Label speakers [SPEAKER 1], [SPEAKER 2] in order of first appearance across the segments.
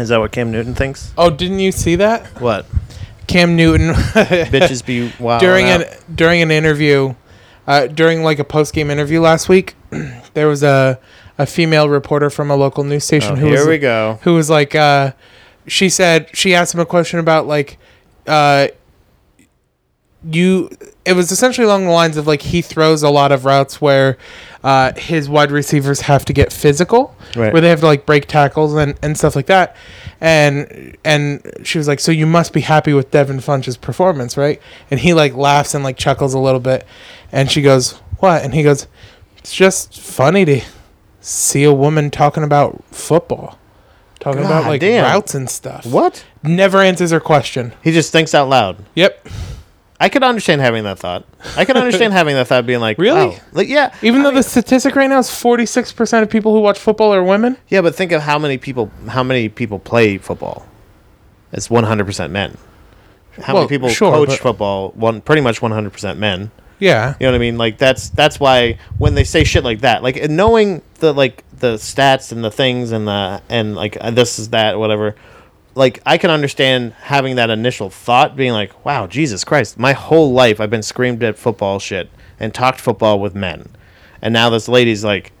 [SPEAKER 1] Is that what Cam Newton thinks?
[SPEAKER 2] Oh, didn't you see that?
[SPEAKER 1] What?
[SPEAKER 2] Cam Newton
[SPEAKER 1] Bitches be wild.
[SPEAKER 2] during
[SPEAKER 1] out.
[SPEAKER 2] an during an interview, uh, during like a post game interview last week, there was a a female reporter from a local news station
[SPEAKER 1] Oh,
[SPEAKER 2] who
[SPEAKER 1] here
[SPEAKER 2] was,
[SPEAKER 1] we go.
[SPEAKER 2] who was like uh, she said she asked him a question about like uh, you it was essentially along the lines of like he throws a lot of routes where uh, his wide receivers have to get physical
[SPEAKER 1] Right.
[SPEAKER 2] where they have to like break tackles and, and stuff like that and and she was like so you must be happy with devin funch's performance right and he like laughs and like chuckles a little bit and she goes what and he goes it's just funny to see a woman talking about football talking about
[SPEAKER 1] God
[SPEAKER 2] like
[SPEAKER 1] damn.
[SPEAKER 2] routes and stuff
[SPEAKER 1] What?
[SPEAKER 2] never answers her question
[SPEAKER 1] He just thinks out loud.
[SPEAKER 2] yep
[SPEAKER 1] I could understand having that thought. I could understand having that thought being like,
[SPEAKER 2] Really?
[SPEAKER 1] wow. Like, yeah.
[SPEAKER 2] Even
[SPEAKER 1] I
[SPEAKER 2] though
[SPEAKER 1] mean,
[SPEAKER 2] the statistic right now is 46% of people who watch football are women.
[SPEAKER 1] yeah, but think of how many people how many people play football. It's one hundred percent men. How
[SPEAKER 2] Well,
[SPEAKER 1] many people
[SPEAKER 2] sure,
[SPEAKER 1] coach
[SPEAKER 2] but-
[SPEAKER 1] football? One pretty much one hundred percent men.
[SPEAKER 2] Yeah.
[SPEAKER 1] You know what I mean? Like that's that's why when they say shit like that, like and knowing the like the stats and the things and the and like uh, this is that whatever, like I can understand having that initial thought being like, wow, Jesus Christ, my whole life I've been screamed at football shit and talked football with men, and now this lady's like,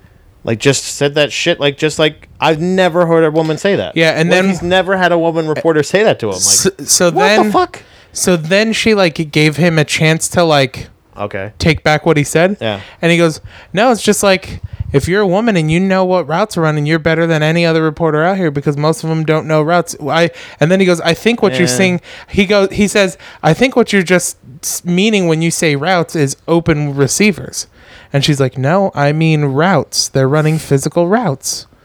[SPEAKER 1] like just said that shit like just like I've never heard a woman say that.
[SPEAKER 2] Yeah, and
[SPEAKER 1] Like,
[SPEAKER 2] then-
[SPEAKER 1] he's never had a woman reporter say that to him. Like
[SPEAKER 2] so so
[SPEAKER 1] what
[SPEAKER 2] then
[SPEAKER 1] the fuck?
[SPEAKER 2] so then she like gave him a chance to like
[SPEAKER 1] Okay.
[SPEAKER 2] take back what he said.
[SPEAKER 1] Yeah.
[SPEAKER 2] And he goes, "No, it's just like if you're a woman and you know what routes are running, you're better than any other reporter out here because most of them don't know routes." I and then he goes, "I think what
[SPEAKER 1] Yeah.
[SPEAKER 2] you're saying." He goes, he says, "I think what you're just s- meaning when you say routes is open receivers." And she's like, "No, I mean routes. They're running physical routes."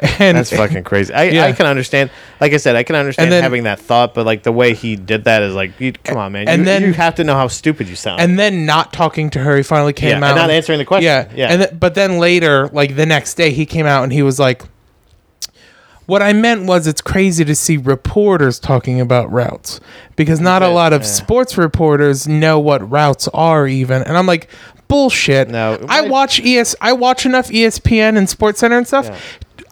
[SPEAKER 2] And
[SPEAKER 1] That's fucking crazy. I,
[SPEAKER 2] Yeah.
[SPEAKER 1] I can understand. Like I said, I can understand
[SPEAKER 2] And then-
[SPEAKER 1] having that thought, but like the way he did that is like, you, come on, man.
[SPEAKER 2] and
[SPEAKER 1] you,
[SPEAKER 2] then-
[SPEAKER 1] you have to know how stupid you sound.
[SPEAKER 2] and then not talking to her. He finally
[SPEAKER 1] yeah,
[SPEAKER 2] came
[SPEAKER 1] and
[SPEAKER 2] out
[SPEAKER 1] not answering the question.
[SPEAKER 2] Yeah,
[SPEAKER 1] yeah.
[SPEAKER 2] And th- but then later, like the next day, he came out and he was like, "What I meant was it's crazy to see reporters talking about routes because not a
[SPEAKER 1] Yeah,
[SPEAKER 2] lot of
[SPEAKER 1] yeah.
[SPEAKER 2] sports reporters know what routes are even." And I'm like, "Bullshit!
[SPEAKER 1] No,
[SPEAKER 2] I
[SPEAKER 1] my-
[SPEAKER 2] watch ES, I watch enough E ESPN and Sports Center and stuff."
[SPEAKER 1] Yeah.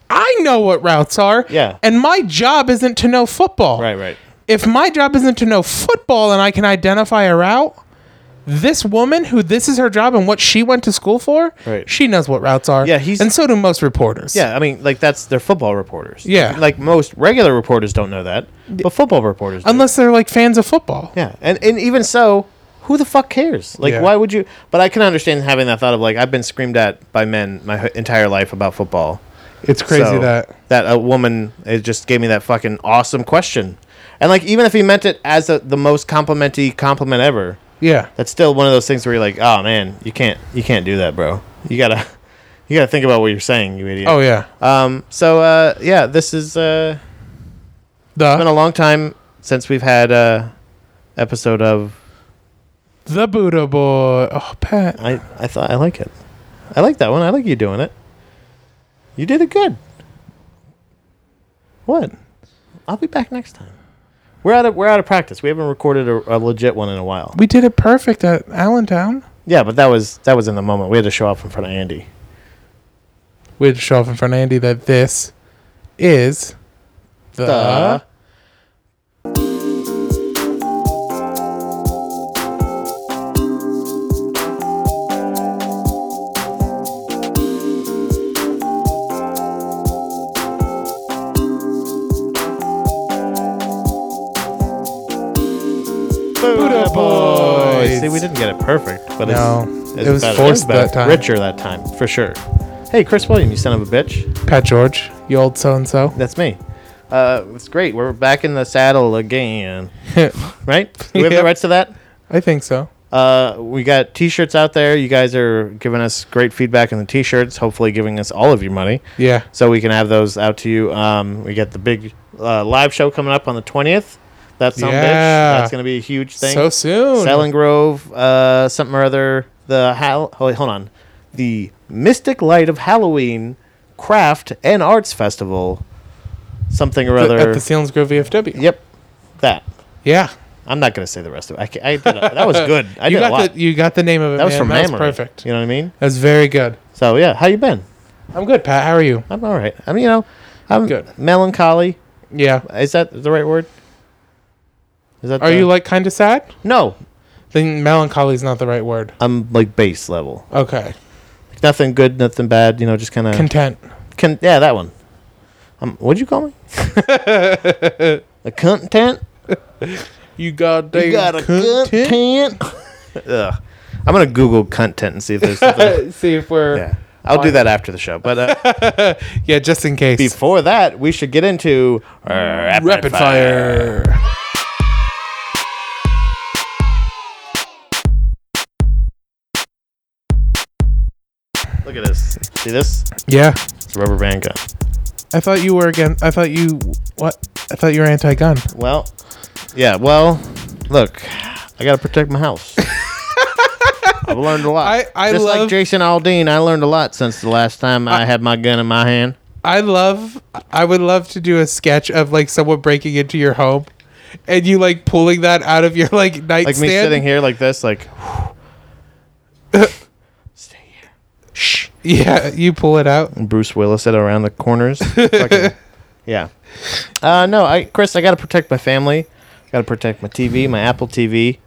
[SPEAKER 2] I know what routes are.
[SPEAKER 1] Yeah.
[SPEAKER 2] And my job isn't to know football
[SPEAKER 1] right, right.
[SPEAKER 2] if my job isn't to know football and I can identify a route, this woman who this is her job and what she went to school for,
[SPEAKER 1] Right.
[SPEAKER 2] she knows what routes are.
[SPEAKER 1] Yeah, he's-
[SPEAKER 2] and so do most reporters.
[SPEAKER 1] Yeah, I mean, like that's they're football reporters.
[SPEAKER 2] Yeah.
[SPEAKER 1] like most regular reporters don't know that, but football reporters. do.
[SPEAKER 2] unless they're like fans of football.
[SPEAKER 1] Yeah, and and even so, who the fuck cares? Like,
[SPEAKER 2] Yeah.
[SPEAKER 1] why would you? But I can understand having that thought of like I've been screamed at by men my h- entire life about football.
[SPEAKER 2] It's crazy
[SPEAKER 1] So,
[SPEAKER 2] that
[SPEAKER 1] that a woman it just gave me that fucking awesome question, and like even if he meant it as a, the most complimenty compliment ever,
[SPEAKER 2] yeah,
[SPEAKER 1] that's still one of those things where you're like, oh man, you can't you can't do that, bro. You gotta you gotta think about what you're saying, you idiot.
[SPEAKER 2] oh yeah,
[SPEAKER 1] Um. So uh, yeah, this is uh,
[SPEAKER 2] the
[SPEAKER 1] been a long time since we've had a episode of.
[SPEAKER 2] the Buddha boy. Oh Pat,
[SPEAKER 1] I I thought I like it. I like that one. I like you doing it. You did it good. What? I'll be back next time. We're out of we're out of practice. We haven't recorded a, a legit one in a while.
[SPEAKER 2] we did it perfect at Allentown.
[SPEAKER 1] Yeah, but that was that was in the moment. We had to show off in front of Andy.
[SPEAKER 2] We had to show off in front of Andy that this is the.
[SPEAKER 1] The-
[SPEAKER 2] Buddha Boys.
[SPEAKER 1] See, we didn't get it perfect, but
[SPEAKER 2] No,
[SPEAKER 1] it's,
[SPEAKER 2] it was forced that time.
[SPEAKER 1] Richer that time, for sure. Hey, Chris William, you son of a bitch.
[SPEAKER 2] Pat George, you old so and so.
[SPEAKER 1] That's me. Uh, it's great. We're back in the saddle again, right? Do we have
[SPEAKER 2] Yep.
[SPEAKER 1] the rights to that?
[SPEAKER 2] I think so.
[SPEAKER 1] Uh, we got t-shirts out there. You guys are giving us great feedback on the t-shirts. Hopefully, giving us all of your money
[SPEAKER 2] Yeah.
[SPEAKER 1] so we can have those out to you. Um, we got the big uh, live show coming up on the twentieth. That's some bitch.
[SPEAKER 2] Yeah.
[SPEAKER 1] That's gonna be a huge thing.
[SPEAKER 2] So soon.
[SPEAKER 1] Selling Grove, uh, something or other. The Hal- oh, wait, hold on, the Mystic Light of Halloween Craft and Arts Festival, something or
[SPEAKER 2] Th-
[SPEAKER 1] other.
[SPEAKER 2] at the Seals Grove VFW.
[SPEAKER 1] yep, that.
[SPEAKER 2] Yeah.
[SPEAKER 1] I'm not gonna say the rest of it. I, ca- I did a, that was good. I
[SPEAKER 2] you
[SPEAKER 1] did a lot.
[SPEAKER 2] got the you got the name of it.
[SPEAKER 1] that was
[SPEAKER 2] man.
[SPEAKER 1] from
[SPEAKER 2] that
[SPEAKER 1] memory.
[SPEAKER 2] was perfect.
[SPEAKER 1] You know what I mean?
[SPEAKER 2] That was very good.
[SPEAKER 1] So yeah, how you been?
[SPEAKER 2] I'm good, Pat. How are you?
[SPEAKER 1] I'm all right. I mean, you know, I'm
[SPEAKER 2] Good.
[SPEAKER 1] melancholy.
[SPEAKER 2] Yeah.
[SPEAKER 1] Is that the right word? Is that
[SPEAKER 2] Are
[SPEAKER 1] the-
[SPEAKER 2] you like kind of sad?
[SPEAKER 1] No,
[SPEAKER 2] Then melancholy is not the right word.
[SPEAKER 1] I'm like base level.
[SPEAKER 2] Okay.
[SPEAKER 1] Like nothing good, nothing bad. You know, just kind of
[SPEAKER 2] Content.
[SPEAKER 1] Con- yeah, that one. Um, what'd you call me? a content.
[SPEAKER 2] You got
[SPEAKER 1] You got a content. Ugh. I'm gonna Google content and see if there's something.
[SPEAKER 2] See if we're yeah.
[SPEAKER 1] yeah, I'll do that after the show. But uh,
[SPEAKER 2] just in case.
[SPEAKER 1] before that, we should get into uh, rapid,
[SPEAKER 2] Rapid fire.
[SPEAKER 1] Look at this. See this?
[SPEAKER 2] Yeah.
[SPEAKER 1] It's a rubber band gun.
[SPEAKER 2] I thought you were again. I thought you what? I thought you were anti-gun.
[SPEAKER 1] Well, yeah. Well, look, I gotta protect my house. I've learned a lot.
[SPEAKER 2] I- I
[SPEAKER 1] Just like
[SPEAKER 2] love-
[SPEAKER 1] Jason Aldean, I learned a lot since the last time I had my gun in my hand.
[SPEAKER 2] I love. I would love to do a sketch of like someone breaking into your home, and you like pulling that out of your like nightstand.
[SPEAKER 1] like me sitting here like this, like. Stay here. Shh.
[SPEAKER 2] Yeah, you pull it out.
[SPEAKER 1] And Bruce Willis it around the corners. Fucking- yeah. Uh, no, I Chris, I got to protect my family. Got to protect my TV, my Apple TV.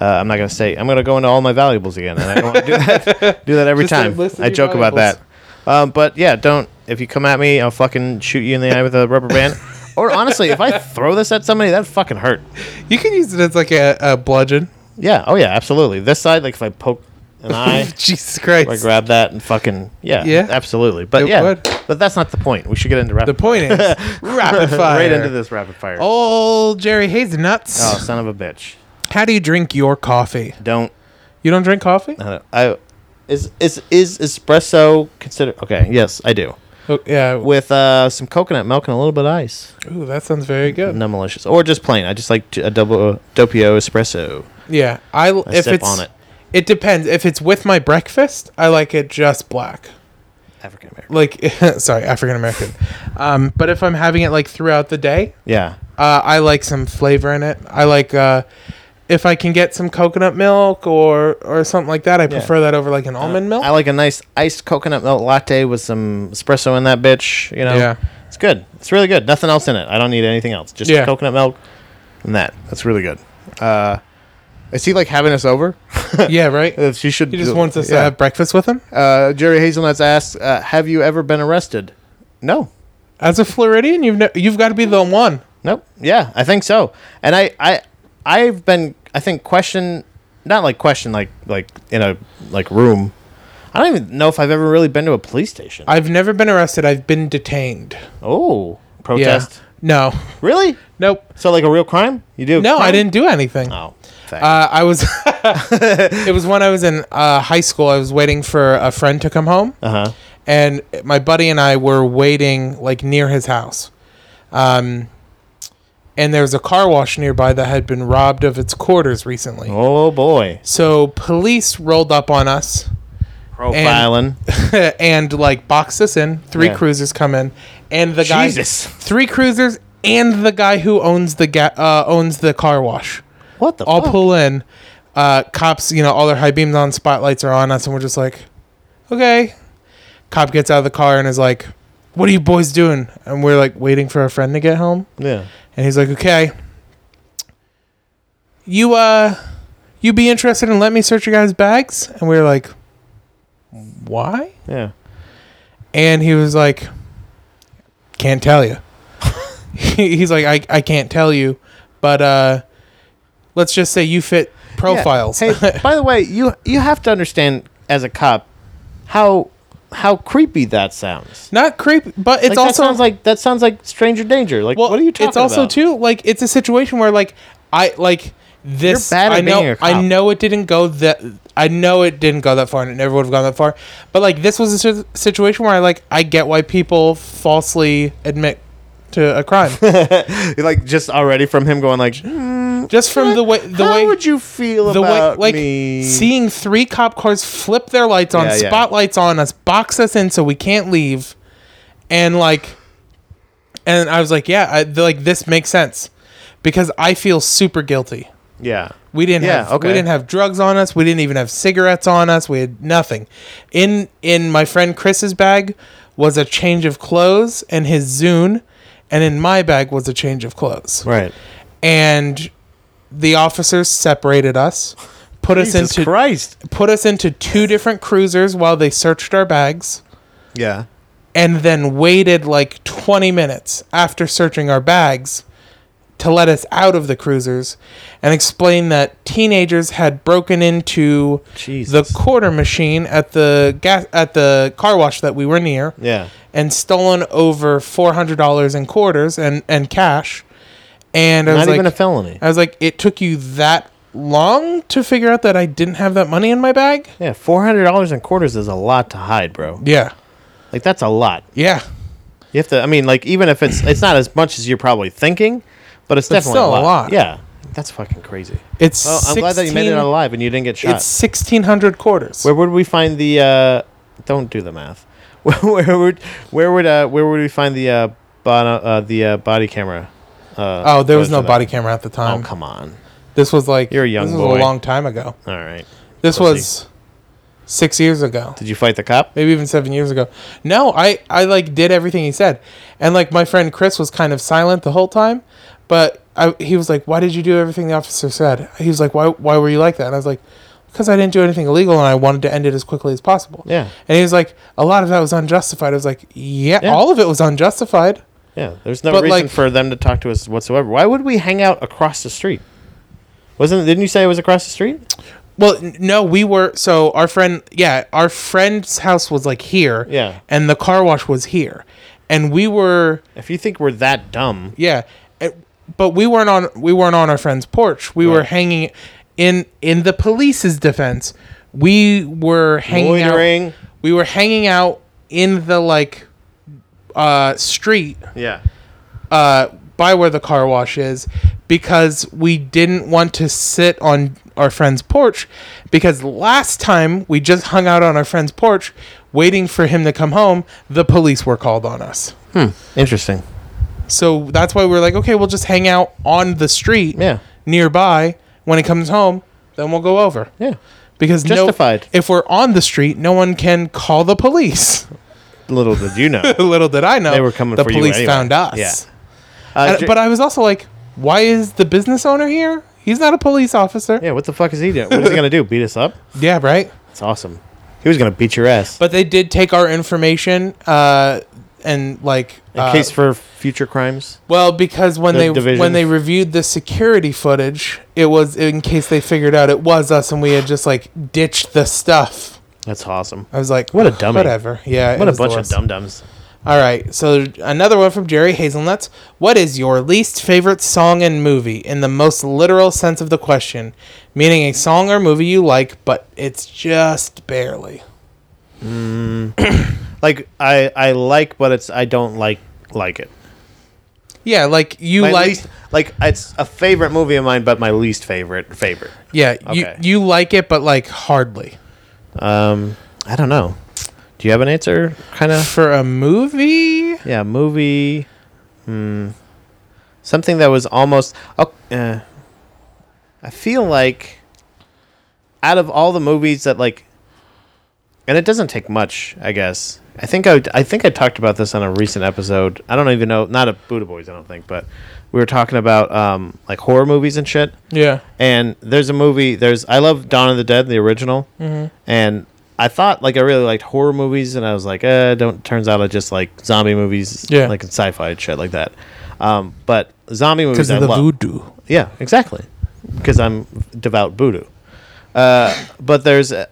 [SPEAKER 1] Uh, I'm not gonna say. I'm gonna go into all my valuables again, and I don't want to do that. Do that every
[SPEAKER 2] Just a
[SPEAKER 1] time.
[SPEAKER 2] list of
[SPEAKER 1] I
[SPEAKER 2] your
[SPEAKER 1] joke about that.
[SPEAKER 2] valuables.
[SPEAKER 1] Um, but yeah, don't. If you come at me, I'll fucking shoot you in the eye with a rubber band. or honestly, if I throw this at somebody, that'd fucking hurt.
[SPEAKER 2] You can use it as like a, a bludgeon.
[SPEAKER 1] Yeah. Oh yeah. Absolutely. This side, like if I poke an eye,
[SPEAKER 2] Jesus Christ.
[SPEAKER 1] I grab that and fucking yeah,
[SPEAKER 2] Yeah.
[SPEAKER 1] absolutely. But
[SPEAKER 2] It
[SPEAKER 1] yeah,
[SPEAKER 2] would.
[SPEAKER 1] but that's not the point. We should get into rapid.
[SPEAKER 2] The point is rapid fire.
[SPEAKER 1] right into Oh. this rapid fire. Oh.
[SPEAKER 2] Old Jerry Hazelnuts.
[SPEAKER 1] son of a bitch!
[SPEAKER 2] How do you drink your coffee?
[SPEAKER 1] Don't
[SPEAKER 2] You don't drink coffee?
[SPEAKER 1] I, don't- I is is is espresso considered? Okay, yes, I do
[SPEAKER 2] Oh, yeah.
[SPEAKER 1] with uh some coconut milk and a little bit of ice.
[SPEAKER 2] Ooh, that sounds very good.
[SPEAKER 1] No malicious or just plain. I just like t- a double dopio espresso.
[SPEAKER 2] Yeah, I, if
[SPEAKER 1] sip
[SPEAKER 2] it's
[SPEAKER 1] on it.
[SPEAKER 2] it depends. If it's with my breakfast, I like it just black.
[SPEAKER 1] African American.
[SPEAKER 2] Like, sorry, African American. Um, but if I'm having it like throughout the day,
[SPEAKER 1] Yeah,
[SPEAKER 2] Uh, I like some flavor in it. I like uh, if I can get some coconut milk or or something like that. I prefer that over like an almond milk.
[SPEAKER 1] Uh, I like a nice iced coconut milk latte with some espresso in that bitch. You know,
[SPEAKER 2] Yeah.
[SPEAKER 1] it's good. It's really good. Nothing else in it. I don't need anything else. Just
[SPEAKER 2] Yeah.
[SPEAKER 1] coconut milk and that. That's really good. Uh, is he like having us over?
[SPEAKER 2] yeah, right.
[SPEAKER 1] Uh, she should.
[SPEAKER 2] He just
[SPEAKER 1] do-
[SPEAKER 2] wants us to
[SPEAKER 1] yeah.
[SPEAKER 2] have breakfast with him.
[SPEAKER 1] Uh, Jerry Hazelnuts asks, uh, "Have you ever been arrested?" No.
[SPEAKER 2] As a Floridian, you've ne- you've got to be the one.
[SPEAKER 1] Nope. Yeah, I think so. And I, I, I've been, I think, questioned, not like questioned, like, like in a like room. I don't even know if I've ever really been to a police station.
[SPEAKER 2] I've never been arrested. I've been detained.
[SPEAKER 1] oh,
[SPEAKER 2] Yeah.
[SPEAKER 1] protest.
[SPEAKER 2] No.
[SPEAKER 1] Really?
[SPEAKER 2] Nope.
[SPEAKER 1] So like a real crime? You do? a
[SPEAKER 2] No, I
[SPEAKER 1] crime?
[SPEAKER 2] didn't do anything.
[SPEAKER 1] Oh, thank.
[SPEAKER 2] Uh, I was. it was when I was in uh, high school. I was waiting for a friend to come home.
[SPEAKER 1] uh huh.
[SPEAKER 2] and my buddy and I were waiting like near his house. Um, and there was a car wash nearby that had been robbed of its quarters recently.
[SPEAKER 1] Oh boy,
[SPEAKER 2] So police rolled up on us
[SPEAKER 1] profiling.
[SPEAKER 2] and like boxed us in. Three
[SPEAKER 1] Yeah.
[SPEAKER 2] cruisers come in, and the guy,
[SPEAKER 1] Jesus.
[SPEAKER 2] three cruisers and the guy who owns the ga- uh, owns the car wash
[SPEAKER 1] what the?
[SPEAKER 2] all
[SPEAKER 1] fuck?
[SPEAKER 2] pull in. Uh, cops, you know, all their high beams on, spotlights are on us, and we're just like, okay. Cop gets out of the car and is like, what are you boys doing? And we're like waiting for our friend to get home,
[SPEAKER 1] yeah.
[SPEAKER 2] and he's like, okay. You uh, you be interested in let me search your guys' bags? And we are like, why?
[SPEAKER 1] Yeah.
[SPEAKER 2] And he was like, can't tell you. He- He's like, I, I can't tell you, but uh, let's just say you fit profiles.
[SPEAKER 1] Yeah. Hey, by the way, you you have to understand as a cop how how creepy that sounds.
[SPEAKER 2] Not creepy, but it's
[SPEAKER 1] Like,
[SPEAKER 2] also
[SPEAKER 1] that sounds like that sounds like stranger danger. Like
[SPEAKER 2] well,
[SPEAKER 1] what are you talking
[SPEAKER 2] It's also
[SPEAKER 1] about?
[SPEAKER 2] too like it's a situation where like I like this.
[SPEAKER 1] You're bad at
[SPEAKER 2] I know.
[SPEAKER 1] being a
[SPEAKER 2] I
[SPEAKER 1] cop.
[SPEAKER 2] know it didn't go that. I know it didn't go that far, and it never would have gone that far. But like this was a si- situation where I like I get why people falsely admit to a crime
[SPEAKER 1] like just already from him going like "Hmm,
[SPEAKER 2] just from the way the
[SPEAKER 1] how
[SPEAKER 2] way
[SPEAKER 1] would you feel
[SPEAKER 2] the way
[SPEAKER 1] about
[SPEAKER 2] like
[SPEAKER 1] me?
[SPEAKER 2] seeing three cop cars flip their lights on
[SPEAKER 1] Yeah, yeah.
[SPEAKER 2] spotlights on us box us in so we can't leave and like and i was like yeah I, the- like this makes sense because i feel super guilty
[SPEAKER 1] yeah.
[SPEAKER 2] we didn't
[SPEAKER 1] Yeah,
[SPEAKER 2] have
[SPEAKER 1] okay.
[SPEAKER 2] we didn't have drugs on us we didn't even have cigarettes on us we had nothing in in my friend chris's bag was a change of clothes and his zune and in my bag was a change of clothes.
[SPEAKER 1] Right.
[SPEAKER 2] And the officers separated us, put us
[SPEAKER 1] Jesus
[SPEAKER 2] into
[SPEAKER 1] Christ.
[SPEAKER 2] put us into two different cruisers while they searched our bags
[SPEAKER 1] Yeah.
[SPEAKER 2] and then waited like 20 minutes after searching our bags to let us out of the cruisers and explain that teenagers had broken into
[SPEAKER 1] Jesus.
[SPEAKER 2] the quarter machine at the gas at the car wash that we were near
[SPEAKER 1] yeah.
[SPEAKER 2] and stolen over $400 in quarters and and cash and I was
[SPEAKER 1] Not
[SPEAKER 2] like
[SPEAKER 1] even a felony.
[SPEAKER 2] I was like it took you that long to figure out that I didn't have that money in my bag
[SPEAKER 1] Yeah, four hundred dollars in quarters is a lot to hide, bro.
[SPEAKER 2] yeah
[SPEAKER 1] Like that's a lot.
[SPEAKER 2] yeah
[SPEAKER 1] You have to. I mean, like even if it's it's not as much as you're probably thinking, but it's
[SPEAKER 2] But
[SPEAKER 1] definitely
[SPEAKER 2] still
[SPEAKER 1] a, lot.
[SPEAKER 2] a lot.
[SPEAKER 1] Yeah, that's fucking crazy.
[SPEAKER 2] it's
[SPEAKER 1] Well, I'm glad that you made it
[SPEAKER 2] 16
[SPEAKER 1] out alive and you didn't get shot.
[SPEAKER 2] It's 1600 quarters.
[SPEAKER 1] where would we find the? uh Don't do the math. where would where would uh, where would we find the uh, bon- uh the uh, body camera? Uh,
[SPEAKER 2] oh, there was
[SPEAKER 1] footage
[SPEAKER 2] no
[SPEAKER 1] of that?
[SPEAKER 2] body camera at the
[SPEAKER 1] Oh
[SPEAKER 2] time.
[SPEAKER 1] come on!
[SPEAKER 2] This was like
[SPEAKER 1] You're a young
[SPEAKER 2] this
[SPEAKER 1] boy.
[SPEAKER 2] was a long time ago.
[SPEAKER 1] All right.
[SPEAKER 2] This
[SPEAKER 1] Pussy.
[SPEAKER 2] was 6 years ago.
[SPEAKER 1] Did you fight the cop?
[SPEAKER 2] Maybe even 7 years ago. No, I I like did everything he said. And like my friend Chris was kind of silent the whole time, but I, he was like, "Why did you do everything the officer said?" He was like, "Why why were you like that?" And I was like, "Cuz I didn't do anything illegal and I wanted to end it as quickly as possible."
[SPEAKER 1] Yeah.
[SPEAKER 2] And he was like, "A lot of that was unjustified." I was like, "Yeah,
[SPEAKER 1] Yeah.
[SPEAKER 2] all of it was unjustified."
[SPEAKER 1] Yeah, there's no
[SPEAKER 2] But,
[SPEAKER 1] reason
[SPEAKER 2] like-
[SPEAKER 1] for them to talk to us whatsoever. Why would we hang out across the street? Wasn't didn't you say it was across the street?
[SPEAKER 2] Well, n- no, we were so our friend, yeah, our friend's house was like here,
[SPEAKER 1] Yeah.
[SPEAKER 2] and the car wash was here, and we were,
[SPEAKER 1] If you think we're that dumb,
[SPEAKER 2] yeah, it- but we weren't on we weren't on our friend's porch. We were
[SPEAKER 1] Right.
[SPEAKER 2] hanging in in the police's defense. We were hanging out.
[SPEAKER 1] loitering.
[SPEAKER 2] We were hanging out in the like uh street
[SPEAKER 1] Yeah.
[SPEAKER 2] uh, by where the car wash is because we didn't want to sit on our friend's porch because last time we just hung out on our friend's porch waiting for him to come home the police were called on us
[SPEAKER 1] Interesting.
[SPEAKER 2] so that's why we are like okay we'll just hang out on the street
[SPEAKER 1] Yeah.
[SPEAKER 2] nearby when he comes home then we'll go over
[SPEAKER 1] Yeah.
[SPEAKER 2] because
[SPEAKER 1] Justified.
[SPEAKER 2] No, if we're on the street no one can call the police
[SPEAKER 1] Little did you know.
[SPEAKER 2] little did i know
[SPEAKER 1] They were coming
[SPEAKER 2] the
[SPEAKER 1] for you
[SPEAKER 2] police
[SPEAKER 1] anyway.
[SPEAKER 2] found us
[SPEAKER 1] Yeah.
[SPEAKER 2] And-
[SPEAKER 1] Uh, J-
[SPEAKER 2] but I was also like, why is the business owner here? He's not a police officer. Yeah,
[SPEAKER 1] yeah, what the fuck is he doing? What is he gonna do? Beat us up?
[SPEAKER 2] right.
[SPEAKER 1] That's awesome. He was gonna beat your ass.
[SPEAKER 2] But they did take our information uh, and like
[SPEAKER 1] in
[SPEAKER 2] uh,
[SPEAKER 1] case for future crimes.
[SPEAKER 2] well because when
[SPEAKER 1] the
[SPEAKER 2] they
[SPEAKER 1] division.
[SPEAKER 2] when they reviewed the security footage, it was in case they figured out it was us and we had just like ditched the stuff.
[SPEAKER 1] That's awesome.
[SPEAKER 2] I was like,
[SPEAKER 1] What a dummy.
[SPEAKER 2] Whatever. Yeah. it
[SPEAKER 1] What a
[SPEAKER 2] was the
[SPEAKER 1] bunch of
[SPEAKER 2] worst.
[SPEAKER 1] dum dums.
[SPEAKER 2] All right. So another one from Jerry Hazelnuts. What is your least favorite song and movie in the most literal sense of the question, meaning a song or movie you like, but it's just barely.
[SPEAKER 1] Like I, I like, but it's I don't like like it.
[SPEAKER 2] Yeah, like you
[SPEAKER 1] My
[SPEAKER 2] like.
[SPEAKER 1] least, like it's a favorite movie of mine, but my least favorite favorite.
[SPEAKER 2] yeah,
[SPEAKER 1] okay.
[SPEAKER 2] you you like it, but like hardly
[SPEAKER 1] Um, I don't know. Do you have an answer? Kind of.
[SPEAKER 2] for a movie.
[SPEAKER 1] Yeah, movie. Hmm. Something that was almost. oh, Uh, I feel like out of all the movies that like, and it doesn't take much, I guess. I think I, I think I talked about this on a recent episode. I don't even know, not a Buddha Boys, I don't think, but we were talking about um, like horror movies and shit.
[SPEAKER 2] Yeah,
[SPEAKER 1] And there's a movie. There's I love Dawn of the Dead, the original,
[SPEAKER 2] Mm-hmm.
[SPEAKER 1] and I thought like I really liked horror movies, and I was like, eh, don't. Turns out I just like zombie movies,
[SPEAKER 2] Yeah.
[SPEAKER 1] like and sci-fi and shit like that. Um, but zombie movies
[SPEAKER 2] because
[SPEAKER 1] I
[SPEAKER 2] of the
[SPEAKER 1] love.
[SPEAKER 2] voodoo.
[SPEAKER 1] Yeah, exactly, because I'm devout voodoo. Uh, but there's uh,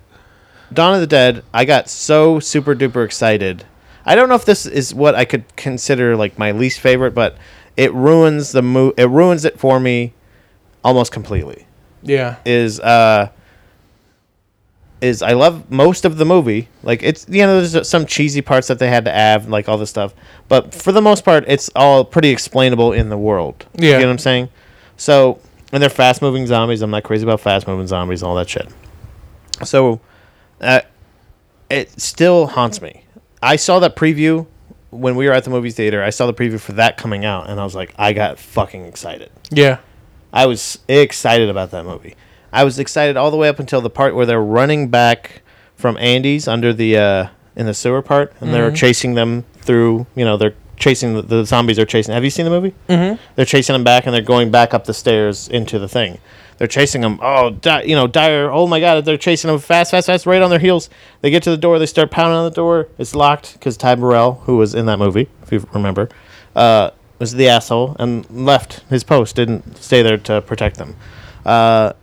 [SPEAKER 1] Dawn of the Dead. I got so super duper excited. I don't know if this is what I could consider like my least favorite, but it ruins the mo- It ruins it for me almost completely
[SPEAKER 2] Yeah,
[SPEAKER 1] is uh is I love most of the movie. Like it's you know there's some cheesy parts that they had to add like all this stuff, but for the most part it's all pretty explainable in the world. You
[SPEAKER 2] Yeah.
[SPEAKER 1] know what I'm saying? So, and they're fast moving zombies. I'm not crazy about fast moving zombies and all that shit. So, uh, it still haunts me. I saw that preview when we were at the movie theater. I saw the preview for that coming out and I was like I got fucking excited.
[SPEAKER 2] yeah,
[SPEAKER 1] I was excited about that movie. I was excited all the way up until the part where they're running back from Andy's under the uh, in the sewer part, and they're chasing them through. You know, they're chasing the, the zombies are chasing. Have you seen the movie?
[SPEAKER 2] Mm-hmm.
[SPEAKER 1] They're chasing him back, and they're going back up the stairs into the thing. They're chasing him. Oh, di- you know, dire. Oh my God, they're chasing him fast, fast, fast, right on their heels. They get to the door. They start pounding on the door. It's locked because Ty Burrell, who was in that movie, if you remember, uh, was the asshole and left his post. Didn't stay there to protect them. Uh,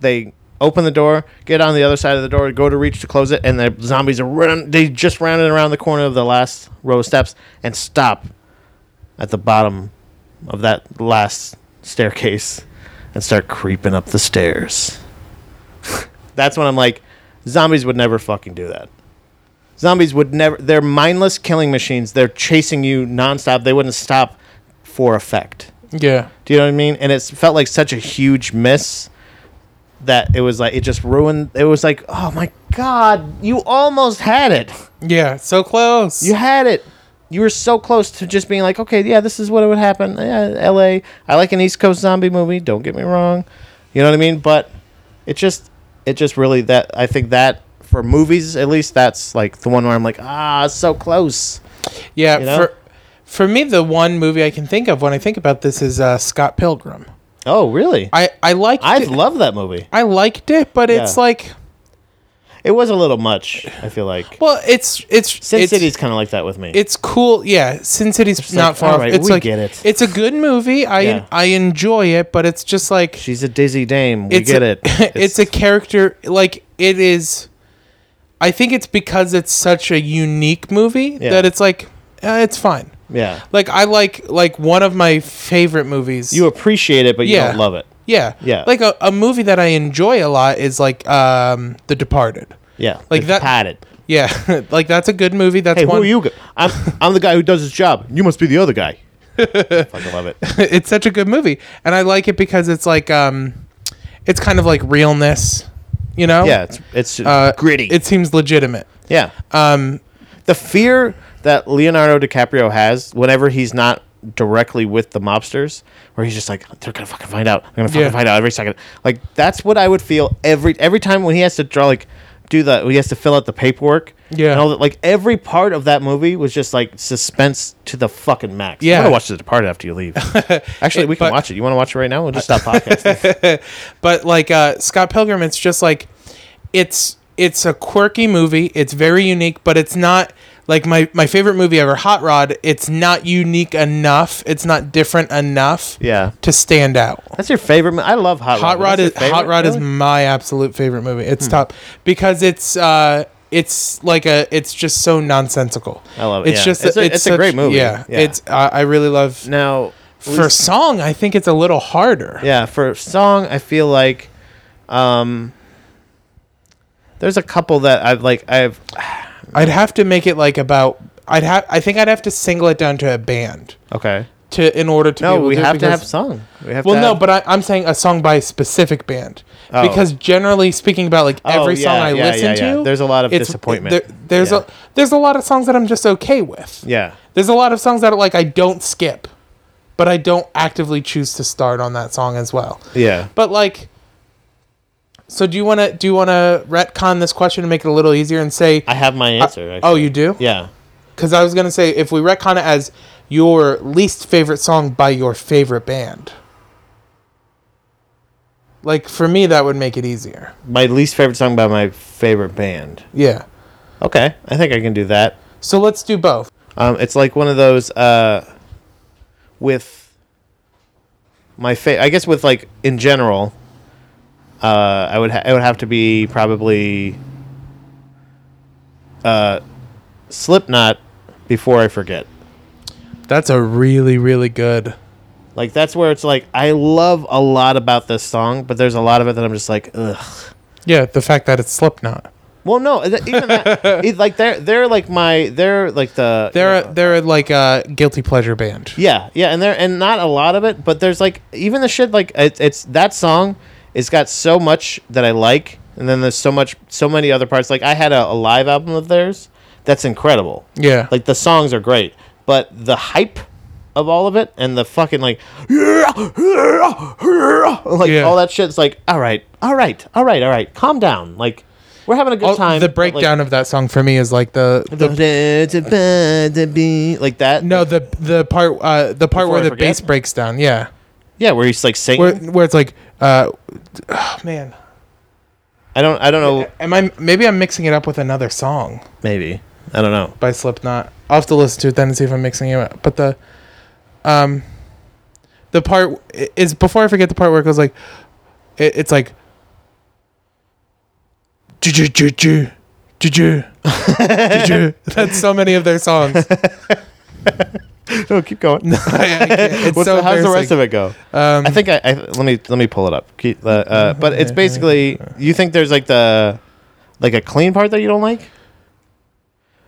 [SPEAKER 1] they open the door, get on the other side of the door, go to reach to close it, and the zombies are run. They just rounded around the corner of the last row of steps and stop at the bottom of that last staircase and start creeping up the stairs. That's when I'm like, zombies would never fucking do that. Zombies would never. They're mindless killing machines. They're chasing you nonstop. They wouldn't stop for effect.
[SPEAKER 2] Yeah.
[SPEAKER 1] Do you know what I mean? And it felt like such a huge miss that it was like it just ruined. It was like, oh my god, you almost had it.
[SPEAKER 2] Yeah. So close.
[SPEAKER 1] You had it. You were so close to just being like, okay, yeah, this is what would happen. Yeah, L.A. I like an East Coast zombie movie. Don't get me wrong. You know what I mean? But it just, it just really that I think that for movies at least that's like the one where I'm like, ah, it's so close.
[SPEAKER 2] yeah.
[SPEAKER 1] you know?
[SPEAKER 2] For for me, the one movie I can think of when I think about this is uh, Scott Pilgrim.
[SPEAKER 1] Oh, really? I,
[SPEAKER 2] I I liked it.
[SPEAKER 1] love that movie.
[SPEAKER 2] I liked it, but it's
[SPEAKER 1] Yeah.
[SPEAKER 2] like
[SPEAKER 1] It was a little much. I feel like
[SPEAKER 2] well, it's it's
[SPEAKER 1] Sin
[SPEAKER 2] it's,
[SPEAKER 1] City's kind of like that with me.
[SPEAKER 2] It's cool, yeah. Sin City's
[SPEAKER 1] like,
[SPEAKER 2] not far. off.
[SPEAKER 1] alright,
[SPEAKER 2] it's
[SPEAKER 1] we
[SPEAKER 2] like
[SPEAKER 1] get it.
[SPEAKER 2] it's a good movie. I
[SPEAKER 1] Yeah.
[SPEAKER 2] I enjoy it, but it's just like
[SPEAKER 1] She's a dizzy dame. We
[SPEAKER 2] it's
[SPEAKER 1] get
[SPEAKER 2] a,
[SPEAKER 1] it.
[SPEAKER 2] it's a character like it is. I think it's because it's such a unique movie
[SPEAKER 1] Yeah.
[SPEAKER 2] that it's like uh, it's fine.
[SPEAKER 1] yeah.
[SPEAKER 2] Like I like like one of my favorite movies.
[SPEAKER 1] You appreciate it, but you
[SPEAKER 2] Yeah.
[SPEAKER 1] don't love it.
[SPEAKER 2] yeah
[SPEAKER 1] Yeah.
[SPEAKER 2] Like a, a movie that I enjoy a lot is like um The Departed.
[SPEAKER 1] Yeah,
[SPEAKER 2] Like
[SPEAKER 1] it's
[SPEAKER 2] that-
[SPEAKER 1] Padded.
[SPEAKER 2] Yeah, like that's a good movie. That's
[SPEAKER 1] Hey,
[SPEAKER 2] one.
[SPEAKER 1] who are you? go- I'm I'm the guy who does his job. You must be the other guy. Fucking love it.
[SPEAKER 2] it's such a good movie and i like it because it's like um it's kind of like realness you know
[SPEAKER 1] Yeah, it's it's
[SPEAKER 2] uh,
[SPEAKER 1] gritty.
[SPEAKER 2] it seems legitimate
[SPEAKER 1] yeah.
[SPEAKER 2] um
[SPEAKER 1] the fear that Leonardo DiCaprio has whenever he's not directly with the mobsters, where he's just like, they're gonna fucking find out. They're gonna fucking
[SPEAKER 2] Yeah.
[SPEAKER 1] find out every second. Like that's what I would feel every every time when he has to draw like do the when he has to fill out the paperwork.
[SPEAKER 2] Yeah.
[SPEAKER 1] And all that, like every part of that movie was just like suspense to the fucking max.
[SPEAKER 2] Yeah.
[SPEAKER 1] I'm gonna watch The Departed after you leave. Actually, we can
[SPEAKER 2] but-
[SPEAKER 1] watch it. You want to watch it right now? We'll just stop podcasting.
[SPEAKER 2] but like uh scott pilgrim it's just like it's it's a quirky movie it's very unique but it's not like my my favorite movie ever hot rod it's not unique enough it's not different enough
[SPEAKER 1] yeah.
[SPEAKER 2] to stand out
[SPEAKER 1] That's your favorite. mo- I love Hot Rod.
[SPEAKER 2] Hot Rod
[SPEAKER 1] That's
[SPEAKER 2] is
[SPEAKER 1] your favorite,
[SPEAKER 2] Hot Rod is
[SPEAKER 1] really? Hmm.
[SPEAKER 2] my absolute favorite movie. It's top because it's uh it's like a it's just so nonsensical.
[SPEAKER 1] I love it,
[SPEAKER 2] It's
[SPEAKER 1] yeah.
[SPEAKER 2] just
[SPEAKER 1] It's a- it's a
[SPEAKER 2] such-
[SPEAKER 1] great movie,
[SPEAKER 2] Yeah,
[SPEAKER 1] yeah.
[SPEAKER 2] it's I I really love
[SPEAKER 1] now
[SPEAKER 2] for song. I think it's a little harder.
[SPEAKER 1] yeah for song i feel like um there's a couple that i've like i've
[SPEAKER 2] I'd have to make it like about I'd have I think I'd have to single it down to a band
[SPEAKER 1] okay
[SPEAKER 2] to in order to be
[SPEAKER 1] no
[SPEAKER 2] able
[SPEAKER 1] we
[SPEAKER 2] do it
[SPEAKER 1] have to
[SPEAKER 2] because-
[SPEAKER 1] have song we have
[SPEAKER 2] Well,
[SPEAKER 1] to
[SPEAKER 2] no,
[SPEAKER 1] have-
[SPEAKER 2] but I, I'm saying a song by a specific band
[SPEAKER 1] Oh.
[SPEAKER 2] because generally speaking about like
[SPEAKER 1] Oh,
[SPEAKER 2] every song
[SPEAKER 1] yeah,
[SPEAKER 2] I
[SPEAKER 1] yeah,
[SPEAKER 2] listen
[SPEAKER 1] yeah, yeah.
[SPEAKER 2] to,
[SPEAKER 1] There's a lot of
[SPEAKER 2] it's-
[SPEAKER 1] disappointment.
[SPEAKER 2] there- there's
[SPEAKER 1] Yeah.
[SPEAKER 2] a there's a lot of songs that I'm just okay with.
[SPEAKER 1] yeah
[SPEAKER 2] There's a lot of songs that are like I don't skip, but I don't actively choose to start on that song as well.
[SPEAKER 1] yeah
[SPEAKER 2] But like, so do you want to do you want to retcon this question to make it a little easier and say,
[SPEAKER 1] i have my answer actually.
[SPEAKER 2] oh, you do?
[SPEAKER 1] yeah
[SPEAKER 2] Because I was gonna say if we retcon it as your least favorite song by your favorite band. Like for me, that would make it easier.
[SPEAKER 1] my least favorite song by my favorite band
[SPEAKER 2] Yeah.
[SPEAKER 1] okay i think i can do that
[SPEAKER 2] So let's do both.
[SPEAKER 1] Um, it's like one of those uh, with my fa- I guess with like in general, uh, I would ha- it would have to be probably uh, Slipknot before I forget.
[SPEAKER 2] That's a really, really good.
[SPEAKER 1] Like that's where it's like I love a lot about this song, but there's a lot of it that I'm just like ugh.
[SPEAKER 2] Yeah, the fact that it's Slipknot.
[SPEAKER 1] Well, no, th- even that, it, like they're they're like my they're like the you
[SPEAKER 2] They're
[SPEAKER 1] know-
[SPEAKER 2] they're like a guilty pleasure band.
[SPEAKER 1] Yeah, yeah, and there and not a lot of it, but there's like even the shit like it, it's that song. It's got so much that I like, and then there's so much, so many other parts. Like I had a, a live album of theirs that's incredible.
[SPEAKER 2] Yeah.
[SPEAKER 1] Like the songs are great, but the hype of all of it and the fucking like, like
[SPEAKER 2] Yeah.
[SPEAKER 1] all that shit's like, all right, all right, all right, all right, calm down. Like We're having a good
[SPEAKER 2] All-
[SPEAKER 1] time.
[SPEAKER 2] the
[SPEAKER 1] but, like,
[SPEAKER 2] breakdown of that song for me is like the, the
[SPEAKER 1] like that.
[SPEAKER 2] no the the part uh, the part
[SPEAKER 1] Before
[SPEAKER 2] where
[SPEAKER 1] I
[SPEAKER 2] the
[SPEAKER 1] Forget?
[SPEAKER 2] bass breaks down. Yeah,
[SPEAKER 1] yeah, where he's like singing.
[SPEAKER 2] where where it's like, uh, oh, man,
[SPEAKER 1] I don't. I don't know.
[SPEAKER 2] am I maybe I'm mixing it up with another song
[SPEAKER 1] Maybe I don't know.
[SPEAKER 2] by Slipknot. I'll have to listen to it then and see if I'm mixing it up. But the um the part i- is before I forget the part where it goes like it, it's like "Ju- ju- ju- ju, ju- ju, ju- ju." that's so many of their songs.
[SPEAKER 1] No, keep going.
[SPEAKER 2] it's
[SPEAKER 1] What's
[SPEAKER 2] so
[SPEAKER 1] the, how's the rest of it go?
[SPEAKER 2] it? Um,
[SPEAKER 1] I think I, I let me let me pull it up. Keep, uh, uh, but it's basically you think there's like the like a clean part that you don't like,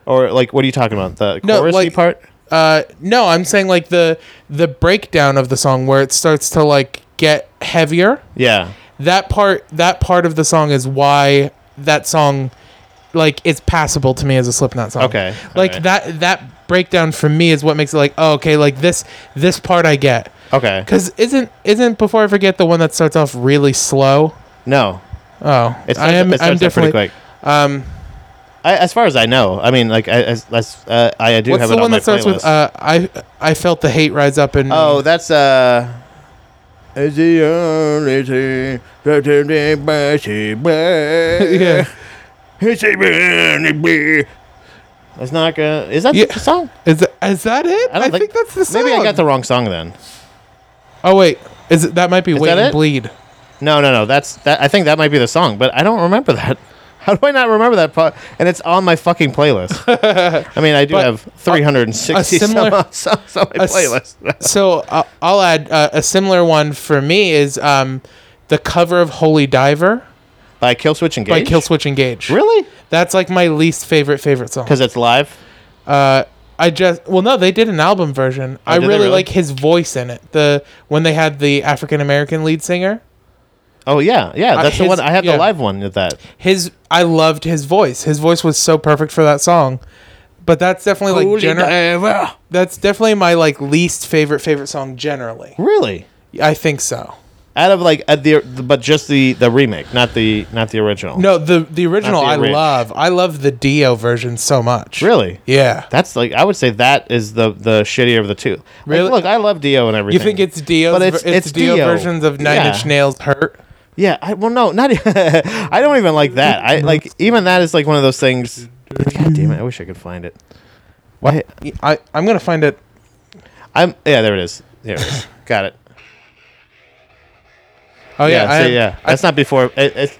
[SPEAKER 1] or like what are you talking about? The
[SPEAKER 2] No,
[SPEAKER 1] chorusy
[SPEAKER 2] like-
[SPEAKER 1] part.
[SPEAKER 2] Uh, no, I'm saying like the the breakdown of the song where it starts to like get heavier.
[SPEAKER 1] Yeah,
[SPEAKER 2] That part that part of the song is why that song like it's passable to me as a Slipknot song.
[SPEAKER 1] Okay,
[SPEAKER 2] Oh. Like
[SPEAKER 1] alright.
[SPEAKER 2] that that breakdown for me is what makes it like oh, okay like this this part I get
[SPEAKER 1] okay.
[SPEAKER 2] because isn't isn't before I forget the one that starts off really slow.
[SPEAKER 1] No,
[SPEAKER 2] Oh,
[SPEAKER 1] it starts,
[SPEAKER 2] I am
[SPEAKER 1] it starts
[SPEAKER 2] I'm
[SPEAKER 1] up pretty
[SPEAKER 2] definitely
[SPEAKER 1] quick.
[SPEAKER 2] um.
[SPEAKER 1] I, as far as I know, I mean, like I as, as, uh, I do
[SPEAKER 2] What's
[SPEAKER 1] have
[SPEAKER 2] the
[SPEAKER 1] it
[SPEAKER 2] one
[SPEAKER 1] on my
[SPEAKER 2] that starts
[SPEAKER 1] playlist.
[SPEAKER 2] with uh I I felt the hate rise up and
[SPEAKER 1] oh, that's uh. It's the only thing that can be possible.
[SPEAKER 2] yeah
[SPEAKER 1] It's the only thing. That's not gonna. Is that
[SPEAKER 2] Yeah.
[SPEAKER 1] the song?
[SPEAKER 2] is that, is that it? I,
[SPEAKER 1] don't think-
[SPEAKER 2] think, that's the song.
[SPEAKER 1] Maybe I got the wrong song then.
[SPEAKER 2] Oh wait, is it, that might be
[SPEAKER 1] Is
[SPEAKER 2] wait
[SPEAKER 1] that
[SPEAKER 2] and
[SPEAKER 1] it?
[SPEAKER 2] bleed.
[SPEAKER 1] No, no, no. That's that. I think that might be the song, but I don't remember that. How do I not remember that part? And it's on my fucking playlist. I mean, I do
[SPEAKER 2] But
[SPEAKER 1] have 360
[SPEAKER 2] a similar-
[SPEAKER 1] some odd songs on my
[SPEAKER 2] a s-
[SPEAKER 1] playlist.
[SPEAKER 2] So uh, I'll add uh, a similar one for me is um, the cover of Holy Diver
[SPEAKER 1] By Killswitch Engage.
[SPEAKER 2] by Killswitch Engage.
[SPEAKER 1] Really?
[SPEAKER 2] That's like my least favorite favorite song.
[SPEAKER 1] Because it's live.
[SPEAKER 2] Uh, I just well no, they did an album version. I
[SPEAKER 1] Oh, did they
[SPEAKER 2] really,
[SPEAKER 1] really?
[SPEAKER 2] like his voice in it. The when they had the African American lead singer,
[SPEAKER 1] Oh yeah, yeah.
[SPEAKER 2] Uh,
[SPEAKER 1] That's the
[SPEAKER 2] his-
[SPEAKER 1] one. I have
[SPEAKER 2] yeah.
[SPEAKER 1] the live one with that.
[SPEAKER 2] his I loved his voice. His voice was so perfect for that song. But that's definitely like gener- that's definitely my like least favorite favorite song generally.
[SPEAKER 1] Really?
[SPEAKER 2] I think so.
[SPEAKER 1] Out of like at the but just the the remake, not the not the original.
[SPEAKER 2] No, the the original
[SPEAKER 1] the
[SPEAKER 2] I
[SPEAKER 1] orig-
[SPEAKER 2] love. I love the Dio version so much.
[SPEAKER 1] Really?
[SPEAKER 2] Yeah.
[SPEAKER 1] That's like I would say that is the the shittier of the two. Like,
[SPEAKER 2] Really?
[SPEAKER 1] look, I love Dio and
[SPEAKER 2] You
[SPEAKER 1] everything.
[SPEAKER 2] think it's Dio?
[SPEAKER 1] But it's-
[SPEAKER 2] it's,
[SPEAKER 1] it's
[SPEAKER 2] Dio,
[SPEAKER 1] Dio.
[SPEAKER 2] versions of Nine
[SPEAKER 1] Yeah.
[SPEAKER 2] Inch Nails hurt.
[SPEAKER 1] Yeah, I well no, not e- I don't even like that. I like even that is like one of those things. God damn it! I wish I could find it. Why?
[SPEAKER 2] I I'm gonna find it.
[SPEAKER 1] I'm yeah. There it is. There it is. Got it.
[SPEAKER 2] Oh yeah,
[SPEAKER 1] Yeah.
[SPEAKER 2] I
[SPEAKER 1] so,
[SPEAKER 2] am-
[SPEAKER 1] yeah.
[SPEAKER 2] I-
[SPEAKER 1] That's not before. It, it's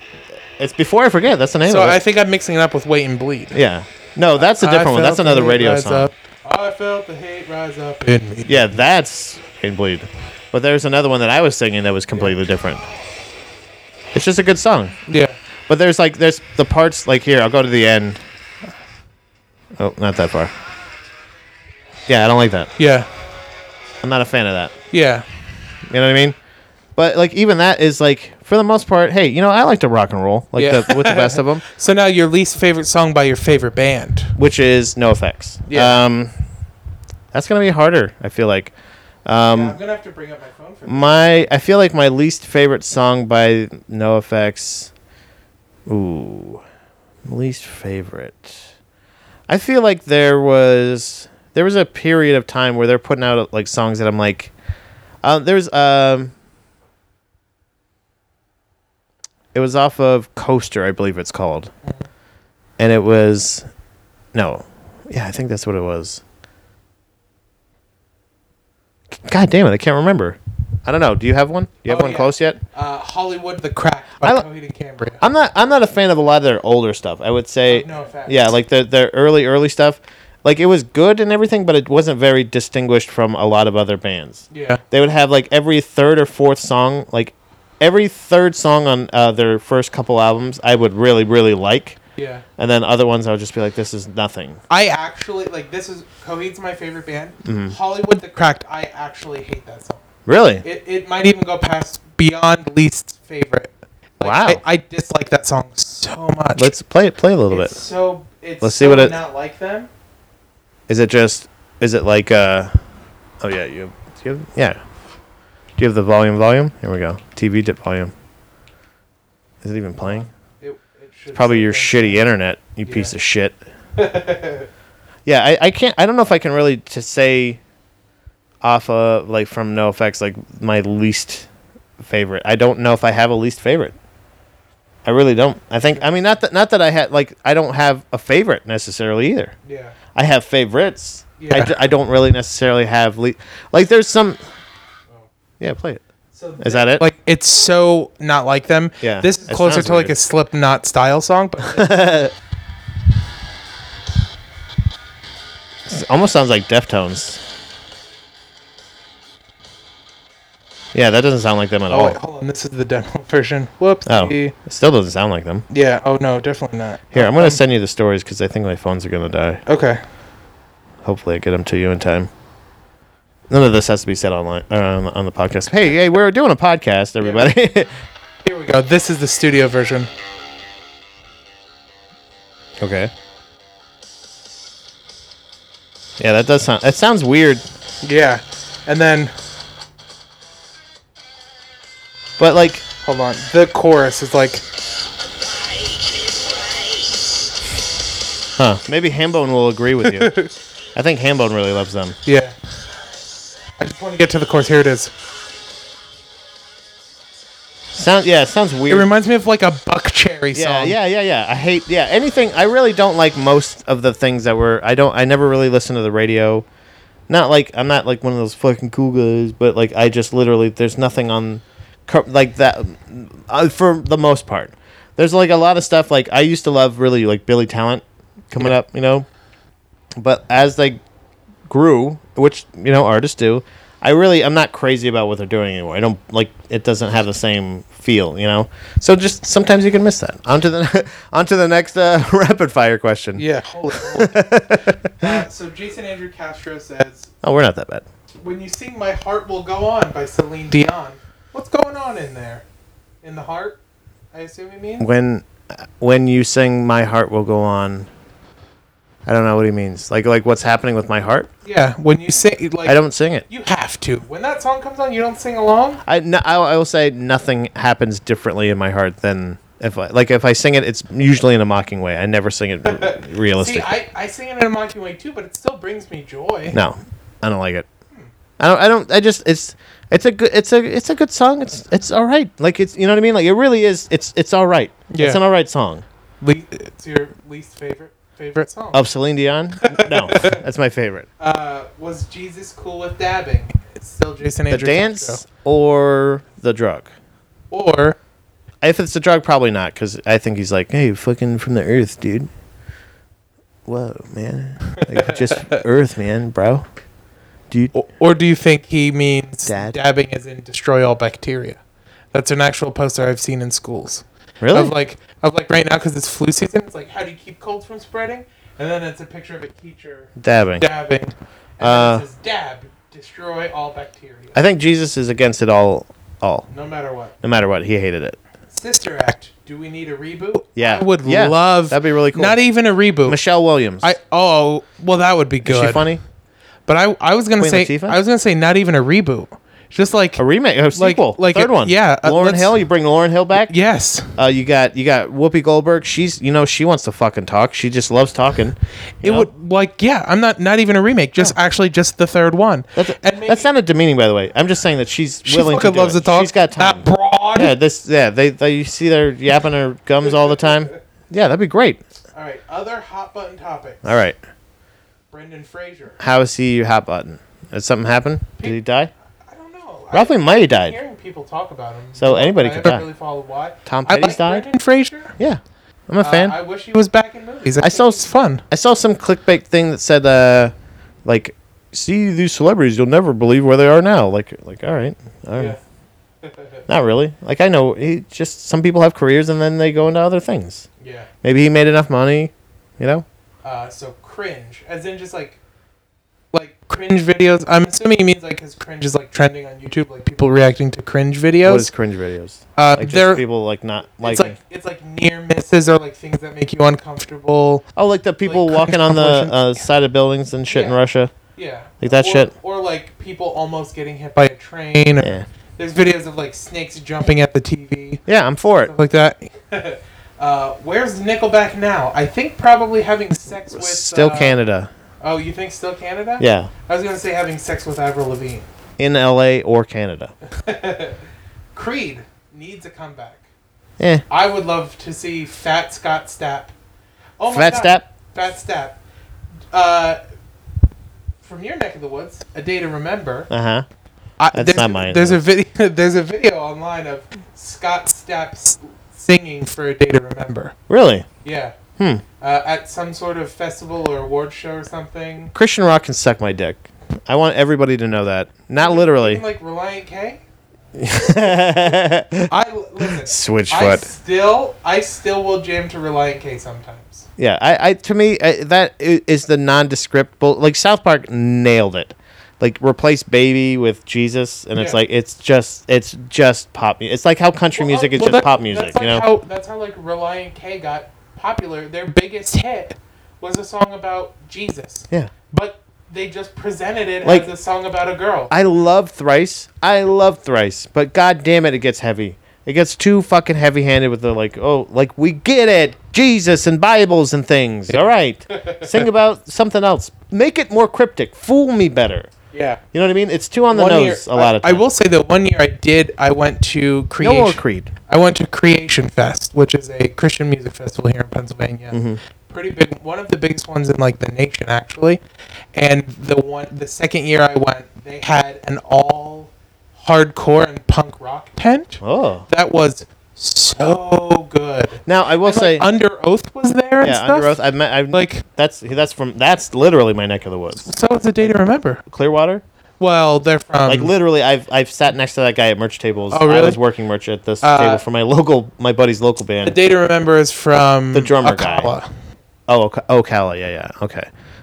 [SPEAKER 1] it's before I forget. That's the name
[SPEAKER 2] so
[SPEAKER 1] of it.
[SPEAKER 2] I think I'm mixing it up with Wait and Bleed.
[SPEAKER 1] yeah. No, that's a
[SPEAKER 2] I
[SPEAKER 1] different one.
[SPEAKER 2] felt
[SPEAKER 1] That's another
[SPEAKER 2] the hate
[SPEAKER 1] radio
[SPEAKER 2] rise
[SPEAKER 1] song.
[SPEAKER 2] up. I felt the hate rise up in me.
[SPEAKER 1] Yeah, that's in bleed. But there's another one that I was singing that was completely different. It's just a good song.
[SPEAKER 2] Yeah.
[SPEAKER 1] But there's like there's the parts like here. I'll go to the end. Oh, not that far. Yeah, I don't like that.
[SPEAKER 2] Yeah.
[SPEAKER 1] I'm not a fan of that.
[SPEAKER 2] Yeah.
[SPEAKER 1] You know what I mean? But like even that is like for the most part. Hey, you know I like to rock and roll like
[SPEAKER 2] Yeah.
[SPEAKER 1] the, with the best of them,
[SPEAKER 2] So now your least favorite song by your favorite band.
[SPEAKER 1] which is No Effects.
[SPEAKER 2] Yeah.
[SPEAKER 1] Um, that's gonna be harder. I feel like. Um,
[SPEAKER 2] gonna have to bring up my phone for
[SPEAKER 1] my I feel like my least favorite song by NoFX. Ooh, least favorite. I feel like there was there was a period of time where they're putting out like songs that I'm like, um, there's um, it was off of Coaster, I believe it's called, and it was, no, yeah, I think that's what it was. God damn it, I can't remember. I don't know. Do you have one? Do you have
[SPEAKER 2] Oh,
[SPEAKER 1] one
[SPEAKER 2] yeah.
[SPEAKER 1] close yet?
[SPEAKER 2] Uh, Hollywood the Crack
[SPEAKER 1] I
[SPEAKER 2] by
[SPEAKER 1] li-
[SPEAKER 2] Coheed and Cambria.
[SPEAKER 1] I'm not. I'm not a fan of a lot of their older stuff. I would say,
[SPEAKER 2] Of No Effects.
[SPEAKER 1] yeah, like their their early early stuff. Like it was good and everything, but it wasn't very distinguished from a lot of other bands.
[SPEAKER 2] Yeah.
[SPEAKER 1] They would have like every third or fourth song, like every third song on uh, their first couple albums, I would really really like,
[SPEAKER 2] Yeah.
[SPEAKER 1] and then other ones I would just be like, this is nothing.
[SPEAKER 2] I actually like this is Coheed's my favorite band.
[SPEAKER 1] Mm-hmm.
[SPEAKER 2] Hollywood the Cracked. I actually hate that song.
[SPEAKER 1] Really?
[SPEAKER 2] It, it might even go past beyond least favorite. Like,
[SPEAKER 1] Wow.
[SPEAKER 2] I, I dislike that song so much.
[SPEAKER 1] Let's play it. Play a little
[SPEAKER 2] it's
[SPEAKER 1] bit.
[SPEAKER 2] so it's
[SPEAKER 1] Let's see
[SPEAKER 2] so
[SPEAKER 1] what it-
[SPEAKER 2] not like them.
[SPEAKER 1] Is it just? Is it like? uh Oh yeah, you. Do you have, yeah. Do you have the volume? Volume. Here we go. TV dip volume. Is it even playing?
[SPEAKER 2] It, it
[SPEAKER 1] It's probably your shitty internet, you piece of shit. yeah, I, I can't. I don't know if I can really to say off of like from No Effects like my least favorite. I don't know if I have a least favorite. I really don't. I think. I mean, not that not that I had like I don't have a favorite necessarily either.
[SPEAKER 2] Yeah.
[SPEAKER 1] I have favorites. I,
[SPEAKER 2] Yeah.
[SPEAKER 1] d- I don't really necessarily have le- like there's some.
[SPEAKER 2] Oh.
[SPEAKER 1] Yeah, play it.
[SPEAKER 2] So
[SPEAKER 1] Is that it?
[SPEAKER 2] like it's so not like them.
[SPEAKER 1] Yeah,
[SPEAKER 2] This is
[SPEAKER 1] it
[SPEAKER 2] closer
[SPEAKER 1] sounds
[SPEAKER 2] to like
[SPEAKER 1] weird.
[SPEAKER 2] a Slipknot style song, but
[SPEAKER 1] It almost sounds like Deftones. Yeah, that doesn't sound like them at
[SPEAKER 2] oh, wait,
[SPEAKER 1] all.
[SPEAKER 2] hold on. This is the demo version. Whoops.
[SPEAKER 1] Oh, it still doesn't sound like them.
[SPEAKER 2] Yeah. Oh no, definitely not.
[SPEAKER 1] Here, I'm gonna send you the stories because I think my phones are gonna die.
[SPEAKER 2] Okay.
[SPEAKER 1] Hopefully, I get them to you in time. None of this has to be said online uh, on, the- on the podcast. Hey, hey, we're doing a podcast, everybody.
[SPEAKER 2] Here we go. This is the studio version.
[SPEAKER 1] okay. Yeah, that does sound. It sounds weird,
[SPEAKER 2] Yeah. And then
[SPEAKER 1] but like,
[SPEAKER 2] hold on. The chorus is like
[SPEAKER 1] huh? Maybe Hambone will agree with you. I think Hambone really loves them.
[SPEAKER 2] yeah. I just want to get to the chorus. Here it is.
[SPEAKER 1] Sound yeah, it sounds weird.
[SPEAKER 2] It reminds me of like a Buck Cherry song.
[SPEAKER 1] Yeah, yeah, yeah, yeah. I hate yeah anything. I really don't like most of the things that were. I don't. I never really listened to the radio. Not like I'm not like one of those fucking cool guys, but like I just literally there's nothing on, cur- like that, uh, for the most part. There's like a lot of stuff like I used to love really like Billy Talent coming up, you know, but as they grew, which you know artists do. I really I'm not crazy about what they're doing anymore. I don't like it doesn't have the same feel, you know. So just sometimes you can miss that. On to the on to the next uh, rapid fire question.
[SPEAKER 2] Yeah. Holy. holy. uh, so Jason Andrew Castro says,
[SPEAKER 1] Oh, we're not that bad.
[SPEAKER 2] "When you sing My Heart Will Go On by Celine Dion, what's going on in there? In the heart, I assume you mean."
[SPEAKER 1] When when you sing "My Heart Will Go On," I don't know what he means. Like like what's happening with my heart?
[SPEAKER 2] Yeah. When you sing, like
[SPEAKER 1] I don't sing it.
[SPEAKER 2] You have to. When that song comes on, you don't sing along.
[SPEAKER 1] I no, I, I will say nothing happens differently in my heart than if I like if I sing it. It's usually in a mocking way. I never sing it r-
[SPEAKER 2] See,
[SPEAKER 1] realistically.
[SPEAKER 2] I, I sing it in a mocking way too, but it still brings me joy.
[SPEAKER 1] No, I don't like it. I don't. I don't. I just. It's. It's a good. It's a. It's a good song. It's. It's all right. Like it's. You know what I mean. Like it really is. It's. It's all right.
[SPEAKER 2] Yeah.
[SPEAKER 1] It's an all right song.
[SPEAKER 2] Le- it's your least favorite favorite song.
[SPEAKER 1] Of Celine Dion. No, that's my favorite.
[SPEAKER 2] Uh, was Jesus cool with dabbing? It's still Jason
[SPEAKER 1] The
[SPEAKER 2] Andrews.
[SPEAKER 1] dance or the drug.
[SPEAKER 2] or
[SPEAKER 1] If it's the drug, probably not, because I think he's like, hey, fucking from the earth, dude. Whoa, man. Like just earth, man, bro. Dude.
[SPEAKER 2] or do you think he means
[SPEAKER 1] Dad.
[SPEAKER 2] dabbing as in destroy all bacteria? That's an actual poster I've seen in schools.
[SPEAKER 1] Really?
[SPEAKER 2] Of like of like right now because it's flu season. It's like how do you keep colds from spreading? And then it's a picture of a teacher
[SPEAKER 1] Dabbing.
[SPEAKER 2] dabbing. And
[SPEAKER 1] Uh,
[SPEAKER 2] then it says dab destroy all bacteria.
[SPEAKER 1] I think Jesus is against it all. All.
[SPEAKER 2] No matter what.
[SPEAKER 1] No matter what, he hated it.
[SPEAKER 2] Sister Act. Do we need a reboot?
[SPEAKER 1] Yeah,
[SPEAKER 2] I would
[SPEAKER 1] yeah,
[SPEAKER 2] love.
[SPEAKER 1] that'd be really cool.
[SPEAKER 2] Not even a reboot.
[SPEAKER 1] Michelle Williams.
[SPEAKER 2] I oh well, that would be
[SPEAKER 1] is
[SPEAKER 2] good.
[SPEAKER 1] she funny?
[SPEAKER 2] But I I was gonna
[SPEAKER 1] Queen
[SPEAKER 2] say
[SPEAKER 1] Latifah?
[SPEAKER 2] I was gonna say not even a reboot. Just like
[SPEAKER 1] A remake, a
[SPEAKER 2] Like-
[SPEAKER 1] sequel,
[SPEAKER 2] like
[SPEAKER 1] third
[SPEAKER 2] it-
[SPEAKER 1] one.
[SPEAKER 2] yeah, uh,
[SPEAKER 1] Lauren
[SPEAKER 2] let's-
[SPEAKER 1] Hill. You bring Lauren Hill back.
[SPEAKER 2] yes,
[SPEAKER 1] Uh, you got you got Whoopi Goldberg. She's you know she wants to fucking talk. She just loves talking.
[SPEAKER 2] it would like yeah. I'm not not even a remake. Just actually just the third one.
[SPEAKER 1] That's, that's not a demeaning, by the way. I'm just saying that she's
[SPEAKER 2] She
[SPEAKER 1] willing to
[SPEAKER 2] fucking
[SPEAKER 1] do
[SPEAKER 2] loves
[SPEAKER 1] it.
[SPEAKER 2] to talk.
[SPEAKER 1] She's got time.
[SPEAKER 2] That broad.
[SPEAKER 1] yeah, this yeah. They, they you see their yapping her gums all the time. Yeah, that'd be great.
[SPEAKER 2] All right. Other hot button topic.
[SPEAKER 1] All right,
[SPEAKER 2] Brendan Fraser.
[SPEAKER 1] how is he your hot button? Did something happen? Did he die?
[SPEAKER 2] I don't know.
[SPEAKER 1] Roughly, might have
[SPEAKER 2] I'm
[SPEAKER 1] died.
[SPEAKER 2] hearing people talk about him.
[SPEAKER 1] So anybody
[SPEAKER 2] I
[SPEAKER 1] could
[SPEAKER 2] haven't
[SPEAKER 1] die.
[SPEAKER 2] really followed why.
[SPEAKER 1] Tom
[SPEAKER 2] I
[SPEAKER 1] Petty's
[SPEAKER 2] like
[SPEAKER 1] died.
[SPEAKER 2] Brendan Fraser.
[SPEAKER 1] Yeah, I'm a
[SPEAKER 2] Uh,
[SPEAKER 1] fan.
[SPEAKER 2] I wish he was back in movies.
[SPEAKER 1] I
[SPEAKER 2] think
[SPEAKER 1] saw-
[SPEAKER 2] he's fun.
[SPEAKER 1] I saw some clickbait thing that said, uh, like, see these celebrities, you'll never believe where they are now. Like, like, all right, all right.
[SPEAKER 2] Yeah.
[SPEAKER 1] Not really. Like, I know he just some people have careers and then they go into other things.
[SPEAKER 2] yeah.
[SPEAKER 1] Maybe he made enough money, you know.
[SPEAKER 2] Uh, so cringe, as in just like, like cringe videos. I'm assuming he means like his cringe is like trending on YouTube, like people reacting to cringe videos.
[SPEAKER 1] What is cringe videos?
[SPEAKER 2] uh,
[SPEAKER 1] Like,
[SPEAKER 2] they're-
[SPEAKER 1] just people like not
[SPEAKER 2] it's
[SPEAKER 1] like.
[SPEAKER 2] like it's like near misses or like things that make you uncomfortable.
[SPEAKER 1] oh, like the people
[SPEAKER 2] like,
[SPEAKER 1] walking
[SPEAKER 2] cringe
[SPEAKER 1] on the
[SPEAKER 2] compilation.
[SPEAKER 1] uh, side of buildings and shit in
[SPEAKER 2] Yeah.
[SPEAKER 1] Russia.
[SPEAKER 2] Yeah.
[SPEAKER 1] Like that
[SPEAKER 2] or,
[SPEAKER 1] shit.
[SPEAKER 2] Or like people almost getting hit by a train. Or
[SPEAKER 1] Yeah,
[SPEAKER 2] There's videos of like snakes jumping at the TV,
[SPEAKER 1] yeah, I'm for it.
[SPEAKER 2] stuff like that. Uh, where's Nickelback now? I think probably having sex with.
[SPEAKER 1] Still
[SPEAKER 2] uh,
[SPEAKER 1] Canada.
[SPEAKER 2] Oh, you think still Canada?
[SPEAKER 1] Yeah.
[SPEAKER 2] I was gonna say having sex with Avril Lavigne.
[SPEAKER 1] In LA or Canada.
[SPEAKER 2] Creed needs a comeback.
[SPEAKER 1] Eh.
[SPEAKER 2] I would love to see Fat Scott Stapp. Oh
[SPEAKER 1] Fat Stapp?
[SPEAKER 2] Fat Stapp. Uh, from your neck of the woods, a day to remember.
[SPEAKER 1] Uh huh.
[SPEAKER 2] I,
[SPEAKER 1] That's
[SPEAKER 2] there's,
[SPEAKER 1] not mine.
[SPEAKER 2] There's a video. There's a video online of Scott Stapp s- singing for a day to remember.
[SPEAKER 1] Really?
[SPEAKER 2] Yeah.
[SPEAKER 1] Hmm.
[SPEAKER 2] Uh, at some sort of festival or award show or something.
[SPEAKER 1] Christian rock can suck my dick. I want everybody to know that. Not literally.
[SPEAKER 2] Like Reliant K. I listen. I
[SPEAKER 1] Switchfoot.
[SPEAKER 2] still, I still will jam to Reliant K sometimes.
[SPEAKER 1] Yeah, I, I to me I, that i- is the nondescript. Bull- like South Park nailed it. Like replace baby with Jesus, and it's
[SPEAKER 2] Yeah.
[SPEAKER 1] like it's just it's just pop. mu- It's like how country
[SPEAKER 2] Well,
[SPEAKER 1] music
[SPEAKER 2] uh,
[SPEAKER 1] is
[SPEAKER 2] well,
[SPEAKER 1] just
[SPEAKER 2] that-
[SPEAKER 1] pop music,
[SPEAKER 2] That's like
[SPEAKER 1] you know?
[SPEAKER 2] how, that's how like Reliant K got popular. Their biggest hit was a song about Jesus.
[SPEAKER 1] yeah,
[SPEAKER 2] But they just presented it
[SPEAKER 1] Like-
[SPEAKER 2] as a song about a girl.
[SPEAKER 1] I love Thrice. I love Thrice, but god damn it, it gets heavy. It gets too fucking heavy-handed with the like, oh, like we get it, Jesus and Bibles and things. All right, sing about something else. Make it more cryptic. Fool me better.
[SPEAKER 2] yeah.
[SPEAKER 1] You know what I mean? It's too on the
[SPEAKER 2] One year-
[SPEAKER 1] nose a lot
[SPEAKER 2] I,
[SPEAKER 1] of times.
[SPEAKER 2] I will say that one year I did. I went to
[SPEAKER 1] no
[SPEAKER 2] creation.
[SPEAKER 1] more Creed.
[SPEAKER 2] I went to Creation Fest, which is a Christian music festival here in Pennsylvania.
[SPEAKER 1] Mm-hmm.
[SPEAKER 2] Pretty big, one of the biggest ones in like the nation actually. And the one, the second year I went, they had an all hardcore and punk rock tent.
[SPEAKER 1] Oh.
[SPEAKER 2] That was so good.
[SPEAKER 1] Now I will
[SPEAKER 2] And, like,
[SPEAKER 1] say,
[SPEAKER 2] Under Oath was there. And
[SPEAKER 1] yeah,
[SPEAKER 2] stuff.
[SPEAKER 1] under oath. I've, met, I've
[SPEAKER 2] Like-
[SPEAKER 1] like that's that's from that's literally my neck of the woods,
[SPEAKER 2] So it's a day to remember.
[SPEAKER 1] Clearwater.
[SPEAKER 2] Well, they're from
[SPEAKER 1] Like literally, I've I've sat next to that guy at merch tables.
[SPEAKER 2] Oh, really?
[SPEAKER 1] I was working merch at this
[SPEAKER 2] Uh,
[SPEAKER 1] table for my local my buddy's local
[SPEAKER 2] A
[SPEAKER 1] band.
[SPEAKER 2] Day to Remember is from
[SPEAKER 1] The drummer guy.
[SPEAKER 2] Ocala.
[SPEAKER 1] oh, Oca- Ocala. Yeah, yeah. Okay.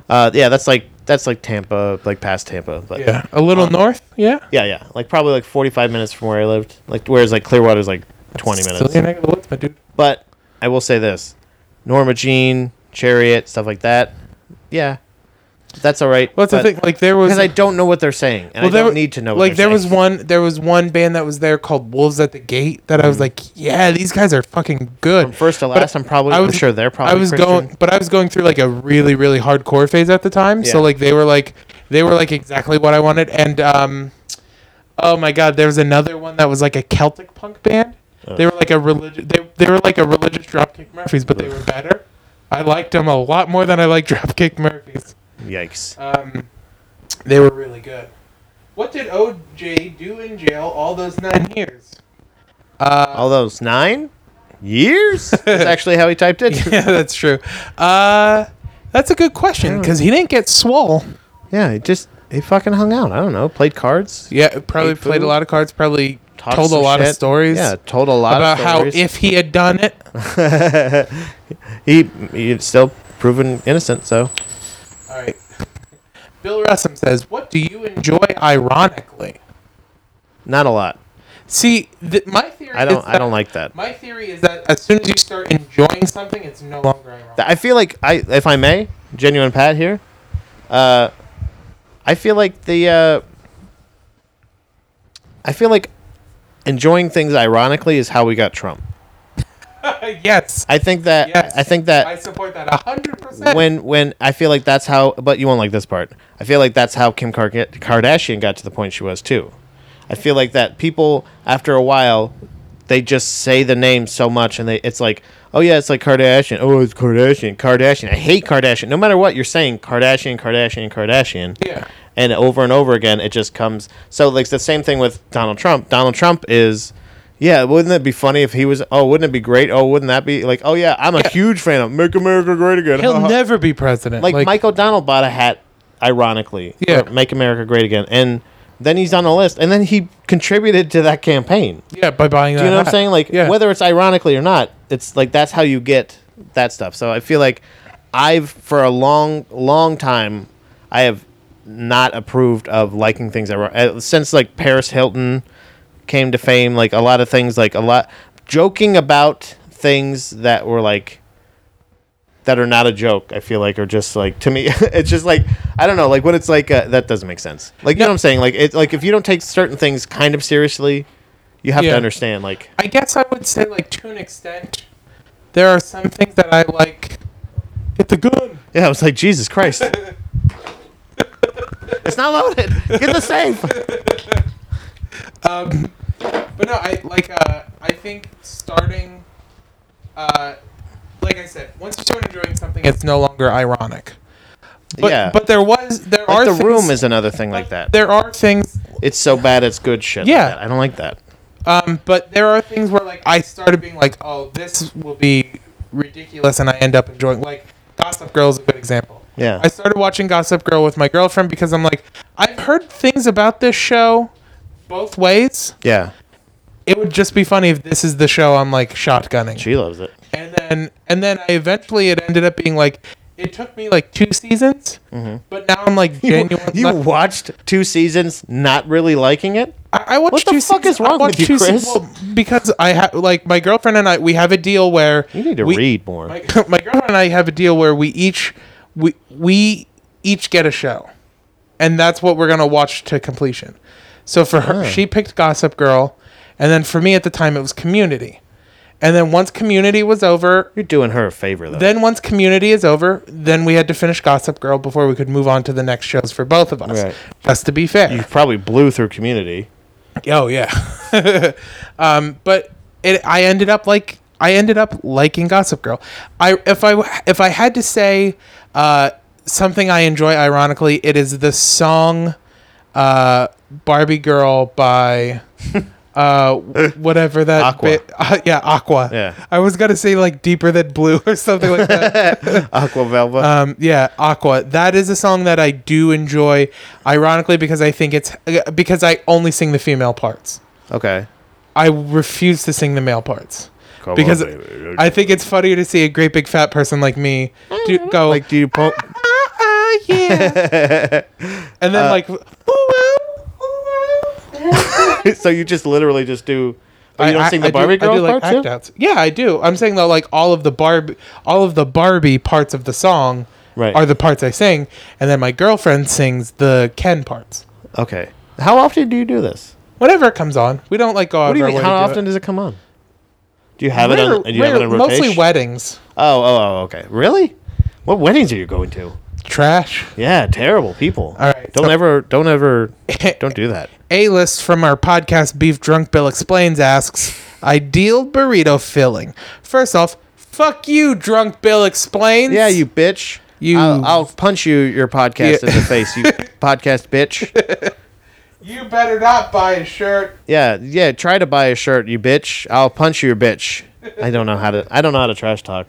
[SPEAKER 1] Uh, yeah, that's like that's like Tampa, like past Tampa, but um,
[SPEAKER 2] Yeah, a little north. Yeah,
[SPEAKER 1] yeah, yeah. Like probably like forty five minutes from where I lived. Like whereas like Clearwater's like twenty minutes.
[SPEAKER 2] Still your neck of the woods, my dude.
[SPEAKER 1] But I will say this: Norma Jean, Chariot, stuff like that. Yeah, that's all right.
[SPEAKER 2] Well, that's
[SPEAKER 1] but-
[SPEAKER 2] the thing. Like there was
[SPEAKER 1] because I don't know what they're saying, and I
[SPEAKER 2] there
[SPEAKER 1] don't
[SPEAKER 2] were-
[SPEAKER 1] need to know.
[SPEAKER 2] Like
[SPEAKER 1] what
[SPEAKER 2] there
[SPEAKER 1] they're
[SPEAKER 2] was
[SPEAKER 1] saying.
[SPEAKER 2] one, there was one band that was there called Wolves at the Gate that I was like, yeah, these guys are fucking good.
[SPEAKER 1] Mm. from first to
[SPEAKER 2] But
[SPEAKER 1] last. I'm probably.
[SPEAKER 2] I
[SPEAKER 1] I'm
[SPEAKER 2] was-
[SPEAKER 1] sure they're probably.
[SPEAKER 2] I was
[SPEAKER 1] Christian.
[SPEAKER 2] going, but I was going through like a really, really hardcore phase at the time. So
[SPEAKER 1] Yeah.
[SPEAKER 2] like they were like, they were like exactly what I wanted. And um, oh my god, there was another one that was like a Celtic punk band.
[SPEAKER 1] Oh.
[SPEAKER 2] They were like a religious. They, they were like a religious Dropkick Murphys, but they were better. I liked them a lot more than I liked Dropkick Murphys.
[SPEAKER 1] Yikes!
[SPEAKER 2] Um, they were really good. What did OJ do in jail all those nine years? Uh,
[SPEAKER 1] All those nine years. That's actually how he typed it.
[SPEAKER 2] yeah, that's true. Uh, that's a good question because he didn't get swole.
[SPEAKER 1] yeah, he just he fucking hung out. I don't know. Played cards.
[SPEAKER 2] Yeah, probably
[SPEAKER 1] Ate
[SPEAKER 2] played
[SPEAKER 1] food.
[SPEAKER 2] a lot of cards. Probably
[SPEAKER 1] talked
[SPEAKER 2] told a
[SPEAKER 1] some
[SPEAKER 2] lot of
[SPEAKER 1] shit.
[SPEAKER 2] stories.
[SPEAKER 1] Yeah, told a lot
[SPEAKER 2] about
[SPEAKER 1] of
[SPEAKER 2] how
[SPEAKER 1] stories.
[SPEAKER 2] if he had done it,
[SPEAKER 1] he he's still proven innocent. So
[SPEAKER 2] all right. Bill Russum says, "What do you enjoy?" Ironically,
[SPEAKER 1] not a lot.
[SPEAKER 2] see, th- my theory.
[SPEAKER 1] I
[SPEAKER 2] is
[SPEAKER 1] don't. I
[SPEAKER 2] that-
[SPEAKER 1] don't like that.
[SPEAKER 2] My theory is that as soon as you start enjoying something, it's no longer ironic.
[SPEAKER 1] I feel like I, if I may, genuine Pat here. Uh, I feel like the. Uh, I feel like enjoying things ironically is how we got Trump.
[SPEAKER 2] yes,
[SPEAKER 1] I think that.
[SPEAKER 2] Yes.
[SPEAKER 1] I think
[SPEAKER 2] I
[SPEAKER 1] that
[SPEAKER 2] support that hundred percent.
[SPEAKER 1] when when I feel like that's how. But you won't like this part. I feel like that's how Kim Kar- Kardashian got to the point she was too. I feel like that people after a while. They just say the name so much, and they it's like, oh yeah, it's like Kardashian. Oh, it's Kardashian, Kardashian. I hate Kardashian. No matter what you're saying, Kardashian, Kardashian, Kardashian.
[SPEAKER 2] Yeah.
[SPEAKER 1] and over and over again it just comes so like it's the same thing with donald trump donald trump is yeah wouldn't it be funny if he was oh wouldn't it be great oh wouldn't that be like oh yeah i'm a huge fan of make america great again
[SPEAKER 2] He'll
[SPEAKER 1] Ha, ha.
[SPEAKER 2] never be president.
[SPEAKER 1] Uh-huh. like, mike o'donnell bought a hat ironically
[SPEAKER 2] Yeah.
[SPEAKER 1] for make america great again and then he's on the list and then he contributed to that campaign
[SPEAKER 2] yeah, by buying
[SPEAKER 1] do you know what i'm saying like
[SPEAKER 2] Uh-huh. Yeah.
[SPEAKER 1] whether it's ironically or not it's like that's how you get that stuff so i feel like i've for a long long time i have not approved of liking things that were uh, since like paris hilton came to fame like a lot of things like a lot joking about things that were like that are not a joke i feel like are just like to me it's just like i don't know like when it's like uh, that doesn't make sense like you know what i'm saying like it like if you don't take certain things kind of seriously you have
[SPEAKER 2] Yeah.
[SPEAKER 1] to understand like
[SPEAKER 2] I guess I would say like to an extent, There are some things that I like. Hit the gun.
[SPEAKER 1] Yeah, I was like, Jesus Christ. it's not loaded. Get the safe.
[SPEAKER 2] Um, but no, I like. Uh, I think starting, uh, like I said, once you start enjoying something, it's no longer ironic. But,
[SPEAKER 1] yeah.
[SPEAKER 2] But there was there
[SPEAKER 1] Like
[SPEAKER 2] are
[SPEAKER 1] the
[SPEAKER 2] things-
[SPEAKER 1] room is another thing like that.
[SPEAKER 2] There are things
[SPEAKER 1] It's so bad it's good shit. like
[SPEAKER 2] Yeah.
[SPEAKER 1] that. I don't like that.
[SPEAKER 2] Um, but there are things where like I started being like, oh, this will be ridiculous, and I end up enjoying. Like Gossip Girl is a good example.
[SPEAKER 1] Yeah.
[SPEAKER 2] I started watching Gossip Girl with my girlfriend because I'm like, I've heard things about this show both ways.
[SPEAKER 1] yeah.
[SPEAKER 2] It would just be funny if this is the show I'm like shotgunning.
[SPEAKER 1] She loves it.
[SPEAKER 2] And then and then I eventually it ended up being like it took me like two seasons, but now I'm like genuinely.
[SPEAKER 1] Mm-hmm. You watched two seasons not really liking it?
[SPEAKER 2] I, I watched
[SPEAKER 1] What the
[SPEAKER 2] two
[SPEAKER 1] fuck
[SPEAKER 2] seasons-
[SPEAKER 1] is wrong
[SPEAKER 2] I watched
[SPEAKER 1] with you,
[SPEAKER 2] two seasons-
[SPEAKER 1] Chris?
[SPEAKER 2] well, because I have like my girlfriend and I we have a deal where
[SPEAKER 1] You need to
[SPEAKER 2] we-
[SPEAKER 1] read more.
[SPEAKER 2] My, my girlfriend and I have a deal where we each we we each get a show, and that's what we're gonna watch to completion. So for
[SPEAKER 1] Ah.
[SPEAKER 2] her, she picked Gossip Girl, and then for me at the time it was Community, and then once Community was over,
[SPEAKER 1] You're doing her a favor though.
[SPEAKER 2] then once Community is over, then we had to finish Gossip Girl before we could move on to the next shows for both of us.
[SPEAKER 1] Right.
[SPEAKER 2] Just to be fair,
[SPEAKER 1] you probably blew through community.
[SPEAKER 2] Oh yeah. um, but it, I ended up like I ended up liking Gossip Girl. I if I if I had to say uh, something I enjoy, ironically, it is the song uh, "Barbie Girl" by. Uh, whatever that
[SPEAKER 1] Aqua.
[SPEAKER 2] bit- uh, yeah, Aqua.
[SPEAKER 1] Yeah.
[SPEAKER 2] I was gonna say like deeper than blue or something like that.
[SPEAKER 1] Aqua Velva.
[SPEAKER 2] Um, yeah, Aqua. That is a song that I do enjoy, ironically, because I think it's uh, because I only sing the female parts.
[SPEAKER 1] okay.
[SPEAKER 2] I refuse to sing the male parts
[SPEAKER 1] Come
[SPEAKER 2] because
[SPEAKER 1] on, baby.
[SPEAKER 2] I think it's funnier to see a great big fat person like me do, go
[SPEAKER 1] like do you pump
[SPEAKER 2] ah, ah, yeah,
[SPEAKER 1] Uh,
[SPEAKER 2] and then like ooh, ooh, ooh.
[SPEAKER 1] so you just literally just do oh,
[SPEAKER 2] I-
[SPEAKER 1] you don't
[SPEAKER 2] I-
[SPEAKER 1] sing the
[SPEAKER 2] I do-
[SPEAKER 1] Barbie
[SPEAKER 2] I do
[SPEAKER 1] girl
[SPEAKER 2] like
[SPEAKER 1] part too?
[SPEAKER 2] act outs. Yeah, I do. I'm saying though, like all of the Barbie, all of the Barbie parts of the song
[SPEAKER 1] Right.
[SPEAKER 2] are the parts I sing, and then my girlfriend sings the Ken parts.
[SPEAKER 1] Okay. How often do you do this?
[SPEAKER 2] Whenever it comes on, we don't like go out
[SPEAKER 1] What
[SPEAKER 2] of
[SPEAKER 1] do you
[SPEAKER 2] our
[SPEAKER 1] mean?
[SPEAKER 2] way
[SPEAKER 1] How
[SPEAKER 2] to do
[SPEAKER 1] often
[SPEAKER 2] it.
[SPEAKER 1] does it come on? Do you have it
[SPEAKER 2] Rare-
[SPEAKER 1] on? Do you have
[SPEAKER 2] rare-
[SPEAKER 1] it on rotation?
[SPEAKER 2] mostly weddings.
[SPEAKER 1] Oh, oh, oh, okay. Really? What weddings are you going to?
[SPEAKER 2] Trash.
[SPEAKER 1] Yeah, terrible people.
[SPEAKER 2] All right,
[SPEAKER 1] Don't
[SPEAKER 2] so-
[SPEAKER 1] ever, don't ever, don't do that.
[SPEAKER 2] A list from our podcast, Beef Drunk Bill Explains, asks Ideal burrito filling. First off, fuck you, Drunk Bill Explains.
[SPEAKER 1] Yeah, you bitch.
[SPEAKER 2] You-
[SPEAKER 1] I'll, I'll punch you your podcast in the face. You podcast bitch.
[SPEAKER 2] You better not buy a shirt.
[SPEAKER 1] Yeah, yeah. Try to buy a shirt, you bitch. I'll punch you, your bitch. I don't know how to. I don't know how to trash talk.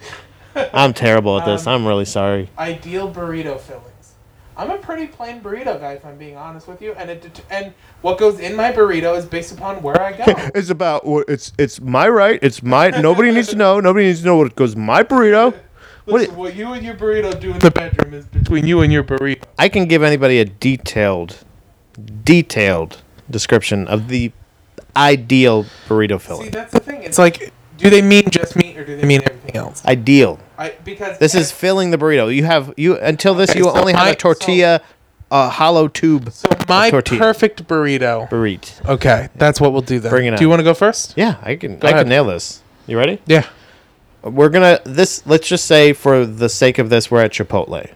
[SPEAKER 1] I'm terrible at this. I'm really sorry.
[SPEAKER 2] Ideal burrito fillings. I'm a pretty plain burrito guy, if I'm being honest with you, and it det- and what goes in my burrito is based upon where I go.
[SPEAKER 1] It's about what it's. It's my right. It's my. Nobody needs to know. Nobody needs to know what goes in my burrito. What,
[SPEAKER 2] Listen, what you and your burrito do in the bedroom is between you and your burrito.
[SPEAKER 1] I can give anybody a detailed, detailed description of the ideal burrito
[SPEAKER 2] See,
[SPEAKER 1] filling.
[SPEAKER 2] that's the thing. It's like, do they mean just meat or do they mean everything else?
[SPEAKER 1] Ideal.
[SPEAKER 2] I because e-
[SPEAKER 1] This is filling the burrito. You have you until this. You
[SPEAKER 2] Okay, so
[SPEAKER 1] only have
[SPEAKER 2] my-
[SPEAKER 1] a tortilla, a hollow tube
[SPEAKER 2] So my
[SPEAKER 1] tortilla.
[SPEAKER 2] perfect burrito.
[SPEAKER 1] burrito.
[SPEAKER 2] Okay, that's what we'll do then.
[SPEAKER 1] Bring it
[SPEAKER 2] Do you
[SPEAKER 1] on.
[SPEAKER 2] want to go first?
[SPEAKER 1] Yeah, I can. I
[SPEAKER 2] ahead.
[SPEAKER 1] can nail this. You ready?
[SPEAKER 2] Yeah.
[SPEAKER 1] We're gonna this. Let's just say for the sake of this, we're at Chipotle.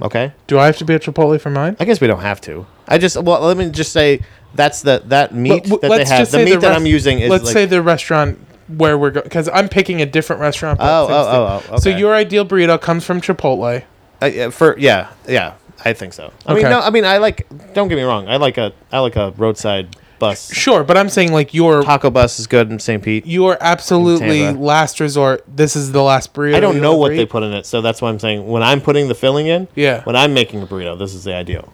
[SPEAKER 1] Okay.
[SPEAKER 2] Do I have to be at Chipotle for mine?
[SPEAKER 1] I guess we don't have to. I just well, let me just say that's the that meat
[SPEAKER 2] But w-
[SPEAKER 1] that they have. The
[SPEAKER 2] say
[SPEAKER 1] meat that
[SPEAKER 2] rest-
[SPEAKER 1] I'm using is
[SPEAKER 2] Let's
[SPEAKER 1] like
[SPEAKER 2] say the restaurant where we're going because I'm picking a different restaurant. but
[SPEAKER 1] Oh,
[SPEAKER 2] same
[SPEAKER 1] oh,
[SPEAKER 2] thing.
[SPEAKER 1] oh, oh,
[SPEAKER 2] So
[SPEAKER 1] okay.
[SPEAKER 2] your ideal burrito comes from Chipotle.
[SPEAKER 1] Uh, yeah, for yeah, yeah, I think so. I mean,
[SPEAKER 2] Okay.
[SPEAKER 1] no, I mean, I like. Don't get me wrong. I like a I like a roadside bus.
[SPEAKER 2] Sure, but I'm saying like your
[SPEAKER 1] Taco bus is good in St. Pete.
[SPEAKER 2] your absolutely
[SPEAKER 1] Tampa.
[SPEAKER 2] last resort. This is the last burrito.
[SPEAKER 1] I don't
[SPEAKER 2] you'll
[SPEAKER 1] know
[SPEAKER 2] ever
[SPEAKER 1] what they
[SPEAKER 2] eat.
[SPEAKER 1] put in it, so that's why I'm saying when I'm putting the filling in.
[SPEAKER 2] Yeah.
[SPEAKER 1] When I'm making a burrito, this is the ideal.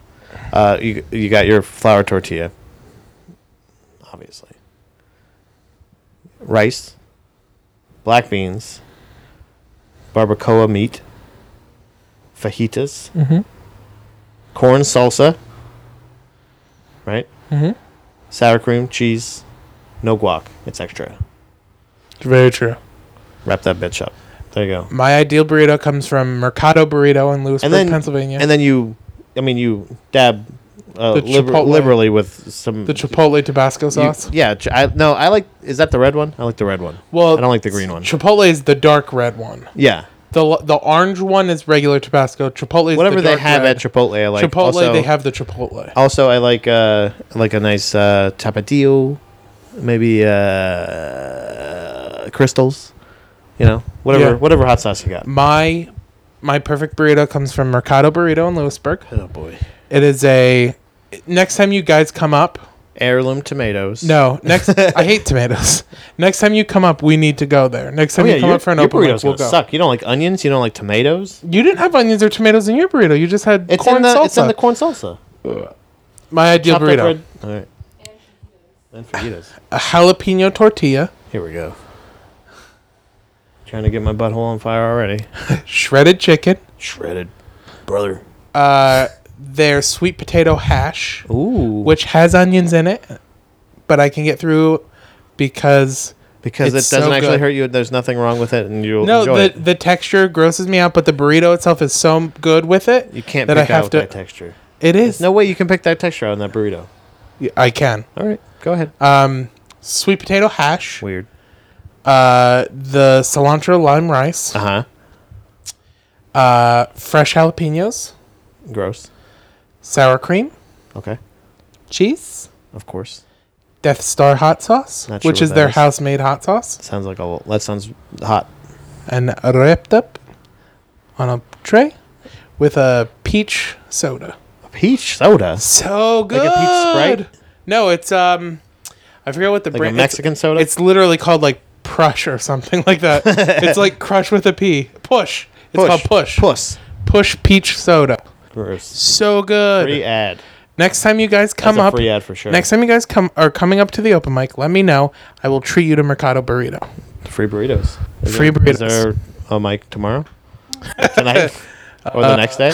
[SPEAKER 1] Uh, you you got your flour tortilla, obviously. Rice, black beans, barbacoa meat, fajitas, corn salsa, right? Mm-hmm. Sour cream, cheese, no guac. It's extra.
[SPEAKER 2] Very true.
[SPEAKER 1] Wrap that bitch up. There you go.
[SPEAKER 2] My ideal burrito comes from Mercado Burrito in Louisville, Pennsylvania.
[SPEAKER 1] And then you, I mean, you dab uh,
[SPEAKER 2] The
[SPEAKER 1] liber-
[SPEAKER 2] Chipotle.
[SPEAKER 1] liberally with some
[SPEAKER 2] The Chipotle Tabasco
[SPEAKER 1] you-
[SPEAKER 2] sauce.
[SPEAKER 1] yeah, ch- I, no, I like. Is that the red one? I like the red one.
[SPEAKER 2] well,
[SPEAKER 1] I don't like the green one.
[SPEAKER 2] Chipotle is the dark red one.
[SPEAKER 1] yeah,
[SPEAKER 2] The l- the orange one is regular Tabasco. Chipotle is
[SPEAKER 1] whatever
[SPEAKER 2] the
[SPEAKER 1] they
[SPEAKER 2] dark
[SPEAKER 1] have
[SPEAKER 2] red.
[SPEAKER 1] at Chipotle, I like.
[SPEAKER 2] Chipotle,
[SPEAKER 1] also,
[SPEAKER 2] they have the Chipotle.
[SPEAKER 1] Also, I like uh, I like a nice uh, tapatio, maybe uh, crystals. You know, whatever
[SPEAKER 2] Yeah.
[SPEAKER 1] whatever hot sauce you got.
[SPEAKER 2] My my perfect burrito comes from Mercado Burrito in Lewisburg.
[SPEAKER 1] Oh boy,
[SPEAKER 2] It is a next time you guys come up.
[SPEAKER 1] heirloom tomatoes.
[SPEAKER 2] No, next I hate tomatoes. Next time you come up, we need to go there. Next
[SPEAKER 1] oh
[SPEAKER 2] time
[SPEAKER 1] yeah,
[SPEAKER 2] you come
[SPEAKER 1] your,
[SPEAKER 2] up for an
[SPEAKER 1] your
[SPEAKER 2] open mic,
[SPEAKER 1] burrito's
[SPEAKER 2] we'll
[SPEAKER 1] gonna
[SPEAKER 2] go.
[SPEAKER 1] suck. You don't like onions. You don't like tomatoes.
[SPEAKER 2] You didn't have onions or tomatoes in your burrito. You just had
[SPEAKER 1] It's
[SPEAKER 2] corn
[SPEAKER 1] in the
[SPEAKER 2] salsa.
[SPEAKER 1] it's in the corn salsa.
[SPEAKER 2] my ideal
[SPEAKER 1] Chopped up
[SPEAKER 2] burrito:
[SPEAKER 1] red- All right. And fajitas.
[SPEAKER 2] a jalapeno tortilla,
[SPEAKER 1] Here we go. Trying to get my butthole on fire already.
[SPEAKER 2] shredded chicken,
[SPEAKER 1] Shredded, brother.
[SPEAKER 2] uh, their sweet potato hash,
[SPEAKER 1] Ooh.
[SPEAKER 2] which has onions in it, but I can get through because
[SPEAKER 1] because it
[SPEAKER 2] It's
[SPEAKER 1] doesn't
[SPEAKER 2] so
[SPEAKER 1] actually
[SPEAKER 2] good.
[SPEAKER 1] hurt you. There's nothing wrong with it, and you'll
[SPEAKER 2] no,
[SPEAKER 1] enjoy
[SPEAKER 2] the
[SPEAKER 1] it.
[SPEAKER 2] the texture grosses me out, but the burrito itself is so good with it.
[SPEAKER 1] You can't
[SPEAKER 2] that
[SPEAKER 1] pick
[SPEAKER 2] I
[SPEAKER 1] out
[SPEAKER 2] have to-
[SPEAKER 1] that texture.
[SPEAKER 2] It
[SPEAKER 1] There's
[SPEAKER 2] is.
[SPEAKER 1] no way you can pick that texture out in that burrito.
[SPEAKER 2] I can.
[SPEAKER 1] All right, go ahead.
[SPEAKER 2] Um, sweet potato hash,
[SPEAKER 1] Weird.
[SPEAKER 2] uh, the cilantro lime rice,
[SPEAKER 1] Uh huh.
[SPEAKER 2] uh, fresh jalapenos,
[SPEAKER 1] Gross.
[SPEAKER 2] sour cream,
[SPEAKER 1] Okay.
[SPEAKER 2] cheese,
[SPEAKER 1] Of course.
[SPEAKER 2] Death Star hot sauce,
[SPEAKER 1] Not sure
[SPEAKER 2] which
[SPEAKER 1] what
[SPEAKER 2] is
[SPEAKER 1] that
[SPEAKER 2] their
[SPEAKER 1] is.
[SPEAKER 2] house made hot sauce,
[SPEAKER 1] Sounds like a. l- That sounds hot.
[SPEAKER 2] and wrapped up on a tray with a peach soda.
[SPEAKER 1] Peach soda.
[SPEAKER 2] So good.
[SPEAKER 1] Like a peach Sprite?
[SPEAKER 2] No, it's um, I forget what the
[SPEAKER 1] Like a
[SPEAKER 2] brand.
[SPEAKER 1] Mexican
[SPEAKER 2] it's,
[SPEAKER 1] soda?
[SPEAKER 2] It's literally called like Prush or something like that. it's like Crush with a P. Push. It's called Push.
[SPEAKER 1] Puss.
[SPEAKER 2] Push peach soda.
[SPEAKER 1] Gross.
[SPEAKER 2] So good.
[SPEAKER 1] Free ad.
[SPEAKER 2] Next time you guys come
[SPEAKER 1] That's a
[SPEAKER 2] up,
[SPEAKER 1] free ad for sure.
[SPEAKER 2] next time you guys come are coming up to the open mic, let me know. I will treat you to Mercado Burrito.
[SPEAKER 1] Free burritos. Is
[SPEAKER 2] Free
[SPEAKER 1] there- Is
[SPEAKER 2] burritos.
[SPEAKER 1] there a mic tomorrow? Uh, Tonight? Or the next day?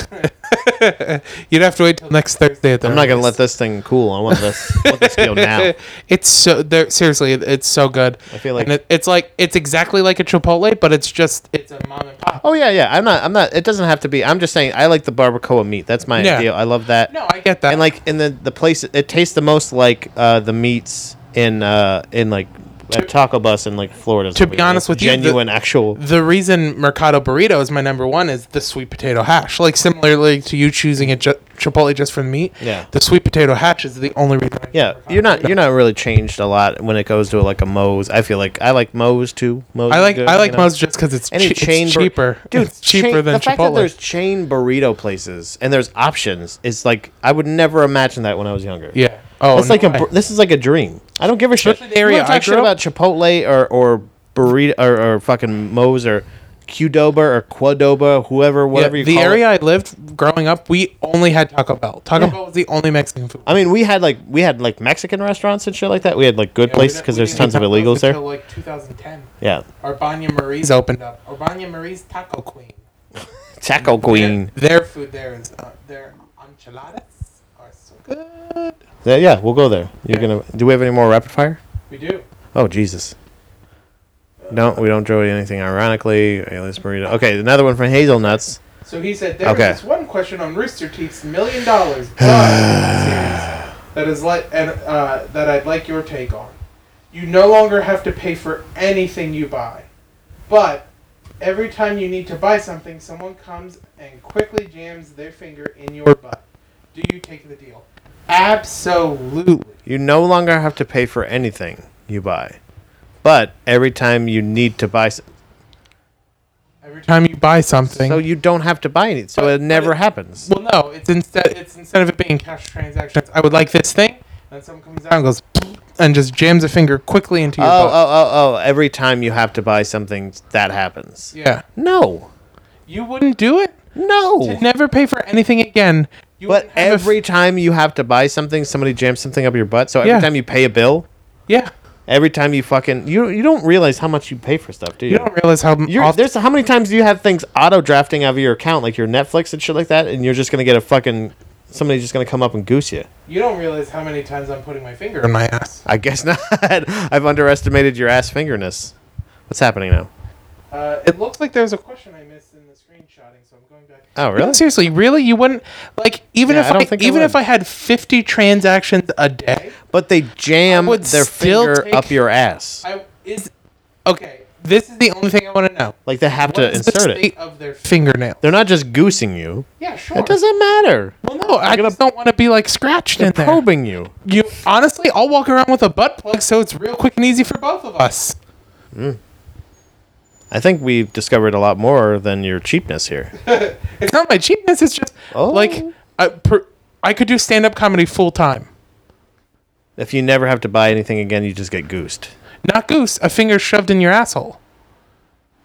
[SPEAKER 2] You'd have to wait till next Thursday at the. Eh,
[SPEAKER 1] I'm not gonna let this thing cool. I want this. I want this to go now.
[SPEAKER 2] It's so there. Seriously, it- it's so good.
[SPEAKER 1] I feel like-
[SPEAKER 2] and it, it's like it's exactly like a Chipotle, but it's just it's a mom and pop.
[SPEAKER 1] Oh yeah, yeah. I'm not. I'm not. It doesn't have to be. I'm just saying. I like the barbacoa meat. That's my
[SPEAKER 2] Yeah.
[SPEAKER 1] ideal. I love that.
[SPEAKER 2] No, I get that.
[SPEAKER 1] And like in the the place, it tastes the most like uh, the meats in uh in like at Taco Bus in like Florida.
[SPEAKER 2] to be honest with you, the-
[SPEAKER 1] genuine actual.
[SPEAKER 2] the reason Mercado Burrito is my number one is the sweet potato hash. Like similarly to you choosing a ju- Chipotle just for the meat.
[SPEAKER 1] Yeah.
[SPEAKER 2] The sweet potato hash is the only reason. I-
[SPEAKER 1] Yeah, you're not you're not really changed a lot when it goes to like a Moe's. I feel like I like Moe's too. Moe's
[SPEAKER 2] I
[SPEAKER 1] is
[SPEAKER 2] like
[SPEAKER 1] good,
[SPEAKER 2] I like
[SPEAKER 1] you know?
[SPEAKER 2] Mo's just because it's,
[SPEAKER 1] Any
[SPEAKER 2] chea-
[SPEAKER 1] chain
[SPEAKER 2] it's
[SPEAKER 1] bur-
[SPEAKER 2] cheaper.
[SPEAKER 1] dude,
[SPEAKER 2] it's cheaper
[SPEAKER 1] chain-
[SPEAKER 2] than
[SPEAKER 1] the
[SPEAKER 2] Chipotle.
[SPEAKER 1] fact that there's chain burrito places and there's options. It's like I would never imagine that when I was younger.
[SPEAKER 2] yeah. Oh,
[SPEAKER 1] That's
[SPEAKER 2] no
[SPEAKER 1] like a
[SPEAKER 2] way.
[SPEAKER 1] br- this is like a dream. I don't give a shit.
[SPEAKER 2] Especially the area
[SPEAKER 1] You wanna
[SPEAKER 2] I
[SPEAKER 1] talk shit
[SPEAKER 2] grew
[SPEAKER 1] about
[SPEAKER 2] up-
[SPEAKER 1] Chipotle or or burrito or, or fucking Moe's or Qdoba or Quadoba, whoever,
[SPEAKER 2] Yeah,
[SPEAKER 1] whatever you
[SPEAKER 2] the
[SPEAKER 1] call
[SPEAKER 2] area
[SPEAKER 1] it.
[SPEAKER 2] I lived growing up, we only had Taco Bell. Taco
[SPEAKER 1] Yeah.
[SPEAKER 2] Bell was the only Mexican food.
[SPEAKER 1] I mean, we had like we had like Mexican restaurants and shit like that. We had like good places because there's tons of illegals there.
[SPEAKER 2] like 2010,
[SPEAKER 1] Yeah,
[SPEAKER 2] Urbana Marie's opened up. Urbana Marie's Taco Queen.
[SPEAKER 1] Taco Queen.
[SPEAKER 2] Their, food there is uh, their enchiladas are so good.
[SPEAKER 1] Yeah, yeah, we'll go there. You're gonna. Do we have any more rapid fire?
[SPEAKER 2] We do.
[SPEAKER 1] Oh Jesus. No, we don't draw anything. Ironically, alias burrito. Okay, another one from Hazelnuts.
[SPEAKER 2] So he said there
[SPEAKER 1] Okay.
[SPEAKER 2] was this one question on Rooster Teeth's Million Dollars Buzz series that is like and uh, that I'd like your take on. You no longer have to pay for anything you buy, but every time you need to buy something, someone comes and quickly jams their finger in your butt. Do you take the deal? Absolutely.
[SPEAKER 1] You no longer have to pay for anything you buy, but every time you need to buy, s-
[SPEAKER 2] Every time you buy something.
[SPEAKER 1] so you don't have to buy anything. So it never happens.
[SPEAKER 2] Well, no. It's instead. It's instead of it being cash transactions. I would like this thing, and someone comes out and goes, and just jams a finger quickly into
[SPEAKER 1] Oh,
[SPEAKER 2] your
[SPEAKER 1] oh,
[SPEAKER 2] butt.
[SPEAKER 1] oh, oh! Every time you have to buy something, that happens.
[SPEAKER 2] Yeah.
[SPEAKER 1] No,
[SPEAKER 2] You wouldn't do it.
[SPEAKER 1] no.
[SPEAKER 2] To never pay for anything again. You
[SPEAKER 1] But
[SPEAKER 2] wouldn't have a f-
[SPEAKER 1] every time you have to buy something, somebody jams something up your butt. So every
[SPEAKER 2] Yeah.
[SPEAKER 1] time you pay a bill,
[SPEAKER 2] yeah.
[SPEAKER 1] every time you fucking you you don't realize how much you pay for stuff, do you?
[SPEAKER 2] You don't realize how
[SPEAKER 1] You're,
[SPEAKER 2] often.
[SPEAKER 1] there's how many times do you have things auto drafting out of your account, like your Netflix and shit like that, and you're just gonna get a fucking somebody's just gonna come up and goose you.
[SPEAKER 2] You don't realize how many times I'm putting my finger in my ass.
[SPEAKER 1] I guess not. I've underestimated your ass fingerness. What's happening now?
[SPEAKER 2] Uh, it looks like there's a question I missed in the screenshot. shotting, so I'm going back.
[SPEAKER 1] Oh,
[SPEAKER 2] No,
[SPEAKER 1] really?
[SPEAKER 2] seriously, really? You wouldn't like even
[SPEAKER 1] Yeah, I
[SPEAKER 2] if
[SPEAKER 1] don't
[SPEAKER 2] I,
[SPEAKER 1] think I
[SPEAKER 2] even
[SPEAKER 1] would.
[SPEAKER 2] if I had 50 transactions a day,
[SPEAKER 1] But they jam
[SPEAKER 2] I would
[SPEAKER 1] their
[SPEAKER 2] still
[SPEAKER 1] finger
[SPEAKER 2] take-
[SPEAKER 1] up your ass.
[SPEAKER 2] I is okay. This is the only thing I want to know.
[SPEAKER 1] Like they have
[SPEAKER 2] What
[SPEAKER 1] to
[SPEAKER 2] is the
[SPEAKER 1] insert it.
[SPEAKER 2] state of their fingernail.
[SPEAKER 1] They're not just goosing you.
[SPEAKER 2] Yeah, sure.
[SPEAKER 1] It doesn't matter.
[SPEAKER 2] Well, no, I
[SPEAKER 1] gonna-
[SPEAKER 2] just don't want to be like scratched in there.
[SPEAKER 1] Probing you.
[SPEAKER 2] You honestly, I'll walk around with a butt plug, so it's real quick and easy for both of us.
[SPEAKER 1] I think we've discovered a lot more than your cheapness here.
[SPEAKER 2] It's not my cheapness. It's just
[SPEAKER 1] Oh.
[SPEAKER 2] like I, per, I could do stand up comedy full time.
[SPEAKER 1] If you never have to buy anything again, you just get goosed.
[SPEAKER 2] Not goose, a finger shoved in your asshole.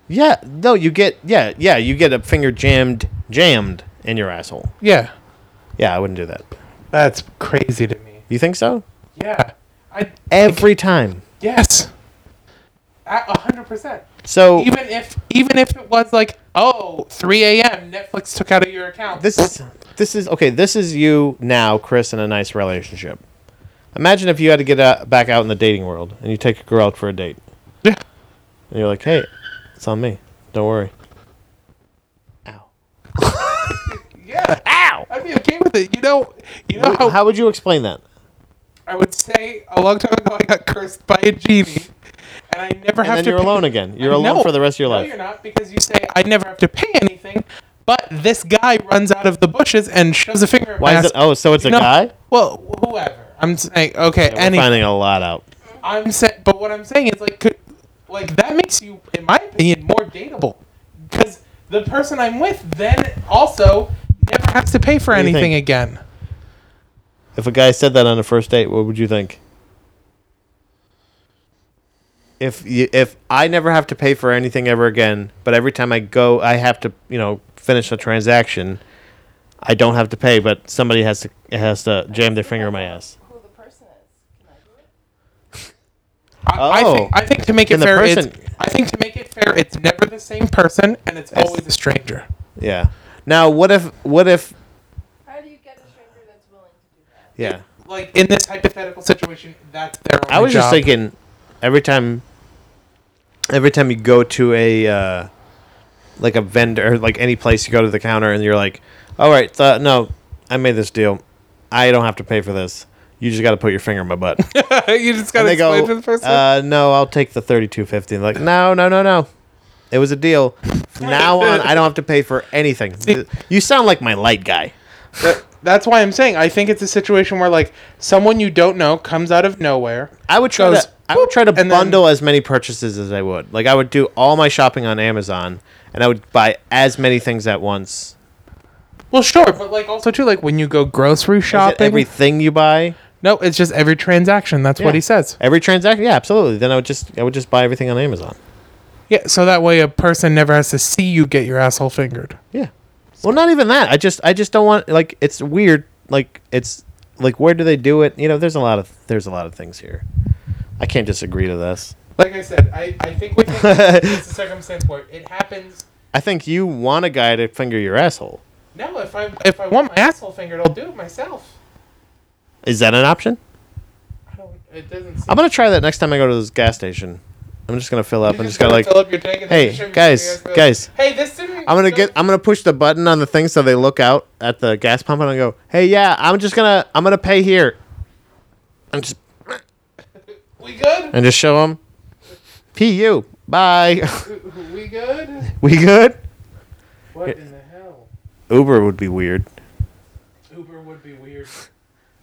[SPEAKER 1] Yeah, no, you get yeah, yeah, you get a finger jammed jammed in your asshole.
[SPEAKER 2] Yeah,
[SPEAKER 1] Yeah, I wouldn't do that.
[SPEAKER 2] that's crazy to me.
[SPEAKER 1] You think so?
[SPEAKER 2] Yeah, I
[SPEAKER 1] Every time.
[SPEAKER 2] yes, A- a hundred percent.
[SPEAKER 1] So
[SPEAKER 2] Even if even if it was like oh 3 a.m. Netflix took out of your account.
[SPEAKER 1] this is this is okay, this is you now, Chris, in a nice relationship. Imagine if you had to get out, back out in the dating world and you take a girl out for a date.
[SPEAKER 2] Yeah.
[SPEAKER 1] And you're like, "Hey, it's on me. Don't worry." Ow.
[SPEAKER 2] yeah,
[SPEAKER 1] Ow.
[SPEAKER 2] I'd be okay with it. You know, you know how
[SPEAKER 1] How would you explain that?
[SPEAKER 2] I would say a long time ago I got cursed by a genie, and I never
[SPEAKER 1] And
[SPEAKER 2] have
[SPEAKER 1] then
[SPEAKER 2] to.
[SPEAKER 1] you're
[SPEAKER 2] pay-
[SPEAKER 1] alone again. You're
[SPEAKER 2] I
[SPEAKER 1] alone
[SPEAKER 2] know.
[SPEAKER 1] for the rest of your
[SPEAKER 2] no,
[SPEAKER 1] life.
[SPEAKER 2] you're not because you say I never have to pay anything. But this guy runs out of the bushes and shoves a finger. at my
[SPEAKER 1] Why is it?
[SPEAKER 2] ass.
[SPEAKER 1] Oh, so it's a
[SPEAKER 2] No,
[SPEAKER 1] guy.
[SPEAKER 2] Well, whoever. I'm saying okay.
[SPEAKER 1] We're
[SPEAKER 2] any
[SPEAKER 1] finding a lot out.
[SPEAKER 2] I'm saying, but what I'm saying is like, could, like that makes you, in my opinion, more dateable because the person I'm with then also never has to pay for
[SPEAKER 1] do you
[SPEAKER 2] anything
[SPEAKER 1] think?
[SPEAKER 2] again.
[SPEAKER 1] If a guy said that on a first date, what would you think? If you, if I never have to pay for anything ever again, but every time I go, I have to you know finish a transaction. I don't have to pay, but somebody has to has to jam their finger in my ass.
[SPEAKER 3] Who the person is. Can I do it?
[SPEAKER 2] I, I
[SPEAKER 1] Oh.
[SPEAKER 2] think I think to make it
[SPEAKER 1] Can the
[SPEAKER 2] fair,
[SPEAKER 1] person-
[SPEAKER 2] it's, I think to make it fair, it's never the same person and it's always a stranger.
[SPEAKER 1] Yeah. Now, what if what if
[SPEAKER 3] How do you get a stranger that's willing to do that?
[SPEAKER 1] yeah?
[SPEAKER 2] Like in this hypothetical situation, that's their. Own
[SPEAKER 1] I was just
[SPEAKER 2] job.
[SPEAKER 1] thinking, every time, every time you go to a uh, like a vendor, like any place you go to the counter, and you're like, "All right, th- no, I made this deal. I don't have to pay for this. You just got to put your finger in my butt."
[SPEAKER 2] you
[SPEAKER 1] and
[SPEAKER 2] just gotta
[SPEAKER 1] they
[SPEAKER 2] explain
[SPEAKER 1] go,
[SPEAKER 2] to the person.
[SPEAKER 1] uh, "No, I'll take the thirty-two fifty. Like, "No, no, no, no." It was a deal. From now on, I don't have to pay for anything. You sound like my light guy.
[SPEAKER 2] That- that's why I'm saying I think it's a situation where like someone you don't know comes out of nowhere.
[SPEAKER 1] I would try
[SPEAKER 2] goes,
[SPEAKER 1] to, I would try to
[SPEAKER 2] "Boop," and then-
[SPEAKER 1] bundle as many purchases as I would. Like I would do all my shopping on Amazon and I would buy as many things at once.
[SPEAKER 2] Well, sure, but like also too, like when you go grocery
[SPEAKER 1] Is it
[SPEAKER 2] shopping.
[SPEAKER 1] everything you buy.
[SPEAKER 2] no, it's just every transaction. That's
[SPEAKER 1] Yeah.
[SPEAKER 2] what he says.
[SPEAKER 1] Every transaction. Yeah, absolutely. Then I would just I would just buy everything on Amazon.
[SPEAKER 2] Yeah, so that way a person never has to see you get your asshole fingered.
[SPEAKER 1] Yeah. Well, not even that. I just I just don't want like it's weird. Like it's like where do they do it? You know, there's a lot of there's a lot of things here. I can't disagree to this.
[SPEAKER 2] Like I said, I, I think we think it's a circumstance where it happens.
[SPEAKER 1] I think you want a guy to finger your asshole.
[SPEAKER 2] No, if I if I want my asshole fingered, I'll do it myself.
[SPEAKER 1] Is that an option?
[SPEAKER 2] I don't. It doesn't. Seem
[SPEAKER 1] I'm gonna try that next time I go to this gas station. I'm just gonna fill up
[SPEAKER 2] You
[SPEAKER 1] and just gotta like
[SPEAKER 2] fill up your tank and
[SPEAKER 1] hey,
[SPEAKER 2] then shove your
[SPEAKER 1] guys,
[SPEAKER 2] finger in.
[SPEAKER 1] guys.
[SPEAKER 2] Hey, this didn't.
[SPEAKER 1] I'm gonna get. I'm gonna push the button on the thing so they look out at the gas pump and I go, "Hey, yeah, I'm just gonna. I'm gonna pay here." And just
[SPEAKER 2] We good?
[SPEAKER 1] and just show them. Pu. Bye.
[SPEAKER 2] We good?
[SPEAKER 1] we good?
[SPEAKER 2] What in the hell?
[SPEAKER 1] Uber would be weird.
[SPEAKER 2] Uber would be weird.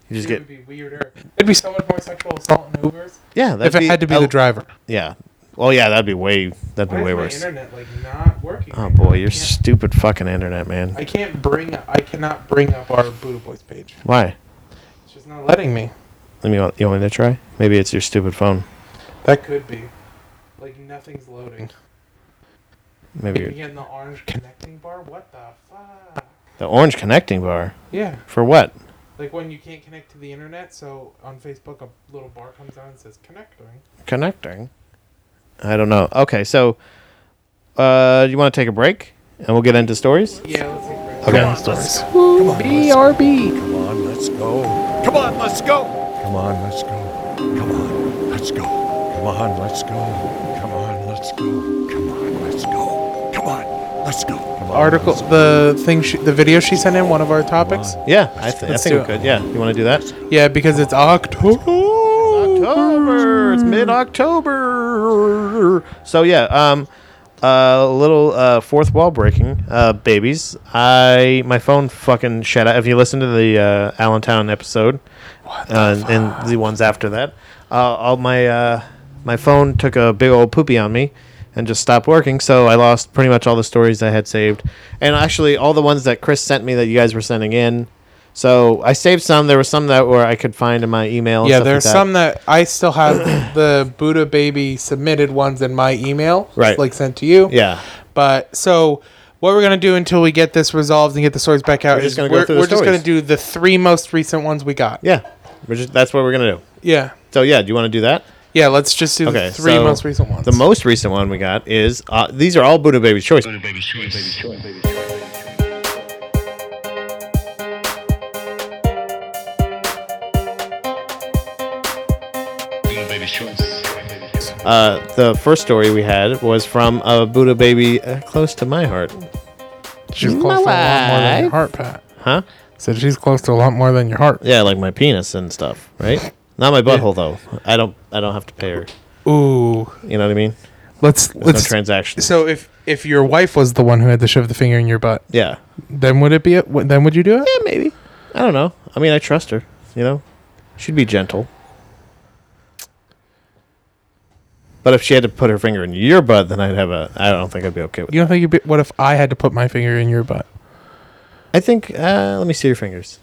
[SPEAKER 1] You just
[SPEAKER 2] it
[SPEAKER 1] get
[SPEAKER 2] would be weirder. It'd be so much more sexual assault in Ubers.
[SPEAKER 1] yeah. That'd
[SPEAKER 2] If it had to be
[SPEAKER 1] oh,
[SPEAKER 2] the driver.
[SPEAKER 1] Yeah. Well, yeah, that'd be way. That'd
[SPEAKER 2] Why
[SPEAKER 1] be
[SPEAKER 2] is
[SPEAKER 1] way
[SPEAKER 2] my
[SPEAKER 1] worse.
[SPEAKER 2] internet like not working?
[SPEAKER 1] Oh
[SPEAKER 2] right now?
[SPEAKER 1] boy,
[SPEAKER 2] I
[SPEAKER 1] your
[SPEAKER 2] can't-
[SPEAKER 1] stupid fucking internet, man.
[SPEAKER 2] I can't bring. I cannot bring up our Buddha Boys page.
[SPEAKER 1] Why?
[SPEAKER 2] It's just not letting me.
[SPEAKER 1] Let me. You want me to try? Maybe it's your stupid phone.
[SPEAKER 2] That could be. Like nothing's loading.
[SPEAKER 1] Maybe
[SPEAKER 2] Maybe
[SPEAKER 1] your,
[SPEAKER 2] in the orange connecting bar. What the fuck?
[SPEAKER 1] the orange connecting bar
[SPEAKER 2] Yeah,
[SPEAKER 1] for what?
[SPEAKER 2] like when you can't connect to the internet. So on Facebook, a little bar comes on and says connecting.
[SPEAKER 1] connecting. I don't know. Okay, so uh, you want to take a break and we'll get into stories?
[SPEAKER 2] Yeah, let's see. Right
[SPEAKER 1] Okay.
[SPEAKER 2] BRB.
[SPEAKER 4] Come on, let's go. Come on, let's go. Come on, let's go. Come on, let's go. Come on, let's go. Come on, let's go. Come on, let's go. Come on, Let's go. Come on,
[SPEAKER 2] article,
[SPEAKER 4] let's-
[SPEAKER 2] the thing, she, the video she sent in, one of our topics.
[SPEAKER 1] Yeah, I, th- I
[SPEAKER 2] Let's
[SPEAKER 1] think
[SPEAKER 2] do
[SPEAKER 1] we
[SPEAKER 2] it.
[SPEAKER 1] could. Yeah, you want to do that?
[SPEAKER 2] Yeah, because it's October.
[SPEAKER 1] October. It's mid October. So yeah, um, a little uh, fourth wall breaking, uh, babies. I my phone fucking shut out. If you listen to the uh, Allentown episode uh, and the ones after that, uh, all my uh, my phone took a big old poopy on me. And just stopped working, so I lost pretty much all the stories I had saved, and actually all the ones that Chris sent me that you guys were sending in. So I saved some. There were some that were I could find in my email. and
[SPEAKER 2] Yeah,
[SPEAKER 1] stuff
[SPEAKER 2] there's
[SPEAKER 1] like that.
[SPEAKER 2] some that I still have the Buddha baby submitted ones in my email,
[SPEAKER 1] Right.
[SPEAKER 2] Like sent to you.
[SPEAKER 1] Yeah.
[SPEAKER 2] But so what we're gonna do until we get this resolved and get the stories back out
[SPEAKER 1] We're just
[SPEAKER 2] is
[SPEAKER 1] gonna go
[SPEAKER 2] we're,
[SPEAKER 1] through the
[SPEAKER 2] we're just gonna
[SPEAKER 1] stories.
[SPEAKER 2] do the three most recent ones we got.
[SPEAKER 1] Yeah. We're just, that's what we're going to do.
[SPEAKER 2] Yeah.
[SPEAKER 1] So, yeah, do you want to do that?
[SPEAKER 2] Yeah, let's just do
[SPEAKER 1] Okay.
[SPEAKER 2] the three
[SPEAKER 1] so
[SPEAKER 2] most recent ones.
[SPEAKER 1] The most recent one we got is uh, these are all Buddha Baby's Choice. Uh, the first story we had was from a Buddha baby uh, close to my heart.
[SPEAKER 2] she's close to a lot more than your heart, Pat.
[SPEAKER 1] Huh?
[SPEAKER 2] So she's close to a lot more than your heart.
[SPEAKER 1] Yeah, like my penis and stuff, right? Not my butthole though. I don't. I don't have to pay her.
[SPEAKER 2] Ooh.
[SPEAKER 1] You know what I mean?
[SPEAKER 2] Let's
[SPEAKER 1] There's
[SPEAKER 2] let's
[SPEAKER 1] no transaction.
[SPEAKER 2] So if if your wife was the one who had to shove the finger in your butt,
[SPEAKER 1] yeah.
[SPEAKER 2] then would it be? A, w- then would you do it?
[SPEAKER 1] Yeah, maybe. I don't know. I mean, I trust her. You know, she'd be gentle. But if she had to put her finger in your butt, then I'd have a. I don't think I'd be okay with.
[SPEAKER 2] You don't think you'd be? What if I had to put my finger in your butt?
[SPEAKER 1] I think. Uh, let me see your fingers.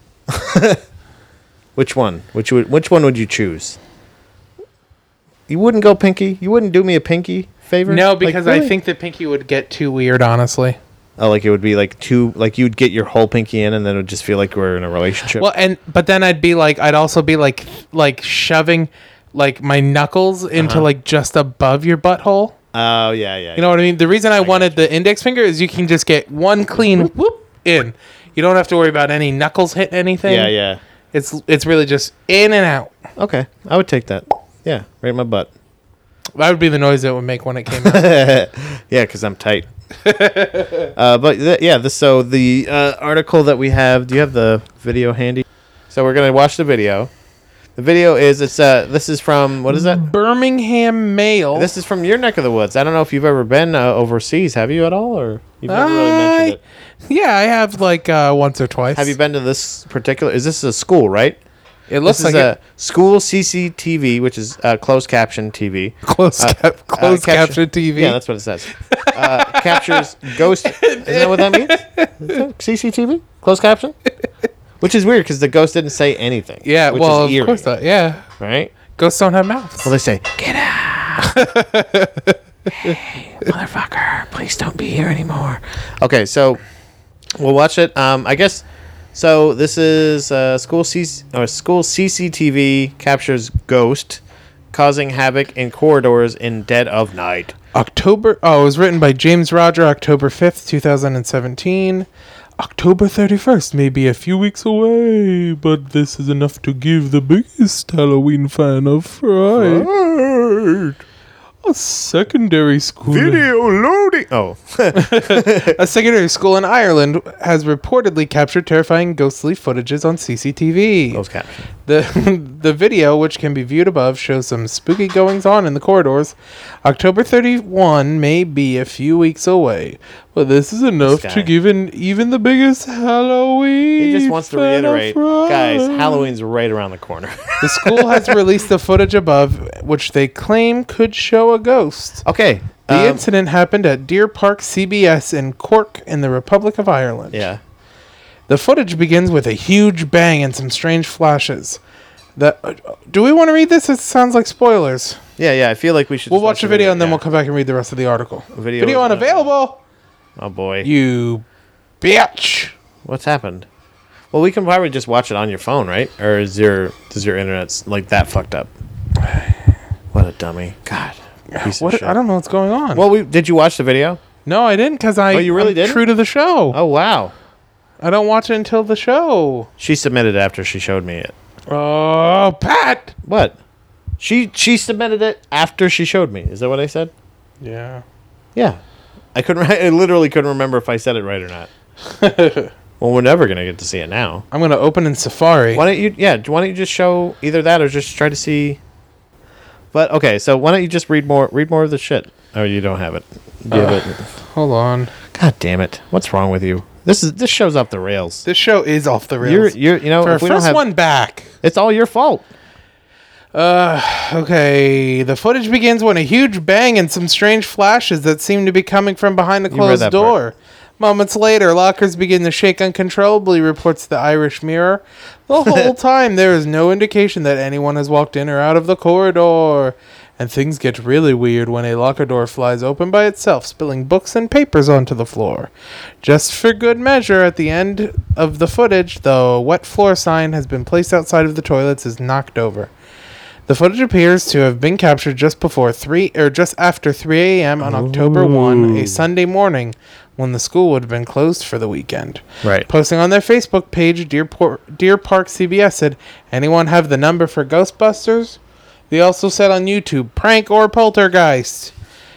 [SPEAKER 1] which one? Which would? Which one would you choose? You wouldn't go pinky. You wouldn't do me a pinky favor.
[SPEAKER 2] No,
[SPEAKER 1] Like,
[SPEAKER 2] because
[SPEAKER 1] really?
[SPEAKER 2] I think that Pinky would get too weird. Honestly.
[SPEAKER 1] Oh, like it would be like two. Like you'd get your whole pinky in, and then it would just feel like we're in a relationship.
[SPEAKER 2] Well, and but then I'd be like, I'd also be like, like shoving, like my knuckles
[SPEAKER 1] Uh-huh.
[SPEAKER 2] into like just above your butthole.
[SPEAKER 1] Oh yeah, yeah.
[SPEAKER 2] You know what I mean? The reason I, wanted the index finger is you can just get one clean whoop in. You don't have to worry about any knuckles hitting anything.
[SPEAKER 1] Yeah, yeah.
[SPEAKER 2] It's it's really just in and out.
[SPEAKER 1] Okay, I would take that. Yeah, right in my butt.
[SPEAKER 2] That would be the noise it would make when it came out.
[SPEAKER 1] Yeah, because I'm tight. uh, but th- yeah, the, so the uh, article that we have. Do you have the video handy? So we're gonna watch the video. The video is it's uh this is from what is that?
[SPEAKER 2] Mm. Birmingham Mail.
[SPEAKER 1] This is from your neck of the woods. I don't know if you've ever been uh, overseas. Have you at all, or you've never really mentioned
[SPEAKER 2] I-
[SPEAKER 1] it?
[SPEAKER 2] yeah, I have like uh, once or twice.
[SPEAKER 1] Have you been to this particular? Is this a school, right?
[SPEAKER 2] It looks
[SPEAKER 1] this
[SPEAKER 2] like
[SPEAKER 1] is a
[SPEAKER 2] it.
[SPEAKER 1] school CCTV, which is uh, closed caption TV.
[SPEAKER 2] close cap- closed
[SPEAKER 1] capture-
[SPEAKER 2] caption TV.
[SPEAKER 1] uh, Yeah, that's what it says. Uh, captures ghost. Isn't that what that means? CCTV, closed caption. Which is weird because the ghost didn't say anything.
[SPEAKER 2] Yeah,
[SPEAKER 1] which
[SPEAKER 2] well, of course not. Yeah,
[SPEAKER 1] Right?
[SPEAKER 2] ghosts don't have mouths.
[SPEAKER 1] Well, they say, "Get out, hey, motherfucker! Please don't be here anymore." Okay, so we'll watch it. Um, I guess. So this is uh, school C- or school CCTV captures ghost causing havoc in corridors in dead of night.
[SPEAKER 2] October. Oh, it was written by James Roger, October fifth, two thousand and seventeen. October thirty first may be a few weeks away, but this is enough to give the biggest Halloween fan a fright. A secondary school.
[SPEAKER 1] loading. Oh,
[SPEAKER 2] A secondary school in Ireland has reportedly captured terrifying ghostly footages on CCTV.
[SPEAKER 1] closed caption.
[SPEAKER 2] The the video, which can be viewed above, shows some spooky goings on in the corridors. October 31 may be a few weeks away, but this is enough
[SPEAKER 1] This guy.
[SPEAKER 2] to give in even the biggest Halloween.
[SPEAKER 1] He just wants to
[SPEAKER 2] fan a
[SPEAKER 1] reiterate, guys,
[SPEAKER 2] fright.
[SPEAKER 1] Halloween's right around the corner.
[SPEAKER 2] The school has released the footage above, which they claim could show a ghost.
[SPEAKER 1] okay.
[SPEAKER 2] The
[SPEAKER 1] um,
[SPEAKER 2] incident happened at Deer Park CBS in Cork in the Republic of Ireland.
[SPEAKER 1] yeah.
[SPEAKER 2] The footage begins with a huge bang and some strange flashes. The, uh, do we want to read this? It sounds like spoilers.
[SPEAKER 1] Yeah, yeah. I feel like we should.
[SPEAKER 2] We'll
[SPEAKER 1] just
[SPEAKER 2] watch the video and then
[SPEAKER 1] yeah.
[SPEAKER 2] we'll come back and read the rest of the article.
[SPEAKER 1] Video
[SPEAKER 2] Video,
[SPEAKER 1] is not-
[SPEAKER 2] unavailable.
[SPEAKER 1] Oh boy,
[SPEAKER 2] You bitch.
[SPEAKER 1] what's happened? Well, we can probably just watch it on your phone, right? Or is your does your internet's like that fucked up? What a dummy! God, piece of
[SPEAKER 2] What?
[SPEAKER 1] shit.
[SPEAKER 2] I don't know what's going on.
[SPEAKER 1] Well, we did you watch the video?
[SPEAKER 2] no, I didn't because I.
[SPEAKER 1] Oh, you really
[SPEAKER 2] I'm
[SPEAKER 1] didn't?
[SPEAKER 2] True to the show.
[SPEAKER 1] Oh wow,
[SPEAKER 2] I don't watch it until the show.
[SPEAKER 1] she submitted after she showed me it.
[SPEAKER 2] Oh, Pat.
[SPEAKER 1] What? She she submitted it after she showed me. Is that what I said?
[SPEAKER 2] Yeah.
[SPEAKER 1] Yeah. I couldn't. I literally couldn't remember if I said it right or not. well, we're never gonna get to see it now.
[SPEAKER 2] I'm gonna open in Safari.
[SPEAKER 1] Why don't you? Yeah. Why don't you just show either that or just try to see? But okay, so why don't you just read more? Read more of the shit. Oh, you don't have it. Do you have it?
[SPEAKER 2] Hold on.
[SPEAKER 1] God damn it! What's wrong with you? This is this shows off the rails.
[SPEAKER 2] This show is off the
[SPEAKER 1] You're,
[SPEAKER 2] rails.
[SPEAKER 1] you're, you know,
[SPEAKER 2] For our
[SPEAKER 1] if we don't
[SPEAKER 2] first
[SPEAKER 1] have,
[SPEAKER 2] one back.
[SPEAKER 1] it's all your fault.
[SPEAKER 2] Okay, the footage begins when a huge bang and some strange flashes that seem to be coming from behind the
[SPEAKER 1] read
[SPEAKER 2] closed
[SPEAKER 1] that
[SPEAKER 2] door.
[SPEAKER 1] part.
[SPEAKER 2] Moments later, lockers begin to shake uncontrollably, reports the Irish Mirror. The whole time, there is no indication that anyone has walked in or out of the corridor. And things get really weird when a locker door flies open by itself, spilling books and papers onto the floor. Just for good measure, at the end of the footage, the wet floor sign has been placed outside of the toilets is knocked over. The footage appears to have been captured just before three or just after 3 a.m. on October 1, a Sunday morning, when the school would have been closed for the weekend.
[SPEAKER 1] Right.
[SPEAKER 2] Posting on their Facebook page, Deer, Por- Deer Park CBS said, "Anyone have the number for Ghostbusters?" They also said on YouTube, "Prank or poltergeist."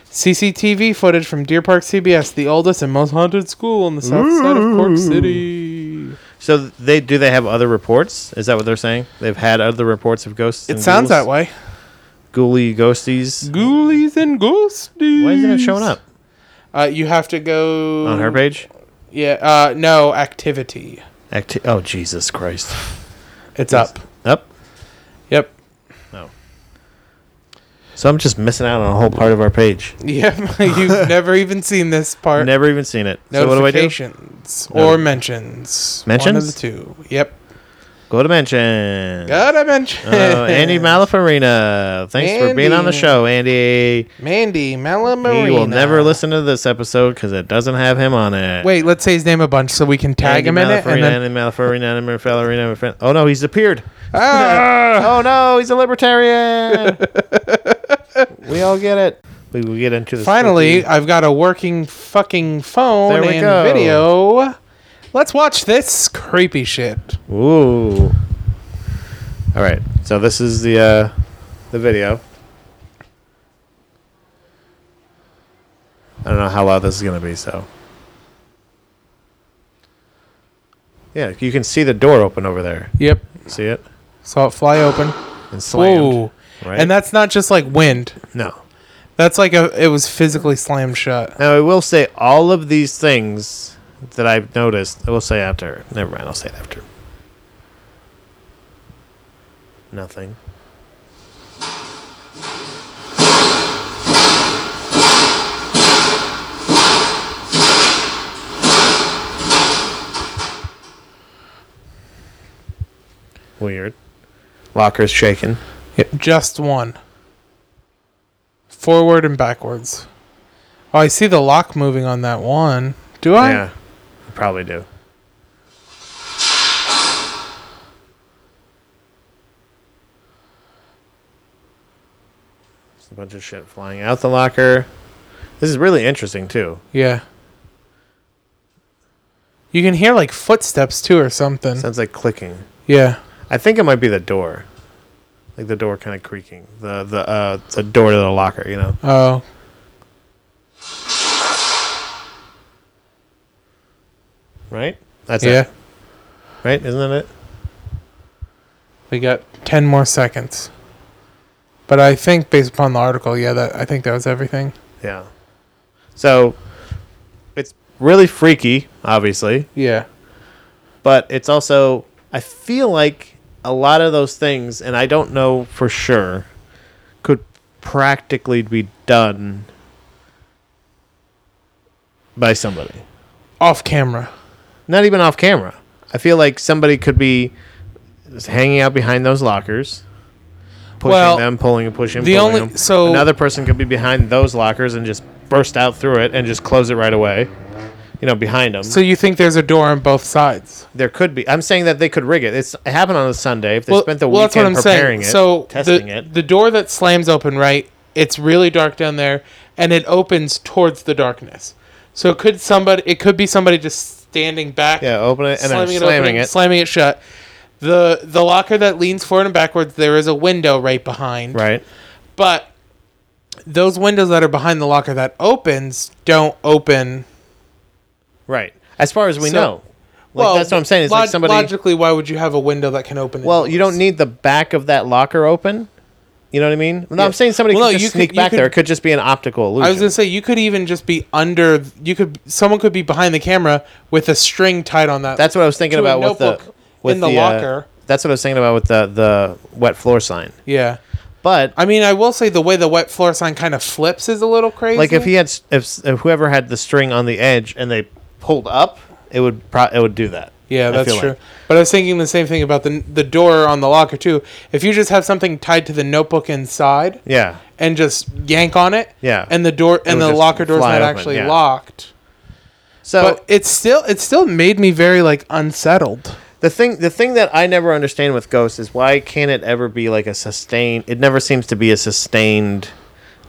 [SPEAKER 2] CCTV footage from Deer Park CBS, the oldest and most haunted school on the south side of Cork City.
[SPEAKER 1] So they do they have other reports? Is that what they're saying? They've had other reports of ghosts.
[SPEAKER 2] It sounds that way.
[SPEAKER 1] Ghouly ghosties.
[SPEAKER 2] Ghoulies and ghosties.
[SPEAKER 1] Why isn't it showing up
[SPEAKER 2] Uh, you have to go
[SPEAKER 1] on her page?
[SPEAKER 2] Yeah. Uh, no activity.
[SPEAKER 1] Acti- oh Jesus Christ!
[SPEAKER 2] It's up.
[SPEAKER 1] Up.
[SPEAKER 2] Yep.
[SPEAKER 1] So I'm just missing out on a whole part of our page.
[SPEAKER 2] Yep. You've never even seen this part.
[SPEAKER 1] Never even seen it. So what do I do?
[SPEAKER 2] Notifications
[SPEAKER 1] No.
[SPEAKER 2] or mentions. One of
[SPEAKER 1] Mentions?
[SPEAKER 2] the two. Yep.
[SPEAKER 1] Go to mention.
[SPEAKER 2] Gotta mention.
[SPEAKER 1] Oh, Andy Malafarina. Thanks for being on the
[SPEAKER 2] Andy.
[SPEAKER 1] show, Andy.
[SPEAKER 2] Mandy Malamarina.
[SPEAKER 1] He will never listen to this episode because it doesn't have him on it.
[SPEAKER 2] Wait, let's say his name a bunch so we can tag
[SPEAKER 1] Andy
[SPEAKER 2] him in it. And
[SPEAKER 1] Malafarina,
[SPEAKER 2] then,
[SPEAKER 1] Andy Malafarina, Andy Malafarina, my friend. Oh no, he's appeared.
[SPEAKER 2] ah,
[SPEAKER 1] Oh no, he's a libertarian. we all get it. We will get into this.
[SPEAKER 2] finally, I've got a working fucking phone
[SPEAKER 1] There we
[SPEAKER 2] and
[SPEAKER 1] go.
[SPEAKER 2] video. Let's watch this creepy shit.
[SPEAKER 1] spooky- Ooh. All right. So this is the uh, the video. I don't know how loud this is gonna be. So. Yeah, you can see the door open over there.
[SPEAKER 2] Yep.
[SPEAKER 1] See it?
[SPEAKER 2] Saw it fly open.
[SPEAKER 1] And slammed.
[SPEAKER 2] Whoa.
[SPEAKER 1] Right.
[SPEAKER 2] And that's not just like wind.
[SPEAKER 1] no.
[SPEAKER 2] That's like a it was physically slammed shut.
[SPEAKER 1] Now I will say all of these things that I've noticed. I will say after. Never mind. I'll say it after. Nothing. Weird. Locker's shaking.
[SPEAKER 2] Just one. Forward and backwards. Oh, I see the lock moving on that one. Do I?
[SPEAKER 1] Yeah, I probably do. Just a bunch of shit flying out the locker. This is really interesting too.
[SPEAKER 2] Yeah. You can hear like footsteps too or something.
[SPEAKER 1] Sounds like clicking.
[SPEAKER 2] yeah.
[SPEAKER 1] I think it might be the door, like the door kind of creaking. The the uh the door to the locker, you know.
[SPEAKER 2] Oh.
[SPEAKER 1] Right. That's
[SPEAKER 2] yeah.
[SPEAKER 1] it. Right. Isn't that it?
[SPEAKER 2] We got 10 more seconds. But I think based upon the article, yeah, that I think that was everything.
[SPEAKER 1] Yeah. So it's really freaky, obviously.
[SPEAKER 2] Yeah.
[SPEAKER 1] but it's also I feel like a lot of those things, and I don't know for sure, could practically be done by somebody,
[SPEAKER 2] Off camera.
[SPEAKER 1] not even off camera. I feel like somebody could be just hanging out behind those lockers. Pushing
[SPEAKER 2] Well,
[SPEAKER 1] them, pulling and pushing.
[SPEAKER 2] the
[SPEAKER 1] pulling
[SPEAKER 2] only-
[SPEAKER 1] them.
[SPEAKER 2] so-
[SPEAKER 1] another person could be behind those lockers and just burst out through it and just close it right away. You know, behind them.
[SPEAKER 2] So you think there's a door on both sides?
[SPEAKER 1] There could be. I'm saying that they could rig it. It's it happened on a Sunday. If they spent the weekend preparing it,
[SPEAKER 2] So
[SPEAKER 1] testing
[SPEAKER 2] the,
[SPEAKER 1] it,
[SPEAKER 2] the door that slams open, right? It's really dark down there, and it opens towards the darkness. So it could somebody? It could be somebody just standing back,
[SPEAKER 1] yeah, open it and then
[SPEAKER 2] slamming it,
[SPEAKER 1] slamming
[SPEAKER 2] open,
[SPEAKER 1] it.
[SPEAKER 2] slamming it shut. The the locker that leans forward and backwards, there is a window right behind.
[SPEAKER 1] right.
[SPEAKER 2] But those windows that are behind the locker that opens don't open.
[SPEAKER 1] Right. As far as we
[SPEAKER 2] So-
[SPEAKER 1] know. Like that's what I'm saying. It's like
[SPEAKER 2] log-
[SPEAKER 1] somebody
[SPEAKER 2] logically, why would you have a window that can open?
[SPEAKER 1] Well, you don't
[SPEAKER 2] indoors?
[SPEAKER 1] need the back of that locker open. You know what I mean? No,
[SPEAKER 2] Yeah.
[SPEAKER 1] I'm saying somebody
[SPEAKER 2] Well,
[SPEAKER 1] could
[SPEAKER 2] no,
[SPEAKER 1] just
[SPEAKER 2] you could-
[SPEAKER 1] sneak
[SPEAKER 2] you
[SPEAKER 1] back
[SPEAKER 2] could-
[SPEAKER 1] there. It could just be an optical illusion.
[SPEAKER 2] I was gonna say you could even just be under. You could someone could be behind the camera with a string tied on that.
[SPEAKER 1] that's what I was thinking
[SPEAKER 2] to a
[SPEAKER 1] about with the
[SPEAKER 2] notebook
[SPEAKER 1] with
[SPEAKER 2] in the
[SPEAKER 1] uh,
[SPEAKER 2] locker.
[SPEAKER 1] that's what I was thinking about with the the wet floor sign.
[SPEAKER 2] yeah.
[SPEAKER 1] But
[SPEAKER 2] I mean, I will say the way the wet floor sign kind of flips is a little crazy.
[SPEAKER 1] like if he had s- if, s- if whoever had the string on the edge and they pulled up, it would pro- it would do that.
[SPEAKER 2] Yeah,
[SPEAKER 1] I
[SPEAKER 2] that's
[SPEAKER 1] feel
[SPEAKER 2] true.
[SPEAKER 1] like.
[SPEAKER 2] But I was thinking the same thing about the the door on the locker too. If you just have something tied to the notebook inside
[SPEAKER 1] Yeah.
[SPEAKER 2] and just yank on it,
[SPEAKER 1] Yeah.
[SPEAKER 2] and the door and
[SPEAKER 1] would
[SPEAKER 2] the
[SPEAKER 1] just
[SPEAKER 2] locker door's
[SPEAKER 1] fly
[SPEAKER 2] not
[SPEAKER 1] open,
[SPEAKER 2] actually
[SPEAKER 1] yeah.
[SPEAKER 2] locked.
[SPEAKER 1] So
[SPEAKER 2] But it's still it still made me very like unsettled.
[SPEAKER 1] the thing the thing that I never understand with ghosts is why can't it ever be like a sustained it never seems to be a sustained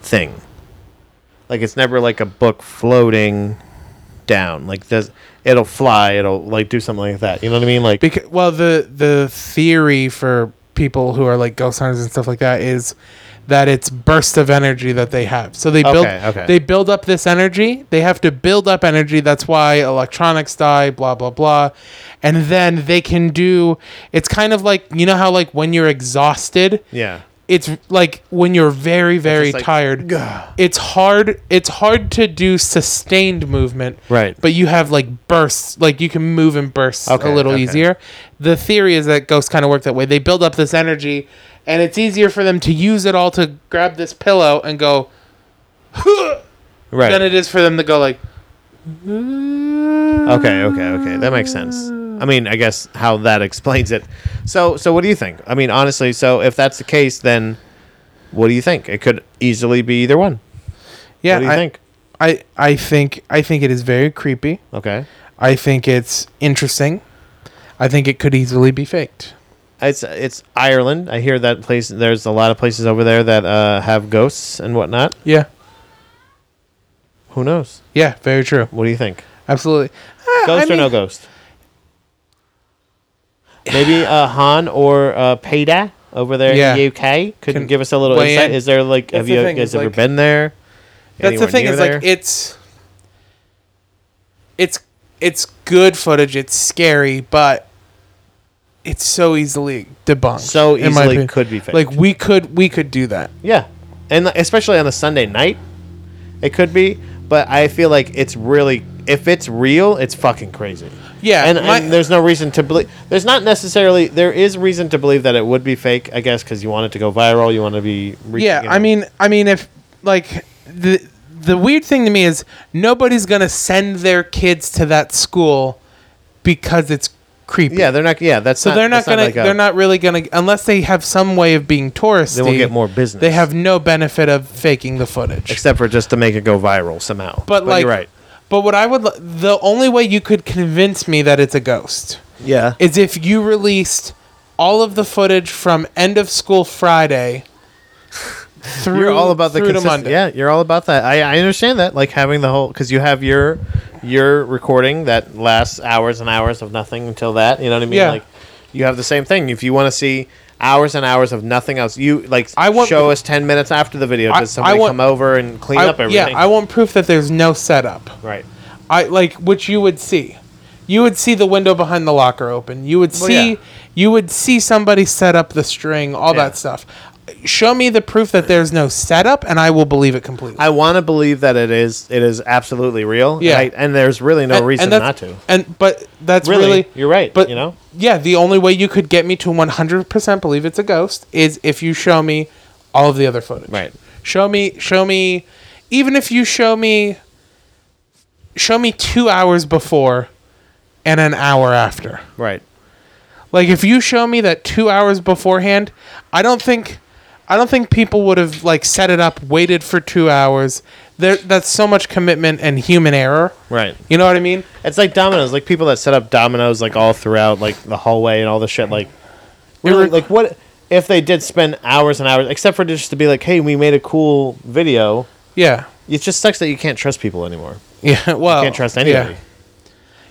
[SPEAKER 1] thing. Like it's never like a book floating down. Like does it'll fly, it'll like do something like that. You know what I mean? Like
[SPEAKER 2] Because well, the the theory for people who are like ghost hunters and stuff like that is that it's bursts of energy that they have. So they build
[SPEAKER 1] Okay, okay.
[SPEAKER 2] they build up this energy. They have to build up energy. That's why electronics die. Blah blah blah, and then they can do. It's kind of like you know how like when you're exhausted.
[SPEAKER 1] yeah.
[SPEAKER 2] It's like when you're very very
[SPEAKER 1] just like,
[SPEAKER 2] tired. It's hard. It's hard to do sustained movement.
[SPEAKER 1] Right.
[SPEAKER 2] But you have like bursts. Like you can move in bursts
[SPEAKER 1] Okay,
[SPEAKER 2] a little
[SPEAKER 1] okay.
[SPEAKER 2] easier. The theory is that ghosts kind of work that way. They build up this energy, and it's easier for them to use it all to grab this pillow and go
[SPEAKER 1] Right.
[SPEAKER 2] than it is for them to go like.
[SPEAKER 1] Okay, okay, okay. That makes sense. I mean, I guess how that explains it. So, so what do you think? I mean, honestly, so if that's the case, then what do you think? It could easily be either one.
[SPEAKER 2] Yeah.
[SPEAKER 1] what do you
[SPEAKER 2] I,
[SPEAKER 1] think?
[SPEAKER 2] I I think I think it is very creepy.
[SPEAKER 1] Okay.
[SPEAKER 2] I think it's interesting. I think it could easily be faked.
[SPEAKER 1] It's it's Ireland. I hear that place. There's a lot of places over there that uh, have ghosts and whatnot.
[SPEAKER 2] Yeah.
[SPEAKER 1] Who knows?
[SPEAKER 2] Yeah. Very true.
[SPEAKER 1] What do you think?
[SPEAKER 2] Absolutely. Eh,
[SPEAKER 1] Ghost
[SPEAKER 2] I
[SPEAKER 1] or no
[SPEAKER 2] mean-
[SPEAKER 1] ghost? Maybe uh, Han or uh, Peta over there
[SPEAKER 2] Yeah.
[SPEAKER 1] in the UK could
[SPEAKER 2] Can
[SPEAKER 1] give us a little
[SPEAKER 2] weigh
[SPEAKER 1] insight.
[SPEAKER 2] in.
[SPEAKER 1] Is there like
[SPEAKER 2] That's
[SPEAKER 1] have
[SPEAKER 2] the
[SPEAKER 1] you
[SPEAKER 2] thing,
[SPEAKER 1] guys
[SPEAKER 2] is,
[SPEAKER 1] ever
[SPEAKER 2] like-
[SPEAKER 1] been there?
[SPEAKER 2] That's the
[SPEAKER 1] Anywhere
[SPEAKER 2] thing
[SPEAKER 1] near
[SPEAKER 2] is
[SPEAKER 1] there?
[SPEAKER 2] like it's it's it's good footage. It's scary, but it's so easily debunked.
[SPEAKER 1] So
[SPEAKER 2] in my
[SPEAKER 1] easily
[SPEAKER 2] opinion.
[SPEAKER 1] could be faked.
[SPEAKER 2] Like we could we could do that.
[SPEAKER 1] Yeah, and like, especially on a Sunday night, it could be. But I feel like it's really, if it's real, it's fucking crazy.
[SPEAKER 2] Yeah,
[SPEAKER 1] and,
[SPEAKER 2] my-
[SPEAKER 1] and there's no reason to believe. There's not necessarily. There is reason to believe that it would be fake, I guess, because you want it to go viral. You want to be. reach-
[SPEAKER 2] Yeah,
[SPEAKER 1] you know.
[SPEAKER 2] I mean, I mean, if like the the weird thing to me is nobody's gonna send their kids to that school because it's creepy.
[SPEAKER 1] Yeah, they're not. Yeah, that's
[SPEAKER 2] So they're not
[SPEAKER 1] that's
[SPEAKER 2] gonna.
[SPEAKER 1] like a-
[SPEAKER 2] they're not really gonna unless they have some way of being touristy.
[SPEAKER 1] They will get more business.
[SPEAKER 2] They have no benefit of faking the footage.
[SPEAKER 1] except for just to make it go viral somehow.
[SPEAKER 2] But, like,
[SPEAKER 1] you're right.
[SPEAKER 2] But what I would, li- the only way you could convince me that it's a ghost
[SPEAKER 1] Yeah.
[SPEAKER 2] is if you released all of the footage from end of school Friday through
[SPEAKER 1] you're all about the
[SPEAKER 2] through to
[SPEAKER 1] consistent.
[SPEAKER 2] Monday.
[SPEAKER 1] Yeah, you're all about that. I, I understand that. Like having the whole because you have your your recording that lasts hours and hours of nothing until that. You know what I mean?
[SPEAKER 2] Yeah.
[SPEAKER 1] Like you have the same thing. If you want to see hours and hours of nothing else, you like
[SPEAKER 2] I want-
[SPEAKER 1] show us ten minutes after the video.
[SPEAKER 2] I-
[SPEAKER 1] Does somebody
[SPEAKER 2] I want-
[SPEAKER 1] come over and clean up
[SPEAKER 2] I, yeah,
[SPEAKER 1] everything?
[SPEAKER 2] I want proof that there's no setup.
[SPEAKER 1] right.
[SPEAKER 2] I like which you would see. You would see the window behind the locker open. You would
[SPEAKER 1] Well,
[SPEAKER 2] see
[SPEAKER 1] yeah.
[SPEAKER 2] you would see somebody set up the string, all
[SPEAKER 1] Yeah.
[SPEAKER 2] that stuff. Show me the proof that there's no setup and I will believe it completely.
[SPEAKER 1] I want to believe that it is it is absolutely real.
[SPEAKER 2] Yeah.
[SPEAKER 1] and, I- and there's really no
[SPEAKER 2] And- and
[SPEAKER 1] reason not
[SPEAKER 2] that's-
[SPEAKER 1] to.
[SPEAKER 2] And but that's
[SPEAKER 1] Really,
[SPEAKER 2] really,
[SPEAKER 1] you're right,
[SPEAKER 2] But
[SPEAKER 1] you know?
[SPEAKER 2] yeah, the only way you could get me to 100% believe it's a ghost is if you show me all of the other footage.
[SPEAKER 1] Right.
[SPEAKER 2] Show me, show me, even if you show me, show me two hours before, and an hour after.
[SPEAKER 1] Right.
[SPEAKER 2] Like if you show me that two hours beforehand, I don't think, I don't think people would have like set it up, waited for two hours. There, that's so much commitment and human error.
[SPEAKER 1] Right.
[SPEAKER 2] You know what I mean?
[SPEAKER 1] It's like dominoes, like people that set up dominoes like all throughout like the hallway and all this shit. Like,
[SPEAKER 2] It
[SPEAKER 1] really,
[SPEAKER 2] re-
[SPEAKER 1] like what if they did spend hours and hours, except for just to be like, hey, we made a cool video.
[SPEAKER 2] Yeah.
[SPEAKER 1] It just sucks that you can't trust people anymore.
[SPEAKER 2] Yeah, well,
[SPEAKER 1] You can't trust anybody.
[SPEAKER 2] Oh, Yeah.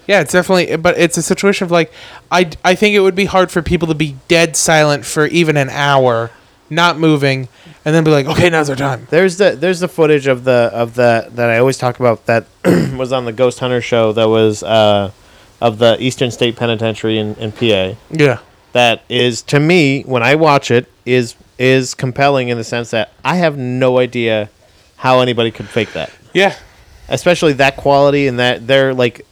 [SPEAKER 2] Yeah, it's definitely, but it's a situation of like, I, I think it would be hard for people to be dead silent for even an hour not moving, and then be like, okay, now's our time.
[SPEAKER 1] There's the there's the footage of the of the that I always talk about that was on the Ghost Hunter show that was uh, of the Eastern State Penitentiary in, in PA.
[SPEAKER 2] Yeah.
[SPEAKER 1] That is to me when I watch it is is compelling in the sense that I have no idea how anybody could fake that,
[SPEAKER 2] Yeah.
[SPEAKER 1] especially that quality and that they're like,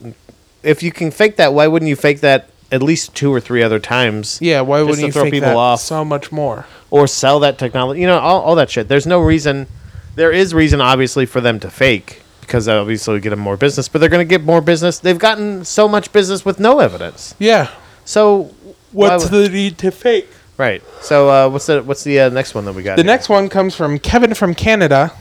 [SPEAKER 1] if you can fake that, why wouldn't you fake that at least two or three other times?
[SPEAKER 2] Yeah. Why
[SPEAKER 1] Just
[SPEAKER 2] wouldn't
[SPEAKER 1] to
[SPEAKER 2] you
[SPEAKER 1] throw
[SPEAKER 2] think
[SPEAKER 1] people
[SPEAKER 2] that
[SPEAKER 1] off.
[SPEAKER 2] so much more?
[SPEAKER 1] or sell that technology. You know, all, all that shit. There's no reason. There is reason, obviously, for them to fake because that obviously would get them more business. But they're going to get more business. They've gotten so much business with no evidence.
[SPEAKER 2] Yeah.
[SPEAKER 1] So why
[SPEAKER 2] What's
[SPEAKER 1] would-
[SPEAKER 2] the need to fake?
[SPEAKER 1] right? So uh, what's the what's the uh, next one that we got?
[SPEAKER 2] The
[SPEAKER 1] here?
[SPEAKER 2] next one comes from Kevin from Canada.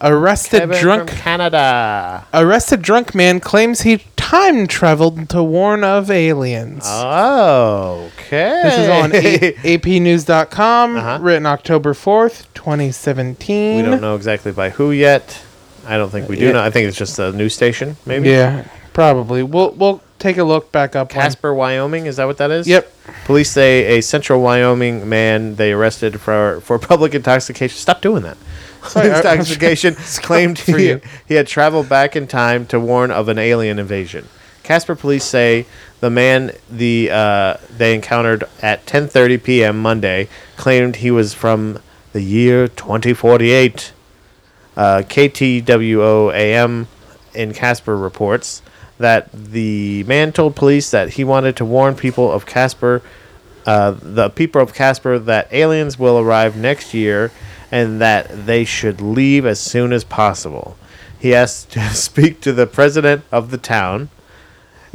[SPEAKER 2] Arrested
[SPEAKER 1] Kevin
[SPEAKER 2] drunk
[SPEAKER 1] from Canada.
[SPEAKER 2] arrested drunk man claims he time traveled to warn of aliens.
[SPEAKER 1] Oh, okay.
[SPEAKER 2] This is on a- apnews.com,
[SPEAKER 1] Uh-huh.
[SPEAKER 2] written October 4th, 2017.
[SPEAKER 1] we don't know exactly by who yet. I don't think we do
[SPEAKER 2] Yeah.
[SPEAKER 1] know. I think it's just a news station, maybe.
[SPEAKER 2] Yeah, probably. We'll we'll take a look back up. on-
[SPEAKER 1] Casper, Wyoming. Is that what that is?
[SPEAKER 2] Yep.
[SPEAKER 1] Police say a central Wyoming man they arrested for for public intoxication. Stop doing that.
[SPEAKER 2] Sorry, I-
[SPEAKER 1] intoxication claimed
[SPEAKER 2] for
[SPEAKER 1] he,
[SPEAKER 2] you.
[SPEAKER 1] he had traveled back in time to warn of an alien invasion. Casper police say the man the uh, they encountered at 10:30 p.m. Monday claimed he was from the year 2048 uh, KTWOAM in Casper reports that the man told police that he wanted to warn people of Casper, uh, the people of Casper, that aliens will arrive next year and that they should leave as soon as possible. He asked to speak to the president of the town.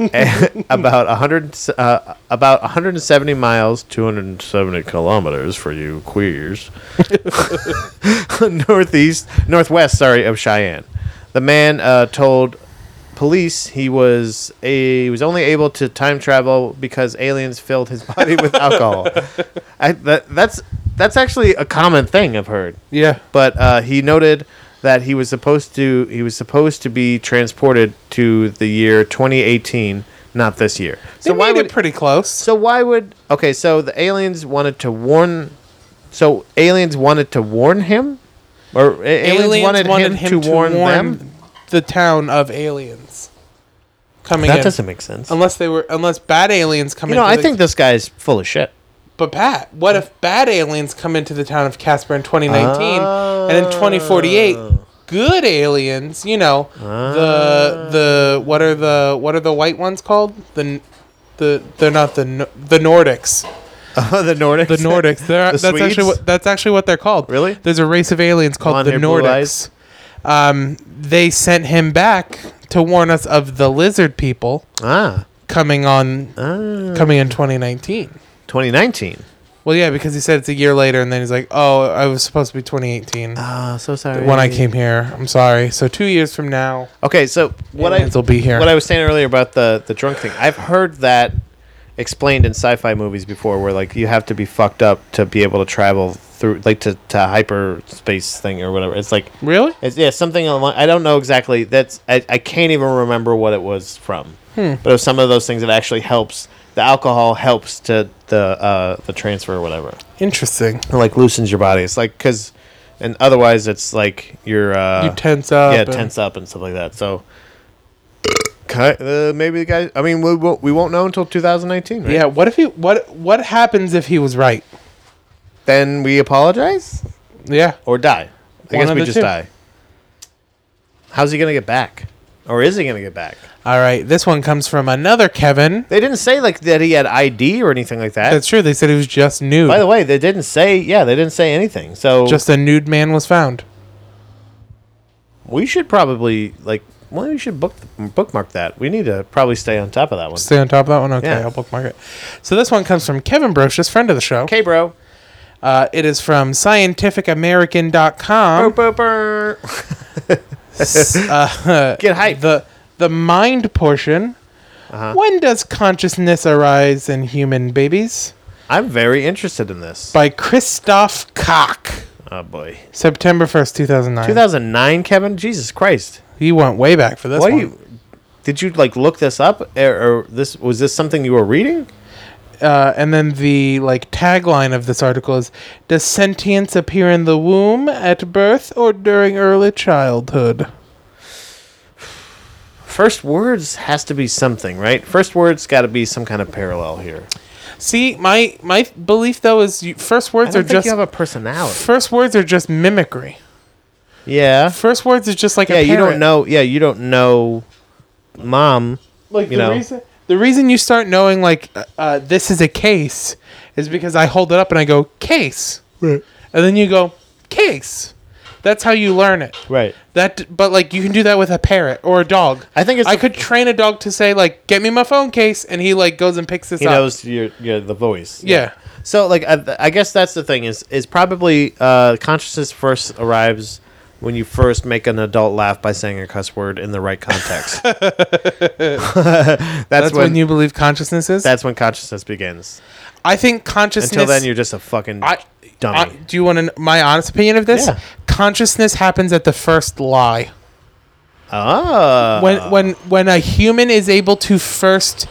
[SPEAKER 1] and about 100 uh, about 170 miles 270 kilometers for you queers northeast northwest sorry of Cheyenne. The man uh, told police he was a, he was only able to time travel because aliens filled his body with alcohol. I, that, that's that's actually a common thing I've heard.
[SPEAKER 2] Yeah.
[SPEAKER 1] But uh, he noted that he was supposed to he was supposed to be transported to the year 2018, not this year.
[SPEAKER 2] So
[SPEAKER 1] So why would
[SPEAKER 2] pretty close?
[SPEAKER 1] so why would okay? So the aliens wanted to warn. So aliens wanted to warn him, or a- aliens, wanted, him, to, warn, them.
[SPEAKER 2] the town of aliens coming
[SPEAKER 1] That
[SPEAKER 2] in.
[SPEAKER 1] doesn't make sense.
[SPEAKER 2] unless they were unless bad aliens come
[SPEAKER 1] You
[SPEAKER 2] in.
[SPEAKER 1] know, I think this guy's full of shit.
[SPEAKER 2] But Pat, what if bad aliens come into the town of Casper in 2019 and in 2048
[SPEAKER 1] Oh.
[SPEAKER 2] good aliens, you know,
[SPEAKER 1] Ah.
[SPEAKER 2] the the what are the what are the white ones called? The n- the they're not the N- the Nordics.
[SPEAKER 1] the Nordics.
[SPEAKER 2] The Nordics. They're,
[SPEAKER 1] The
[SPEAKER 2] that's actually
[SPEAKER 1] Swedes?
[SPEAKER 2] what that's actually what they're called.
[SPEAKER 1] Really?
[SPEAKER 2] There's a race of aliens called
[SPEAKER 1] Blonde
[SPEAKER 2] the
[SPEAKER 1] hair, blue
[SPEAKER 2] Nordics. Um, they sent him back to warn us of the lizard people
[SPEAKER 1] ah,
[SPEAKER 2] coming on coming in 2019.
[SPEAKER 1] 2019.
[SPEAKER 2] Well, yeah, because he said it's a year later, and then he's like, "Oh, I was supposed to be 2018
[SPEAKER 1] Ah, so sorry.
[SPEAKER 2] when I came here. I'm sorry." So two years from now,
[SPEAKER 1] Okay, so what I
[SPEAKER 2] aliens will be here.
[SPEAKER 1] what I was saying earlier about the the drunk thing. I've heard that explained in sci-fi movies before, where like you have to be fucked up to be able to travel through, like to to hyperspace thing or whatever. It's like
[SPEAKER 2] really?
[SPEAKER 1] It's, yeah, something along. I don't know exactly. That's I, I can't even remember what it was from.
[SPEAKER 2] Hmm.
[SPEAKER 1] But it was some of those things that actually helps. The alcohol helps to the uh, the transfer or whatever.
[SPEAKER 2] Interesting.
[SPEAKER 1] It, like loosens your body. It's like because, and otherwise it's like you're uh,
[SPEAKER 2] you tense up.
[SPEAKER 1] yeah
[SPEAKER 2] and-
[SPEAKER 1] tense up and stuff like that. So. Ki- Uh, maybe the guy. I mean, we won't, we won't know until 2019. Right?
[SPEAKER 2] Yeah. What if he? What What happens if he was right?
[SPEAKER 1] Then we apologize
[SPEAKER 2] Yeah.
[SPEAKER 1] or die. I
[SPEAKER 2] One
[SPEAKER 1] guess
[SPEAKER 2] of
[SPEAKER 1] we
[SPEAKER 2] the
[SPEAKER 1] just
[SPEAKER 2] two.
[SPEAKER 1] die. How's he gonna get back? Or is he gonna get back?
[SPEAKER 2] All right. This one comes from another Kevin.
[SPEAKER 1] They didn't say like that he had ID or anything like that.
[SPEAKER 2] That's true. They said he was just nude.
[SPEAKER 1] By the way, they didn't say yeah, they didn't say anything. So
[SPEAKER 2] just a nude man was found.
[SPEAKER 1] we should probably like well, we should book bookmark that. We need to probably stay on top of that one.
[SPEAKER 2] Stay on top of that one. Okay,
[SPEAKER 1] Yeah.
[SPEAKER 2] I'll bookmark it. So this one comes from Kevin Brocious, friend of the show.
[SPEAKER 1] Okay, bro.
[SPEAKER 2] Uh, it is from scientificamerican.com.
[SPEAKER 1] Burr, burr, burr.
[SPEAKER 2] uh,
[SPEAKER 1] Get hyped. Uh-huh.
[SPEAKER 2] The the mind portion. When does consciousness arise in human babies?
[SPEAKER 1] I'm very interested in this.
[SPEAKER 2] By Christoph Koch,
[SPEAKER 1] Oh boy.
[SPEAKER 2] September first, two thousand nine.
[SPEAKER 1] 2009, Kevin. Jesus Christ.
[SPEAKER 2] He went way back for this
[SPEAKER 1] Why
[SPEAKER 2] one.
[SPEAKER 1] Eh, you did you like look this up or, or this was this something you were reading?
[SPEAKER 2] Uh, and then the like tagline of this article is: "Does sentience appear in the womb, at birth, or during early childhood?"
[SPEAKER 1] First words has to be something, right? First words got to be some kind of parallel here.
[SPEAKER 2] See, my my belief though is you, first
[SPEAKER 1] I
[SPEAKER 2] words
[SPEAKER 1] don't
[SPEAKER 2] are
[SPEAKER 1] think
[SPEAKER 2] just
[SPEAKER 1] you have a personality.
[SPEAKER 2] first words are just mimicry.
[SPEAKER 1] Yeah.
[SPEAKER 2] First words is just like
[SPEAKER 1] Yeah,
[SPEAKER 2] a
[SPEAKER 1] you
[SPEAKER 2] parrot.
[SPEAKER 1] don't know. Yeah, you don't know, mom.
[SPEAKER 2] like
[SPEAKER 1] you
[SPEAKER 2] the
[SPEAKER 1] know.
[SPEAKER 2] reason the reason you start knowing like uh, uh, this is a case is because I hold it up and I go case,
[SPEAKER 1] Right.
[SPEAKER 2] and then you go case. That's how you learn it.
[SPEAKER 1] Right.
[SPEAKER 2] That but like you can do that with a parrot or a dog.
[SPEAKER 1] I think it's
[SPEAKER 2] I
[SPEAKER 1] the-
[SPEAKER 2] could train a dog to say like get me my phone case, and he like goes and picks this
[SPEAKER 1] He
[SPEAKER 2] up.
[SPEAKER 1] knows your, your the voice.
[SPEAKER 2] Yeah.
[SPEAKER 1] So like I, I guess that's the thing is is probably uh, consciousness first arrives when you first make an adult laugh by saying a cuss word in the right context. that's,
[SPEAKER 2] That's when, you believe consciousness is.
[SPEAKER 1] that's when consciousness begins.
[SPEAKER 2] I think consciousness.
[SPEAKER 1] Until then, you're just a fucking
[SPEAKER 2] I,
[SPEAKER 1] dummy.
[SPEAKER 2] I- do you want to, my honest opinion of this?
[SPEAKER 1] Yeah.
[SPEAKER 2] Consciousness happens at the first lie.
[SPEAKER 1] oh,
[SPEAKER 2] when when when a human is able to first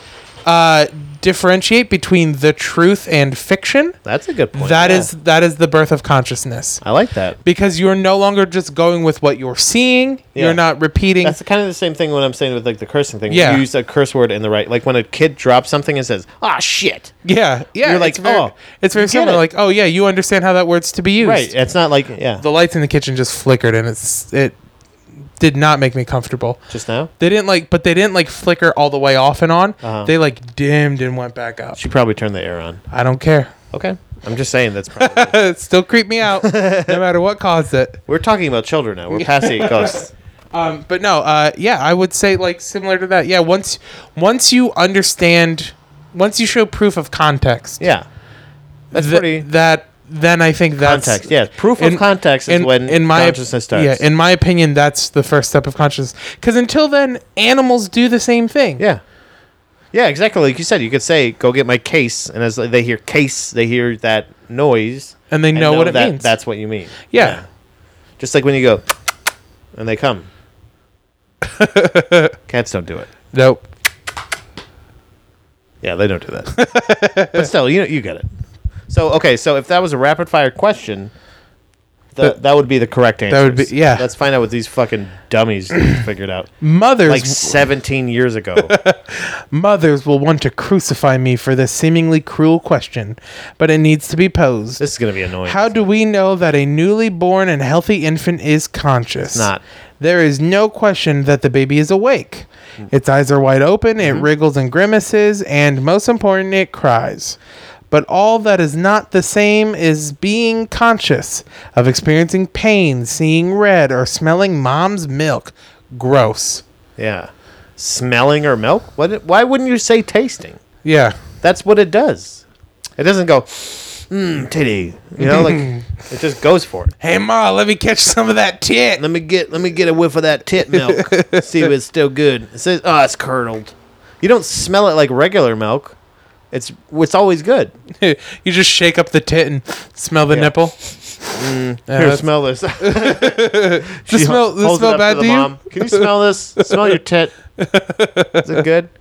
[SPEAKER 2] uh, differentiate between the truth and fiction,
[SPEAKER 1] that's a good point.
[SPEAKER 2] that
[SPEAKER 1] yeah.
[SPEAKER 2] is that is the birth of consciousness.
[SPEAKER 1] I like that.
[SPEAKER 2] Because you're no longer just going with what you're seeing.
[SPEAKER 1] Yeah.
[SPEAKER 2] You're not repeating.
[SPEAKER 1] That's kind of the same thing when I'm saying with like the cursing thing.
[SPEAKER 2] Yeah.
[SPEAKER 1] You use a curse word in the right, like when a kid drops something and says, "Ah, shit."
[SPEAKER 2] yeah, yeah.
[SPEAKER 1] You're
[SPEAKER 2] it's
[SPEAKER 1] like,
[SPEAKER 2] very,
[SPEAKER 1] oh,
[SPEAKER 2] it's very
[SPEAKER 1] you get
[SPEAKER 2] similar.
[SPEAKER 1] it.
[SPEAKER 2] Like, oh yeah, you understand how that word's to be used.
[SPEAKER 1] Right. It's not like yeah.
[SPEAKER 2] The lights in the kitchen just flickered, and it's it did not make me comfortable.
[SPEAKER 1] Just now,
[SPEAKER 2] They didn't like, but they didn't like flicker all the way off and on.
[SPEAKER 1] Uh-huh.
[SPEAKER 2] They like dimmed and went back up.
[SPEAKER 1] she probably turned the air on.
[SPEAKER 2] I don't care.
[SPEAKER 1] Okay. I'm just saying that's probably.
[SPEAKER 2] it still creep me out, no matter what caused it.
[SPEAKER 1] We're talking about children now. We're past eight ghosts.
[SPEAKER 2] Um, but no, uh, yeah, I would say like similar to that. Yeah, once once you understand, once you show proof of context,
[SPEAKER 1] Yeah. That's
[SPEAKER 2] th-
[SPEAKER 1] pretty.
[SPEAKER 2] that then I think that's
[SPEAKER 1] Context. Yeah. Proof of
[SPEAKER 2] in-
[SPEAKER 1] context is
[SPEAKER 2] in-
[SPEAKER 1] when
[SPEAKER 2] in my op-
[SPEAKER 1] consciousness starts.
[SPEAKER 2] Yeah, in my opinion, that's the first step of consciousness. Because until then, animals do the same thing.
[SPEAKER 1] yeah. Yeah, exactly. Like you said, you could say, "Go get my case," and as they hear "case," they hear that noise,
[SPEAKER 2] And they
[SPEAKER 1] and
[SPEAKER 2] know what it
[SPEAKER 1] that-
[SPEAKER 2] means.
[SPEAKER 1] That's what you mean.
[SPEAKER 2] yeah.
[SPEAKER 1] Just like when you go, and they come. Cats don't do it.
[SPEAKER 2] Nope.
[SPEAKER 1] Yeah, they don't do that. but still, you you get it. So okay, so if that was a rapid fire question, the,
[SPEAKER 2] That-
[SPEAKER 1] that would be the correct answer.
[SPEAKER 2] That would be- yeah.
[SPEAKER 1] Let's find out what these fucking dummies figured out
[SPEAKER 2] Mothers
[SPEAKER 1] like 17 years ago.
[SPEAKER 2] Mothers will want to crucify me for this seemingly cruel question, but it needs to be posed.
[SPEAKER 1] this is gonna be annoying.
[SPEAKER 2] How do we know that a newly born and healthy infant is conscious?
[SPEAKER 1] not.
[SPEAKER 2] There is no question that the baby is awake.
[SPEAKER 1] Hmm.
[SPEAKER 2] Its eyes are wide open,
[SPEAKER 1] Mm-hmm.
[SPEAKER 2] it wriggles and grimaces, and most important, it cries. But all that is not the same is being conscious of experiencing pain, seeing red, or smelling mom's milk. Gross.
[SPEAKER 1] Yeah, smelling or milk? What? Why wouldn't you say tasting?
[SPEAKER 2] Yeah.
[SPEAKER 1] That's what it does. It doesn't go, mmm, titty. You know, like it just goes for it.
[SPEAKER 2] Hey, Ma, let me catch some of that tit.
[SPEAKER 1] Let me get let me get a whiff of that tit milk. see if it's still good. It says, oh, it's curdled. You don't smell it like regular milk. It's it's always good.
[SPEAKER 2] you just shake up the tit and smell the
[SPEAKER 1] Yeah. Mm.
[SPEAKER 2] nipple. Yeah,
[SPEAKER 1] Here,
[SPEAKER 2] that's-
[SPEAKER 1] smell this.
[SPEAKER 2] the
[SPEAKER 1] She
[SPEAKER 2] smell, the
[SPEAKER 1] holds it
[SPEAKER 2] smell
[SPEAKER 1] up
[SPEAKER 2] bad to,
[SPEAKER 1] the
[SPEAKER 2] you?
[SPEAKER 1] Can you smell this? smell your tit. Is it good?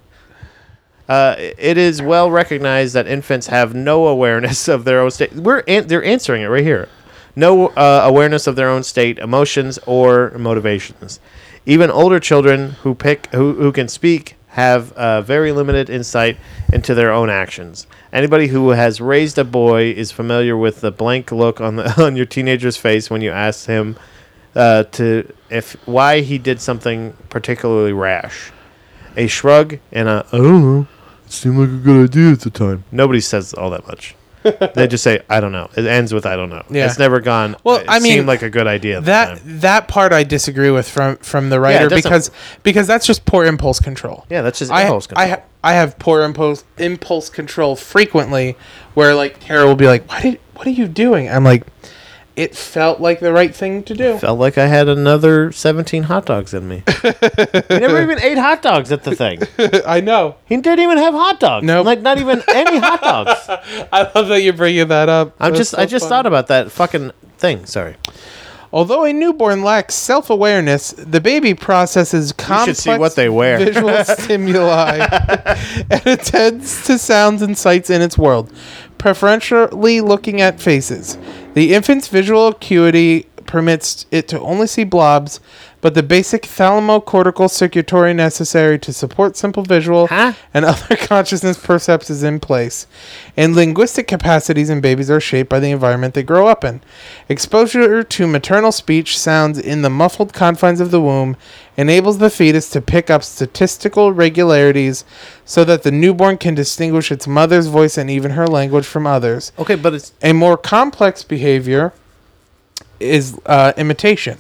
[SPEAKER 1] Uh, it is well recognized that infants have no awareness of their own state. We're an- they're answering it right here. No uh, awareness of their own state, emotions, or motivations. Even older children who pick who, who can speak have uh, very limited insight into their own actions. Anybody who has raised a boy is familiar with the blank look on the on your teenager's face when you ask him uh, to if why he did something particularly rash. A shrug and a
[SPEAKER 5] I don't know. It seemed like a good idea at the time.
[SPEAKER 1] nobody says all that much. they just say I don't know. It ends with I don't know.
[SPEAKER 2] Yeah.
[SPEAKER 1] It's never gone.
[SPEAKER 2] Well,
[SPEAKER 1] it
[SPEAKER 2] I mean,
[SPEAKER 1] seemed like a good idea at the
[SPEAKER 2] That
[SPEAKER 1] time.
[SPEAKER 2] that part I disagree with from from the writer
[SPEAKER 1] doesn't-
[SPEAKER 2] because because that's just poor impulse control.
[SPEAKER 1] Yeah, that's just
[SPEAKER 2] I
[SPEAKER 1] impulse control.
[SPEAKER 2] I ha- I have poor impulse impulse control frequently, where like Tara will be like, "What did what are you doing?" I'm like, "It felt like the right thing to do."
[SPEAKER 1] Felt like I had another seventeen hot dogs in me. he never even ate hot dogs at the thing.
[SPEAKER 2] I know.
[SPEAKER 1] He didn't even have hot dogs.
[SPEAKER 2] Nope.
[SPEAKER 1] like not even any hot dogs.
[SPEAKER 2] I love that you're bringing that up.
[SPEAKER 1] I'm
[SPEAKER 2] That's
[SPEAKER 1] just
[SPEAKER 2] so
[SPEAKER 1] I just
[SPEAKER 2] funny.
[SPEAKER 1] thought about that fucking thing. Sorry.
[SPEAKER 2] Although a newborn lacks self awareness, the baby processes complex
[SPEAKER 1] should see what they wear.
[SPEAKER 2] visual stimuli and attends to sounds and sights in its world, preferentially looking at faces. The infant's visual acuity permits it to only see blobs, but the basic thalamocortical circuitry necessary to support simple visual
[SPEAKER 1] Huh?
[SPEAKER 2] and other consciousness percepts is in place, and linguistic capacities in babies are shaped by the environment they grow up in. Exposure to maternal speech sounds in the muffled confines of the womb enables the fetus to pick up statistical regularities so that the newborn can distinguish its mother's voice and even her language from others.
[SPEAKER 1] Okay, but it's
[SPEAKER 2] A more complex behavior is uh, imitation.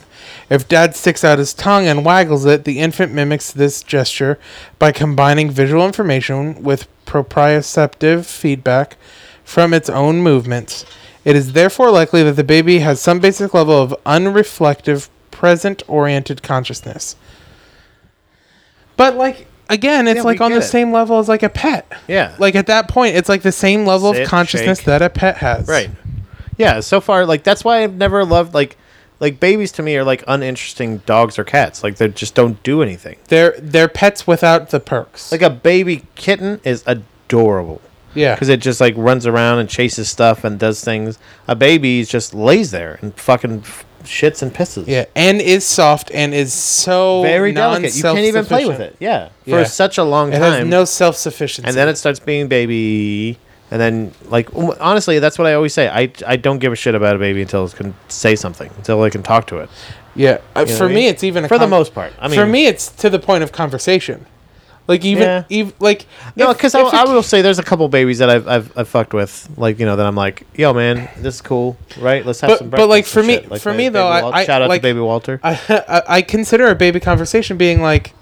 [SPEAKER 2] If dad sticks out his tongue and waggles it, the infant mimics this gesture by combining visual information with proprioceptive feedback from its own movements. It is therefore likely that the baby has some basic level of unreflective, present oriented consciousness. But, like, again, it's
[SPEAKER 1] Yeah,
[SPEAKER 2] like
[SPEAKER 1] we
[SPEAKER 2] on the
[SPEAKER 1] get it.
[SPEAKER 2] same level as like a pet.
[SPEAKER 1] Yeah.
[SPEAKER 2] Like, at that point, it's like the same level
[SPEAKER 1] Sit,
[SPEAKER 2] of consciousness
[SPEAKER 1] shake.
[SPEAKER 2] that a pet has.
[SPEAKER 1] Right. Yeah, so far like that's why I've never loved like like babies to me are like uninteresting dogs or cats. Like they just don't do anything.
[SPEAKER 2] They're they're pets without the perks.
[SPEAKER 1] Like a baby kitten is adorable
[SPEAKER 2] yeah,
[SPEAKER 1] cuz it just like runs around and chases stuff and does things. A baby just lays there and fucking f- shits and pisses.
[SPEAKER 2] yeah, and is soft and is so
[SPEAKER 1] Very delicate. You can't even play with
[SPEAKER 2] non-self-sufficient.
[SPEAKER 1] it. Yeah. For
[SPEAKER 2] Yeah.
[SPEAKER 1] such a long
[SPEAKER 2] It
[SPEAKER 1] time.
[SPEAKER 2] has no self sufficiency.
[SPEAKER 1] and then it starts being baby and then like w- honestly that's what i always say i, I don't give a shit about a baby until it can say something until i can talk to it
[SPEAKER 2] yeah, Uh,
[SPEAKER 1] know what
[SPEAKER 2] for
[SPEAKER 1] I
[SPEAKER 2] me,
[SPEAKER 1] mean?
[SPEAKER 2] it's even a
[SPEAKER 1] For the most part. I
[SPEAKER 2] for
[SPEAKER 1] mean-
[SPEAKER 2] me, it's to the point of conversation. Like even
[SPEAKER 1] Yeah.
[SPEAKER 2] even like
[SPEAKER 1] no
[SPEAKER 2] if-
[SPEAKER 1] because
[SPEAKER 2] if
[SPEAKER 1] I, I
[SPEAKER 2] a
[SPEAKER 1] will say there's a couple babies that I've, I've i've fucked with like you know that i'm like yo man this is cool right let's have
[SPEAKER 2] But-
[SPEAKER 1] some
[SPEAKER 2] but, like,
[SPEAKER 1] breakfast
[SPEAKER 2] for
[SPEAKER 1] and
[SPEAKER 2] me-
[SPEAKER 1] shit."
[SPEAKER 2] for
[SPEAKER 1] ba-
[SPEAKER 2] me,
[SPEAKER 1] baby
[SPEAKER 2] though, I- I-
[SPEAKER 1] shout out
[SPEAKER 2] like-
[SPEAKER 1] to baby walter
[SPEAKER 2] I, I, I consider a baby conversation being like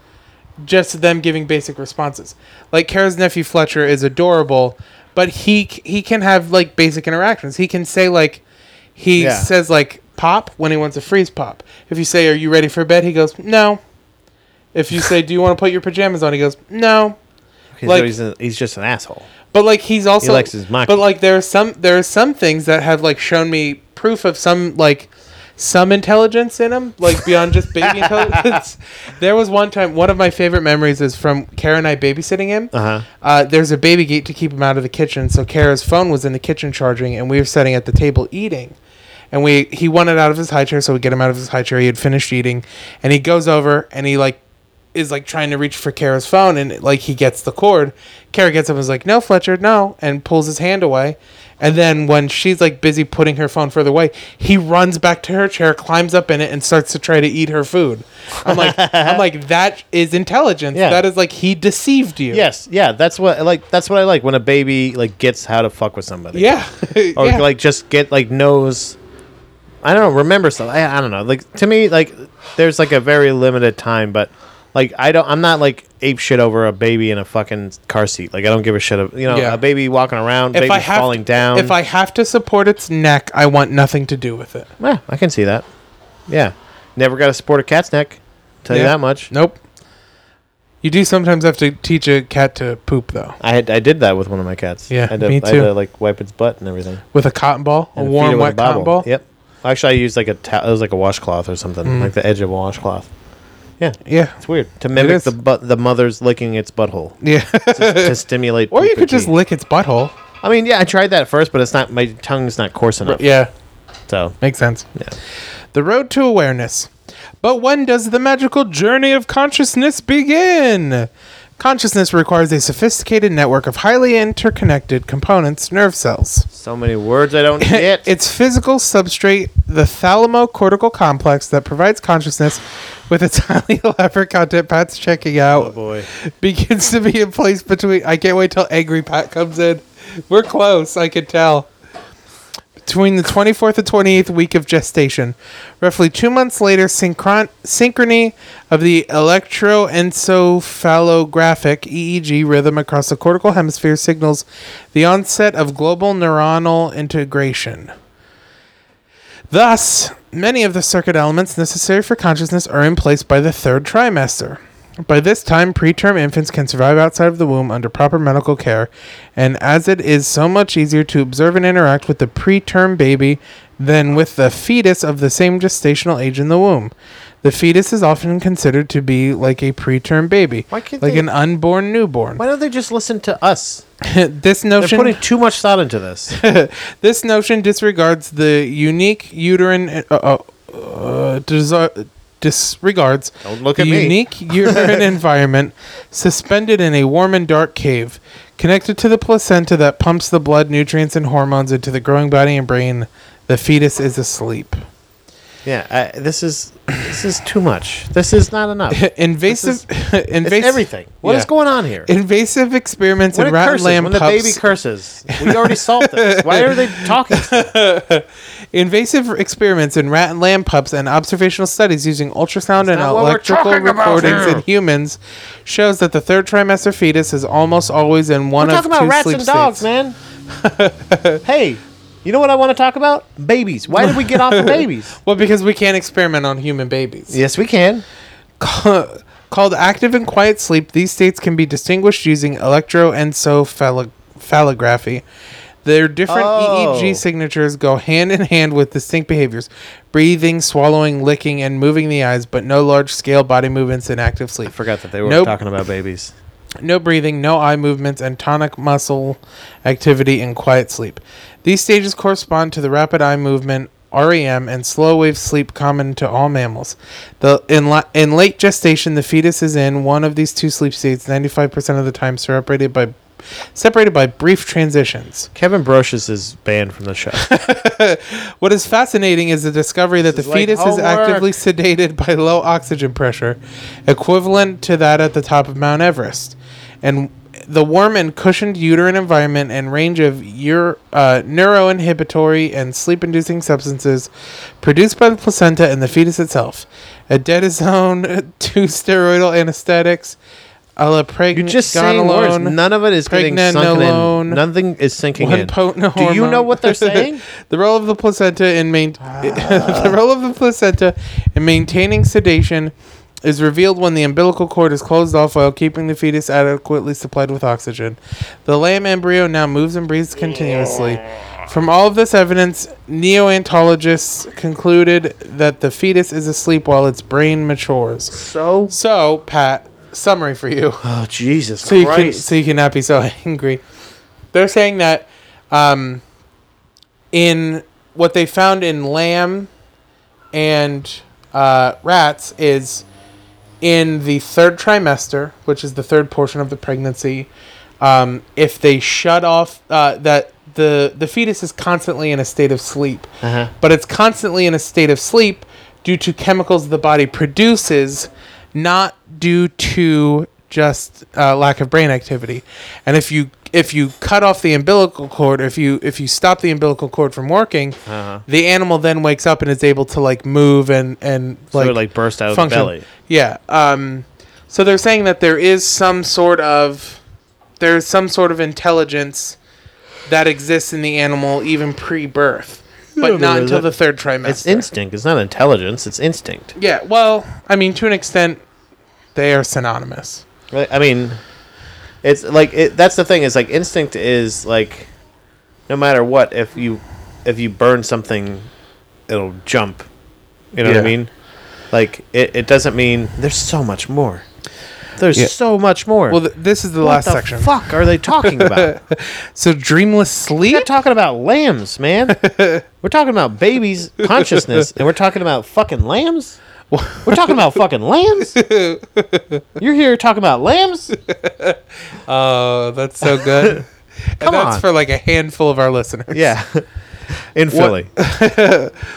[SPEAKER 2] just them giving basic responses. Like Kara's nephew Fletcher is adorable, but he c- he can have like basic interactions. He can say like he
[SPEAKER 1] Yeah.
[SPEAKER 2] says like pop when he wants a freeze pop. If you say are you ready for bed, he goes no. If you say do you want to put your pajamas on, he goes no.
[SPEAKER 1] Okay, so
[SPEAKER 2] like-
[SPEAKER 1] he's, a- he's just an asshole
[SPEAKER 2] But like he's also
[SPEAKER 1] likes his maki.
[SPEAKER 2] But like there are some there are some things that have like shown me proof of some like some intelligence in him, like beyond just baby intelligence. There was one time one of my favorite memories is from Kara and I babysitting him.
[SPEAKER 1] Uh-huh.
[SPEAKER 2] Uh, there's a baby gate to keep him out of the kitchen, so Kara's phone was in the kitchen charging, and we were sitting at the table eating. And we he wanted out of his high chair, so we get him out of his high chair. He had finished eating, and he goes over and he like is like trying to reach for Kara's phone and like he gets the cord. Kara gets up and is like, No, Fletcher, no, and pulls his hand away. And then when she's like busy putting her phone further away, he runs back to her chair, climbs up in it, and starts to try to eat her food. I'm like I'm like, that is intelligence.
[SPEAKER 1] Yeah.
[SPEAKER 2] That is like he deceived you.
[SPEAKER 1] yes yeah that's what like that's what i like when a baby like gets how to fuck with somebody
[SPEAKER 2] Yeah.
[SPEAKER 1] or
[SPEAKER 2] yeah.
[SPEAKER 1] Oh, like just get like knows i don't know, remember something I, I don't know like to me like there's like a very limited time but like i don't i'm not like ape shit over a baby in a fucking car seat like i don't give a shit of you know
[SPEAKER 2] Yeah.
[SPEAKER 1] a baby walking around
[SPEAKER 2] if
[SPEAKER 1] baby
[SPEAKER 2] I have
[SPEAKER 1] falling down
[SPEAKER 2] if I have to support its neck, I want nothing to do with it.
[SPEAKER 1] yeah, i can see that yeah never got to support a cat's neck tell you
[SPEAKER 2] Yeah.
[SPEAKER 1] that much
[SPEAKER 2] Nope. You do sometimes have to teach a cat to poop though.
[SPEAKER 1] I had I did that with one of my cats.
[SPEAKER 2] Yeah,
[SPEAKER 1] I had to,
[SPEAKER 2] me
[SPEAKER 1] I had
[SPEAKER 2] too.
[SPEAKER 1] to like wipe its butt and everything.
[SPEAKER 2] With a cotton ball, a
[SPEAKER 1] And feed it
[SPEAKER 2] warm
[SPEAKER 1] with
[SPEAKER 2] wet cotton
[SPEAKER 1] bobble.
[SPEAKER 2] ball.
[SPEAKER 1] Yep. Actually, I used like a ta- it was like a washcloth or something, like the edge of a washcloth. Yeah,
[SPEAKER 2] Mm. Yeah.
[SPEAKER 1] It's weird to mimic
[SPEAKER 2] is.
[SPEAKER 1] the but the mother's licking its butthole
[SPEAKER 2] Yeah.
[SPEAKER 1] to, to stimulate.
[SPEAKER 2] or you
[SPEAKER 1] puberty.
[SPEAKER 2] could just lick its butthole.
[SPEAKER 1] I mean, yeah, I tried that first, but it's not. My tongue's not coarse enough.
[SPEAKER 2] Yeah.
[SPEAKER 1] So
[SPEAKER 2] Makes sense.
[SPEAKER 1] Yeah.
[SPEAKER 2] The road to awareness. But when does the magical journey of consciousness begin? Consciousness requires a sophisticated network of highly interconnected components, nerve cells.
[SPEAKER 1] so many words I don't get.
[SPEAKER 2] Its physical substrate, the thalamocortical complex that provides consciousness with its highly elaborate content. Pat's checking out.
[SPEAKER 1] Oh, boy.
[SPEAKER 2] Begins to be in place between. I can't wait till Angry Pat comes in. We're close, I can tell. Between the 24th and 28th week of gestation. Roughly two months later, synchron- synchrony of the electroencephalographic EEG rhythm across the cortical hemisphere signals the onset of global neuronal integration. Thus, many of the circuit elements necessary for consciousness are in place by the third trimester. By this time, preterm infants can survive outside of the womb under proper medical care, and as it is so much easier to observe and interact with the preterm baby than with the fetus of the same gestational age in the womb, the fetus is often considered to be like a preterm baby,
[SPEAKER 1] Why can't
[SPEAKER 2] like
[SPEAKER 1] they-
[SPEAKER 2] an unborn newborn.
[SPEAKER 1] Why don't they just listen to us?
[SPEAKER 2] this
[SPEAKER 1] They're
[SPEAKER 2] notion
[SPEAKER 1] putting too much thought into this.
[SPEAKER 2] this notion disregards the unique uterine uh, uh, uh, desi- disregards
[SPEAKER 1] Don't look
[SPEAKER 2] the
[SPEAKER 1] at me.
[SPEAKER 2] unique uterine environment suspended in a warm and dark cave connected to the placenta that pumps the blood nutrients and hormones into the growing body and brain the fetus is asleep
[SPEAKER 1] yeah, I, this is this is too much. This is not enough. It's
[SPEAKER 2] invasive invasive
[SPEAKER 1] everything. What is
[SPEAKER 2] Yeah.
[SPEAKER 1] going on here?
[SPEAKER 2] invasive experiments
[SPEAKER 1] when
[SPEAKER 2] in
[SPEAKER 1] it
[SPEAKER 2] rat and
[SPEAKER 1] curses,
[SPEAKER 2] lamb
[SPEAKER 1] when
[SPEAKER 2] pups
[SPEAKER 1] the baby curses, we already solved this. Why are they talking? still?
[SPEAKER 2] Invasive experiments in rat and lamb pups and observational studies using ultrasound and
[SPEAKER 1] not what we're
[SPEAKER 2] electrical
[SPEAKER 1] talking about
[SPEAKER 2] recordings
[SPEAKER 1] here.
[SPEAKER 2] in humans shows that the third trimester fetus is almost always in one
[SPEAKER 1] We're
[SPEAKER 2] of
[SPEAKER 1] talking about
[SPEAKER 2] two
[SPEAKER 1] rats
[SPEAKER 2] sleep
[SPEAKER 1] and dogs,
[SPEAKER 2] states.
[SPEAKER 1] man. hey, you know what I want to talk about? Babies. Why did we get off of babies?
[SPEAKER 2] Well, because we can't experiment on human babies.
[SPEAKER 1] Yes, we can.
[SPEAKER 2] Called active and quiet sleep, these states can be distinguished using electroencephalography. Their different
[SPEAKER 1] Oh.
[SPEAKER 2] EEG signatures go hand in hand with distinct behaviors breathing, swallowing, licking, and moving the eyes, but no large scale body movements in active sleep.
[SPEAKER 1] Forgot that they were
[SPEAKER 2] Nope.
[SPEAKER 1] talking about babies.
[SPEAKER 2] no breathing, no eye movements, and tonic muscle activity in quiet sleep. These stages correspond to the rapid eye movement. REM and slow wave sleep common to all mammals. The in, la- in late gestation, the fetus is in one of these two sleep states 95% of the time, separated by separated by brief transitions.
[SPEAKER 1] Kevin Brochus is banned from the show.
[SPEAKER 2] What is fascinating is the discovery that
[SPEAKER 1] This
[SPEAKER 2] the
[SPEAKER 1] is like
[SPEAKER 2] fetus is
[SPEAKER 1] homework.
[SPEAKER 2] actively sedated by low oxygen pressure, equivalent to that at the top of Mount Everest. And the warm and cushioned uterine environment and range of ur- uh, neuroinhibitory and sleep inducing substances produced by the placenta and the fetus itself. Adedazone, two steroidal anesthetics, allopreg-
[SPEAKER 1] You're just saying words. None of it is getting sunken
[SPEAKER 2] pregnenolone,
[SPEAKER 1] in. Nothing is sinking
[SPEAKER 2] one
[SPEAKER 1] in.
[SPEAKER 2] potent
[SPEAKER 1] Do you know
[SPEAKER 2] hormone.
[SPEAKER 1] what they're saying? Ah.
[SPEAKER 2] the role of the placenta in main the role of the placenta in maintaining sedation is revealed when the umbilical cord is closed off while keeping the fetus adequately supplied with oxygen. The lamb embryo now moves and breathes continuously. From all of this evidence, neonatologists concluded that the fetus is asleep while its brain matures.
[SPEAKER 1] so,
[SPEAKER 2] So, Pat, summary for you
[SPEAKER 1] oh Jesus
[SPEAKER 2] so you can
[SPEAKER 1] Christ!
[SPEAKER 2] so you cannot be so angry. They're saying that um, in what they found in lamb and uh, rats is in the third trimester, which is the third portion of the pregnancy. Um, if they shut off uh, that the the fetus is constantly in a state of sleep,
[SPEAKER 1] Uh-huh.
[SPEAKER 2] but it's constantly in a state of sleep due to chemicals the body produces, not due to just uh, lack of brain activity. And if you if you cut off the umbilical cord, if you if you stop the umbilical cord from working,
[SPEAKER 1] Uh-huh.
[SPEAKER 2] the animal then wakes up and is able to like move and and
[SPEAKER 1] So
[SPEAKER 2] like
[SPEAKER 1] it like burst out of Oh, the
[SPEAKER 2] function.
[SPEAKER 1] belly.
[SPEAKER 2] Yeah. Um, so they're saying that there is some sort of there is some sort of intelligence that exists in the animal even pre-birth, but not
[SPEAKER 1] there
[SPEAKER 2] until
[SPEAKER 1] isn't.
[SPEAKER 2] the third trimester.
[SPEAKER 1] It's instinct. It's not intelligence. It's instinct.
[SPEAKER 2] yeah. Well, I mean, to an extent, they are synonymous.
[SPEAKER 1] Right, I mean, it's like it, that's the thing. Is like instinct is like, no matter what, if you if you burn something, it'll jump. You know what
[SPEAKER 2] Yeah.
[SPEAKER 1] I mean? Like it, it doesn't mean there's so much more. There's
[SPEAKER 2] Yeah.
[SPEAKER 1] so much more.
[SPEAKER 2] Well, th- this is the
[SPEAKER 1] what
[SPEAKER 2] last
[SPEAKER 1] the
[SPEAKER 2] section.
[SPEAKER 1] fuck are they talking about?
[SPEAKER 2] So dreamless sleep.
[SPEAKER 1] We're talking about lambs, man. We're talking about babies' consciousness, and we're talking about fucking lambs. We're talking about fucking lambs. You're here talking about lambs.
[SPEAKER 2] Oh, that's so good.
[SPEAKER 1] Come
[SPEAKER 2] and that's
[SPEAKER 1] on.
[SPEAKER 2] for like a handful of our listeners.
[SPEAKER 1] Yeah. In Philly.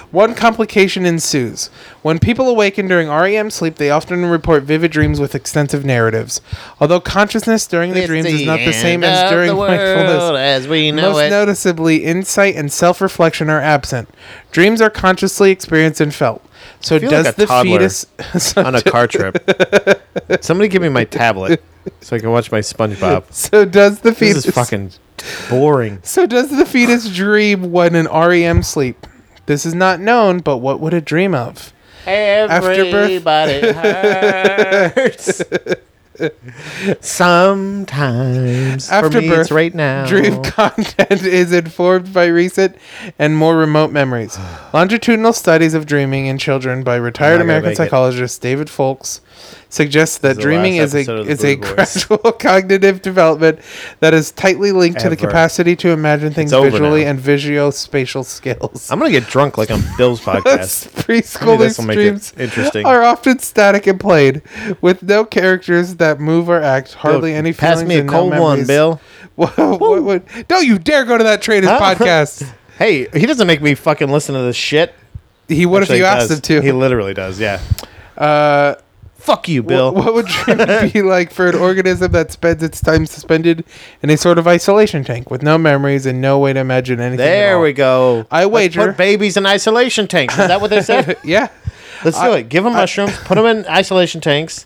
[SPEAKER 2] One complication ensues. When people awaken during REM sleep, they often report vivid dreams with extensive narratives. Although consciousness during the dreams is not the same as during mindfulness,
[SPEAKER 1] as we
[SPEAKER 2] most noticeably insight and self-reflection are absent. Dreams are consciously experienced and felt. So
[SPEAKER 1] feel
[SPEAKER 2] does
[SPEAKER 1] like a
[SPEAKER 2] the
[SPEAKER 1] toddler
[SPEAKER 2] fetus? so,
[SPEAKER 1] on a car trip. Somebody give me my tablet so I can watch my SpongeBob.
[SPEAKER 2] so does the fetus?
[SPEAKER 1] This is fucking boring.
[SPEAKER 2] So does the E fetus dream when in REM sleep? This is not known, but what would it dream of? Afterbirth?
[SPEAKER 1] Everybody hurts. Sometimes. for me,
[SPEAKER 2] Afterbirth
[SPEAKER 1] it's right now.
[SPEAKER 2] Dream content is informed by recent and more remote memories. Longitudinal studies of dreaming in children by retired
[SPEAKER 1] gonna
[SPEAKER 2] American
[SPEAKER 1] make it.
[SPEAKER 2] psychologist David Folks suggests
[SPEAKER 1] is
[SPEAKER 2] that
[SPEAKER 1] the
[SPEAKER 2] dreaming
[SPEAKER 1] last
[SPEAKER 2] is a
[SPEAKER 1] episode of The
[SPEAKER 2] is a
[SPEAKER 1] Blue Boys.
[SPEAKER 2] gradual cognitive development that is tightly linked to the
[SPEAKER 1] Ever.
[SPEAKER 2] capacity to imagine things
[SPEAKER 1] over
[SPEAKER 2] visually
[SPEAKER 1] now.
[SPEAKER 2] and visuospatial skills.
[SPEAKER 1] I'm going to get drunk like on Bill's podcast. Maybe
[SPEAKER 2] Preschoolers'
[SPEAKER 1] this'll make it
[SPEAKER 2] dreams
[SPEAKER 1] interesting.
[SPEAKER 2] are often static and plain, with no characters that move or act, hardly
[SPEAKER 1] Bill,
[SPEAKER 2] any
[SPEAKER 1] Pass
[SPEAKER 2] feelings.
[SPEAKER 1] me a
[SPEAKER 2] and
[SPEAKER 1] cold
[SPEAKER 2] no
[SPEAKER 1] one,
[SPEAKER 2] memories.
[SPEAKER 1] Bill.
[SPEAKER 2] What, what, what, don't you dare go to that trader's
[SPEAKER 1] Huh?
[SPEAKER 2] podcast.
[SPEAKER 1] Hey, he doesn't make me fucking listen to this shit.
[SPEAKER 2] He would
[SPEAKER 1] Actually,
[SPEAKER 2] if you
[SPEAKER 1] he
[SPEAKER 2] asked
[SPEAKER 1] does.
[SPEAKER 2] him to.
[SPEAKER 1] He literally does, yeah.
[SPEAKER 2] uh,
[SPEAKER 1] Fuck you,
[SPEAKER 2] wh-
[SPEAKER 1] Bill.
[SPEAKER 2] what would dreaming be like for an organism that spends its time suspended in a sort of isolation tank with no memories and no way to imagine anything?
[SPEAKER 1] There we go.
[SPEAKER 2] I
[SPEAKER 1] Let's
[SPEAKER 2] wager-
[SPEAKER 1] Put babies in isolation tanks. Is that what they said?
[SPEAKER 2] Yeah,
[SPEAKER 1] Let's do it. Give them mushrooms. Put them in isolation tanks.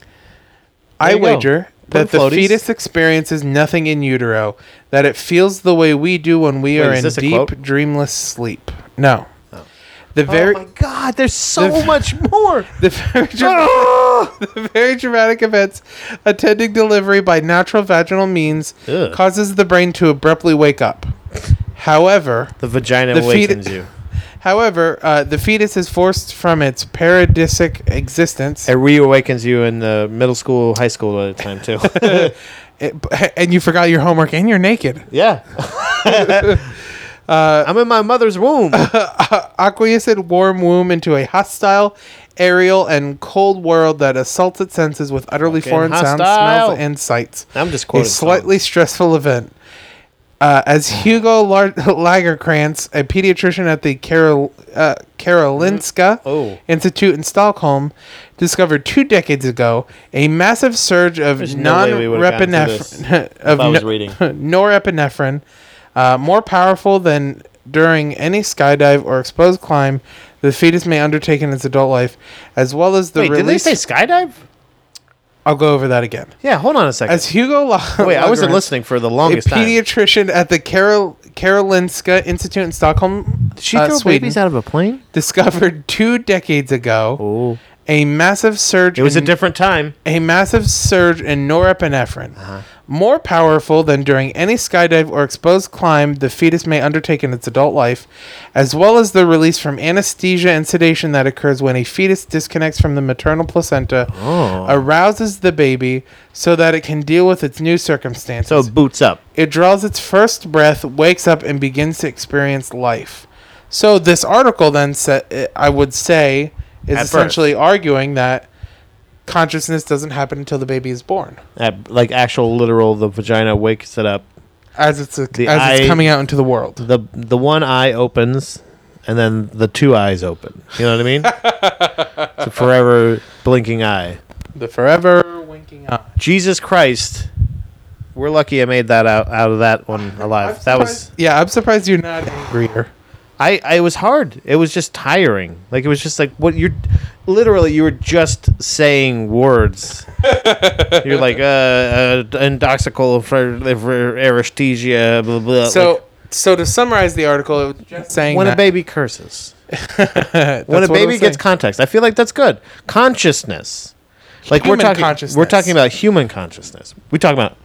[SPEAKER 2] I
[SPEAKER 1] you go.
[SPEAKER 2] wager that
[SPEAKER 1] Put
[SPEAKER 2] the
[SPEAKER 1] floaties.
[SPEAKER 2] fetus experiences nothing in utero. That it feels the way we do when we
[SPEAKER 1] Wait,
[SPEAKER 2] are
[SPEAKER 1] is
[SPEAKER 2] in
[SPEAKER 1] this a
[SPEAKER 2] deep
[SPEAKER 1] quote? Oh.
[SPEAKER 2] dreamless sleep. No, the very
[SPEAKER 1] god, there's so
[SPEAKER 2] The-
[SPEAKER 1] much more.
[SPEAKER 2] the very. the very dramatic events attending delivery by natural vaginal means
[SPEAKER 1] Ugh.
[SPEAKER 2] causes the brain to abruptly wake up. However,
[SPEAKER 1] The vagina
[SPEAKER 2] The feet-
[SPEAKER 1] awakens you.
[SPEAKER 2] however, uh, the fetus is forced from its paradisic existence,
[SPEAKER 1] It reawakens you in the middle school, high school at the time too.
[SPEAKER 2] It- and you forgot your homework, and you're naked.
[SPEAKER 1] yeah.
[SPEAKER 2] Uh,
[SPEAKER 1] I'm in my mother's womb.
[SPEAKER 2] Acquiescent warm womb into a hostile, aerial, and cold world that assaults its senses with utterly
[SPEAKER 1] Fucking
[SPEAKER 2] foreign sounds,
[SPEAKER 1] hostile.
[SPEAKER 2] smells, and sights.
[SPEAKER 1] I'm just
[SPEAKER 2] a
[SPEAKER 1] quoting.
[SPEAKER 2] slightly stressful event. Uh, as Hugo Lar- Lagerkrantz, a pediatrician at the Karol- uh, Karolinska
[SPEAKER 1] Oh.
[SPEAKER 2] Institute in Stockholm, discovered two decades ago, a massive surge of
[SPEAKER 1] There's no way we would've gotten through this
[SPEAKER 2] norepinephrine of
[SPEAKER 1] I was
[SPEAKER 2] no-
[SPEAKER 1] reading.
[SPEAKER 2] norepinephrine, uh, more powerful than during any skydive or exposed climb the fetus may undertake in its adult life, as well as the
[SPEAKER 1] Wait, did they
[SPEAKER 2] release.
[SPEAKER 1] say skydive?
[SPEAKER 2] I'll go over that again.
[SPEAKER 1] Yeah, hold on a second.
[SPEAKER 2] As Hugo La-
[SPEAKER 1] Wait, I wasn't
[SPEAKER 2] Lagerkrantz-
[SPEAKER 1] listening for the longest
[SPEAKER 2] a
[SPEAKER 1] time. Did
[SPEAKER 2] pediatrician at the Karol- Karolinska Institute in Stockholm,
[SPEAKER 1] she
[SPEAKER 2] uh,
[SPEAKER 1] throw
[SPEAKER 2] Sweden,
[SPEAKER 1] babies out of a plane?
[SPEAKER 2] discovered two decades ago
[SPEAKER 1] Oh,
[SPEAKER 2] a massive surge.
[SPEAKER 1] it was a
[SPEAKER 2] in,
[SPEAKER 1] different time.
[SPEAKER 2] a massive surge in norepinephrine,
[SPEAKER 1] Uh-huh.
[SPEAKER 2] more powerful than during any skydive or exposed climb the fetus may undertake in its adult life, as well as the release from anesthesia and sedation that occurs when a fetus disconnects from the maternal placenta,
[SPEAKER 1] Oh.
[SPEAKER 2] arouses the baby so that it can deal with its new circumstances.
[SPEAKER 1] So boots up.
[SPEAKER 2] It draws its first breath, wakes up, and begins to experience life. So this article then said, I would say, is
[SPEAKER 1] At
[SPEAKER 2] essentially arguing that consciousness doesn't happen until the baby is born,
[SPEAKER 1] At, like actual literal, the vagina wakes it up.
[SPEAKER 2] as it's uh, as
[SPEAKER 1] eye-
[SPEAKER 2] it's coming out into the world.
[SPEAKER 1] the the one eye opens and then the two eyes open. You know what I mean? it's a forever blinking eye.
[SPEAKER 2] The forever winking eye.
[SPEAKER 1] Jesus Christ. We're lucky I made that out, out of that one alive. that was
[SPEAKER 2] yeah. I'm surprised you're not angrier.
[SPEAKER 1] I, I it was hard. It was just tiring. Like it was just like what you're literally you were just saying words. you're like uh, uh indoxical for, for anesthesia blah blah.
[SPEAKER 2] So.
[SPEAKER 1] Like,
[SPEAKER 2] so to summarize the article, it was just saying
[SPEAKER 1] when
[SPEAKER 2] that,
[SPEAKER 1] a baby curses.
[SPEAKER 2] that's
[SPEAKER 1] when a
[SPEAKER 2] what it
[SPEAKER 1] baby
[SPEAKER 2] was
[SPEAKER 1] gets
[SPEAKER 2] saying.
[SPEAKER 1] context, I feel like that's good. Consciousness, like
[SPEAKER 2] Human
[SPEAKER 1] we're talking,
[SPEAKER 2] consciousness.
[SPEAKER 1] we're talking about human consciousness. We talking about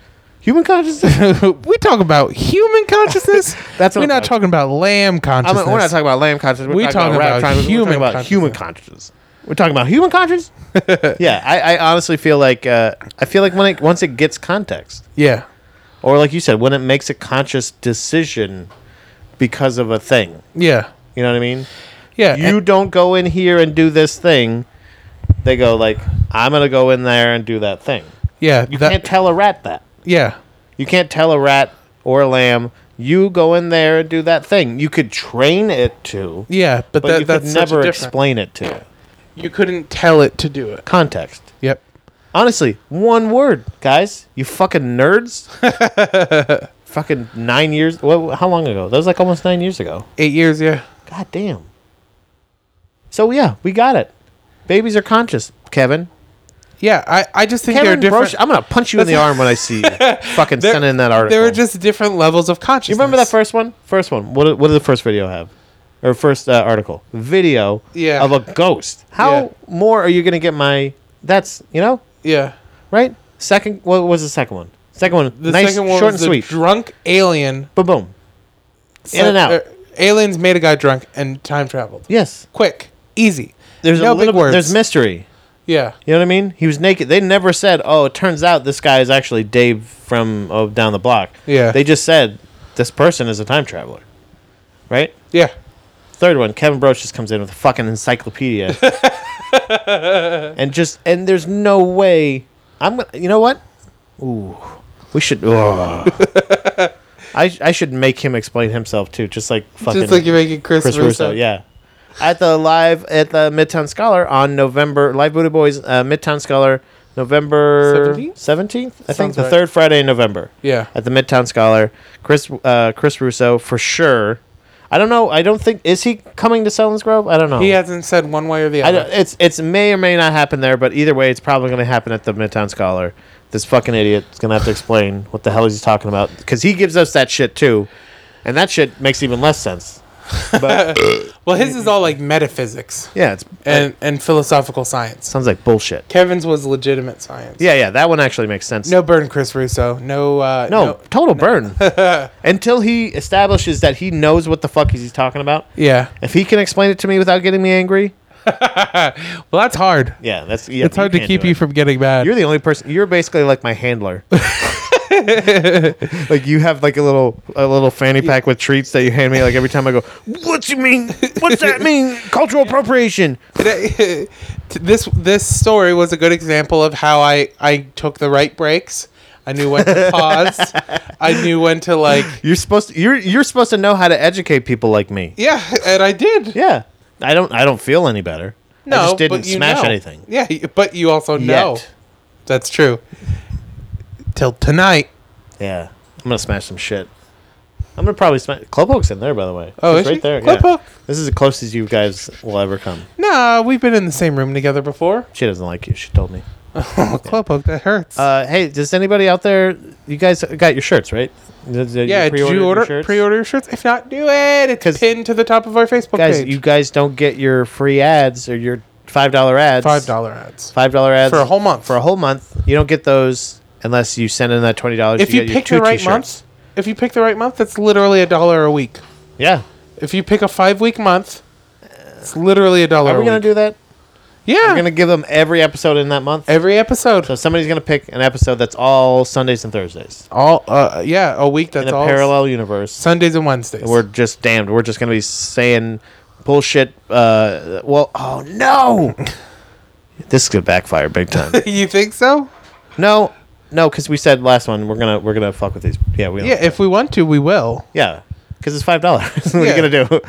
[SPEAKER 1] human consciousness.
[SPEAKER 2] we talk about human consciousness.
[SPEAKER 1] That's
[SPEAKER 2] we're
[SPEAKER 1] what-
[SPEAKER 2] not talking about lamb
[SPEAKER 1] I
[SPEAKER 2] consciousness.
[SPEAKER 1] mean, we're not talking about lamb consciousness. We're,
[SPEAKER 2] We
[SPEAKER 1] talking, about, rat consciousness.
[SPEAKER 2] human
[SPEAKER 1] We're talking about human consciousness. We're talking about human conscience. yeah, I, I honestly feel like uh, I feel like when it once it gets context,
[SPEAKER 2] yeah.
[SPEAKER 1] or like you said, when it makes a conscious decision because of a thing.
[SPEAKER 2] Yeah.
[SPEAKER 1] You know what I mean?
[SPEAKER 2] Yeah.
[SPEAKER 1] you don't go in here and do this thing. They go like, I'm gonna go in there and do that thing.
[SPEAKER 2] Yeah,
[SPEAKER 1] You
[SPEAKER 2] that,
[SPEAKER 1] can't tell a rat that.
[SPEAKER 2] yeah,
[SPEAKER 1] You can't tell a rat or a lamb. You go in there and do that thing. You could train it to,
[SPEAKER 2] yeah, but,
[SPEAKER 1] but
[SPEAKER 2] that,
[SPEAKER 1] you could
[SPEAKER 2] that's
[SPEAKER 1] never
[SPEAKER 2] such a
[SPEAKER 1] explain
[SPEAKER 2] explain.
[SPEAKER 1] it to.
[SPEAKER 2] You couldn't tell it to do it.
[SPEAKER 1] Context.
[SPEAKER 2] Yep.
[SPEAKER 1] Honestly, one word, guys. You fucking nerds. fucking nine years. What, how long ago? That was like almost nine years ago.
[SPEAKER 2] Eight years, yeah.
[SPEAKER 1] God damn. So yeah, we got it. Babies are conscious, Kevin.
[SPEAKER 2] Yeah, I, I just think they're
[SPEAKER 1] Kevin
[SPEAKER 2] different.
[SPEAKER 1] Broch, I'm gonna punch you in the arm when I see you. fucking
[SPEAKER 2] They're-
[SPEAKER 1] sending that article.
[SPEAKER 2] there were just different levels of
[SPEAKER 1] You
[SPEAKER 2] consciousness.
[SPEAKER 1] remember that first one? First one. What? did- What did the first video have? or first uh, article video
[SPEAKER 2] Yeah.
[SPEAKER 1] of a ghost. How
[SPEAKER 2] Yeah.
[SPEAKER 1] more are you gonna get my? That's you know
[SPEAKER 2] Yeah.
[SPEAKER 1] right. Second, what was the second one? Second one,
[SPEAKER 2] The
[SPEAKER 1] nice,
[SPEAKER 2] second one
[SPEAKER 1] short and
[SPEAKER 2] was the
[SPEAKER 1] sweet.
[SPEAKER 2] drunk alien.
[SPEAKER 1] Boom, boom. In and out.
[SPEAKER 2] er, aliens made a guy drunk and time traveled.
[SPEAKER 1] yes,
[SPEAKER 2] Quick, easy.
[SPEAKER 1] there's
[SPEAKER 2] no
[SPEAKER 1] a little.
[SPEAKER 2] big words.
[SPEAKER 1] There's mystery.
[SPEAKER 2] yeah.
[SPEAKER 1] You know what I mean? He was naked. They never said, "Oh, it turns out this guy is actually Dave from oh, down the block."
[SPEAKER 2] Yeah.
[SPEAKER 1] They just said this person is a time traveler, right?
[SPEAKER 2] Yeah.
[SPEAKER 1] Third one, Kevin Broach just comes in with a fucking encyclopedia, and just and there's no way I'm gonna. You know what? Ooh, we should. Oh. I I should make him explain himself too, just like fucking
[SPEAKER 2] Just like you're making Chris,
[SPEAKER 1] Chris Russo. Yeah, at the live at the Midtown Scholar on November Live Buddha Boys uh, Midtown Scholar November
[SPEAKER 2] 17th?
[SPEAKER 1] seventeenth. I think
[SPEAKER 2] Sounds
[SPEAKER 1] the
[SPEAKER 2] right.
[SPEAKER 1] third Friday in November
[SPEAKER 2] Yeah.
[SPEAKER 1] at the Midtown Scholar. Chris uh, Chris Russo for sure. I don't know. I don't think is he coming to Selins Grove. I don't know.
[SPEAKER 2] He hasn't said one way or the
[SPEAKER 1] I don't,
[SPEAKER 2] other.
[SPEAKER 1] it's it's may or may not happen there, but either way, it's probably going to happen at the Midtown Scholar. This fucking idiot is going to have to explain what the hell he's talking about because he gives us that shit too, and that shit makes even less sense. But
[SPEAKER 2] Well, his is all like metaphysics
[SPEAKER 1] yeah, it's
[SPEAKER 2] and, and philosophical science.
[SPEAKER 1] Sounds like bullshit.
[SPEAKER 2] Kevin's was legitimate science.
[SPEAKER 1] Yeah, yeah, that one actually makes sense.
[SPEAKER 2] No burn, Chris Russo. No. Uh,
[SPEAKER 1] no, total burn. Until he establishes that he knows what the fuck he's talking about.
[SPEAKER 2] Yeah.
[SPEAKER 1] If he can explain it to me without getting me angry,
[SPEAKER 2] Well, that's hard.
[SPEAKER 1] yeah, that's yeah,
[SPEAKER 2] it's hard to
[SPEAKER 1] can't
[SPEAKER 2] keep
[SPEAKER 1] do
[SPEAKER 2] you
[SPEAKER 1] it.
[SPEAKER 2] from getting mad.
[SPEAKER 1] You're the only person. You're basically like my handler. like you have like a little a little fanny pack with treats that you hand me like every time I go. What you mean? What's that mean? Cultural appropriation.
[SPEAKER 2] Today- t- this this story was a good example of how I I took the right breaks. I knew when to pause. I knew when to like
[SPEAKER 1] You're supposed to. You're you're supposed to know how to educate people like me.
[SPEAKER 2] yeah, and I did.
[SPEAKER 1] Yeah. I don't. I don't feel any better.
[SPEAKER 2] No,
[SPEAKER 1] I just didn't
[SPEAKER 2] but you
[SPEAKER 1] smash
[SPEAKER 2] know.
[SPEAKER 1] anything.
[SPEAKER 2] Yeah, y- but you also know
[SPEAKER 1] Yet.
[SPEAKER 2] that's true. Till tonight.
[SPEAKER 1] Yeah, I'm gonna smash some shit. I'm gonna probably smash. Clubhook's in there, by the way.
[SPEAKER 2] Oh,
[SPEAKER 1] She's
[SPEAKER 2] is
[SPEAKER 1] right
[SPEAKER 2] she?
[SPEAKER 1] there.
[SPEAKER 2] Club
[SPEAKER 1] yeah.
[SPEAKER 2] Hook?
[SPEAKER 1] This is the closest you guys will ever come.
[SPEAKER 2] Nah, we've been in the same room together before.
[SPEAKER 1] She doesn't like you. She told me.
[SPEAKER 2] Oh, club hook, that hurts.
[SPEAKER 1] Uh, hey, does anybody out there? You guys got your shirts, right? Did- did
[SPEAKER 2] yeah,
[SPEAKER 1] pre-order
[SPEAKER 2] did you
[SPEAKER 1] your
[SPEAKER 2] order
[SPEAKER 1] shirts?
[SPEAKER 2] pre-order your shirts? If not, do it. It's
[SPEAKER 1] 'Cause-
[SPEAKER 2] pinned to the top of our Facebook
[SPEAKER 1] Guys,
[SPEAKER 2] page.
[SPEAKER 1] you guys don't get your free ads or your five dollar ads.
[SPEAKER 2] five dollar ads
[SPEAKER 1] Five dollar ads
[SPEAKER 2] for a whole month.
[SPEAKER 1] for a whole month. You don't get those unless you send in that twenty dollars.
[SPEAKER 2] if you, pick the right month, if you pick the right month, that's literally a dollar a week.
[SPEAKER 1] yeah.
[SPEAKER 2] If you pick a five week month, it's literally a dollar.
[SPEAKER 1] Are we
[SPEAKER 2] a
[SPEAKER 1] gonna
[SPEAKER 2] week.
[SPEAKER 1] do that?
[SPEAKER 2] Yeah,
[SPEAKER 1] We're gonna give them every episode in that month.
[SPEAKER 2] every episode.
[SPEAKER 1] So somebody's gonna pick an episode that's all Sundays and Thursdays
[SPEAKER 2] all uh, yeah, a week that's
[SPEAKER 1] in a
[SPEAKER 2] all
[SPEAKER 1] parallel universe.
[SPEAKER 2] Sundays and Wednesdays.
[SPEAKER 1] We're just damned. We're just gonna be saying bullshit. Uh, well, oh no, this could backfire big time.
[SPEAKER 2] you think so?
[SPEAKER 1] no, no, because we said last one we're gonna we're gonna fuck with these. Yeah, we
[SPEAKER 2] Yeah, if we want to, we will.
[SPEAKER 1] yeah, because it's five dollars. what
[SPEAKER 2] Yeah.
[SPEAKER 1] are you gonna do?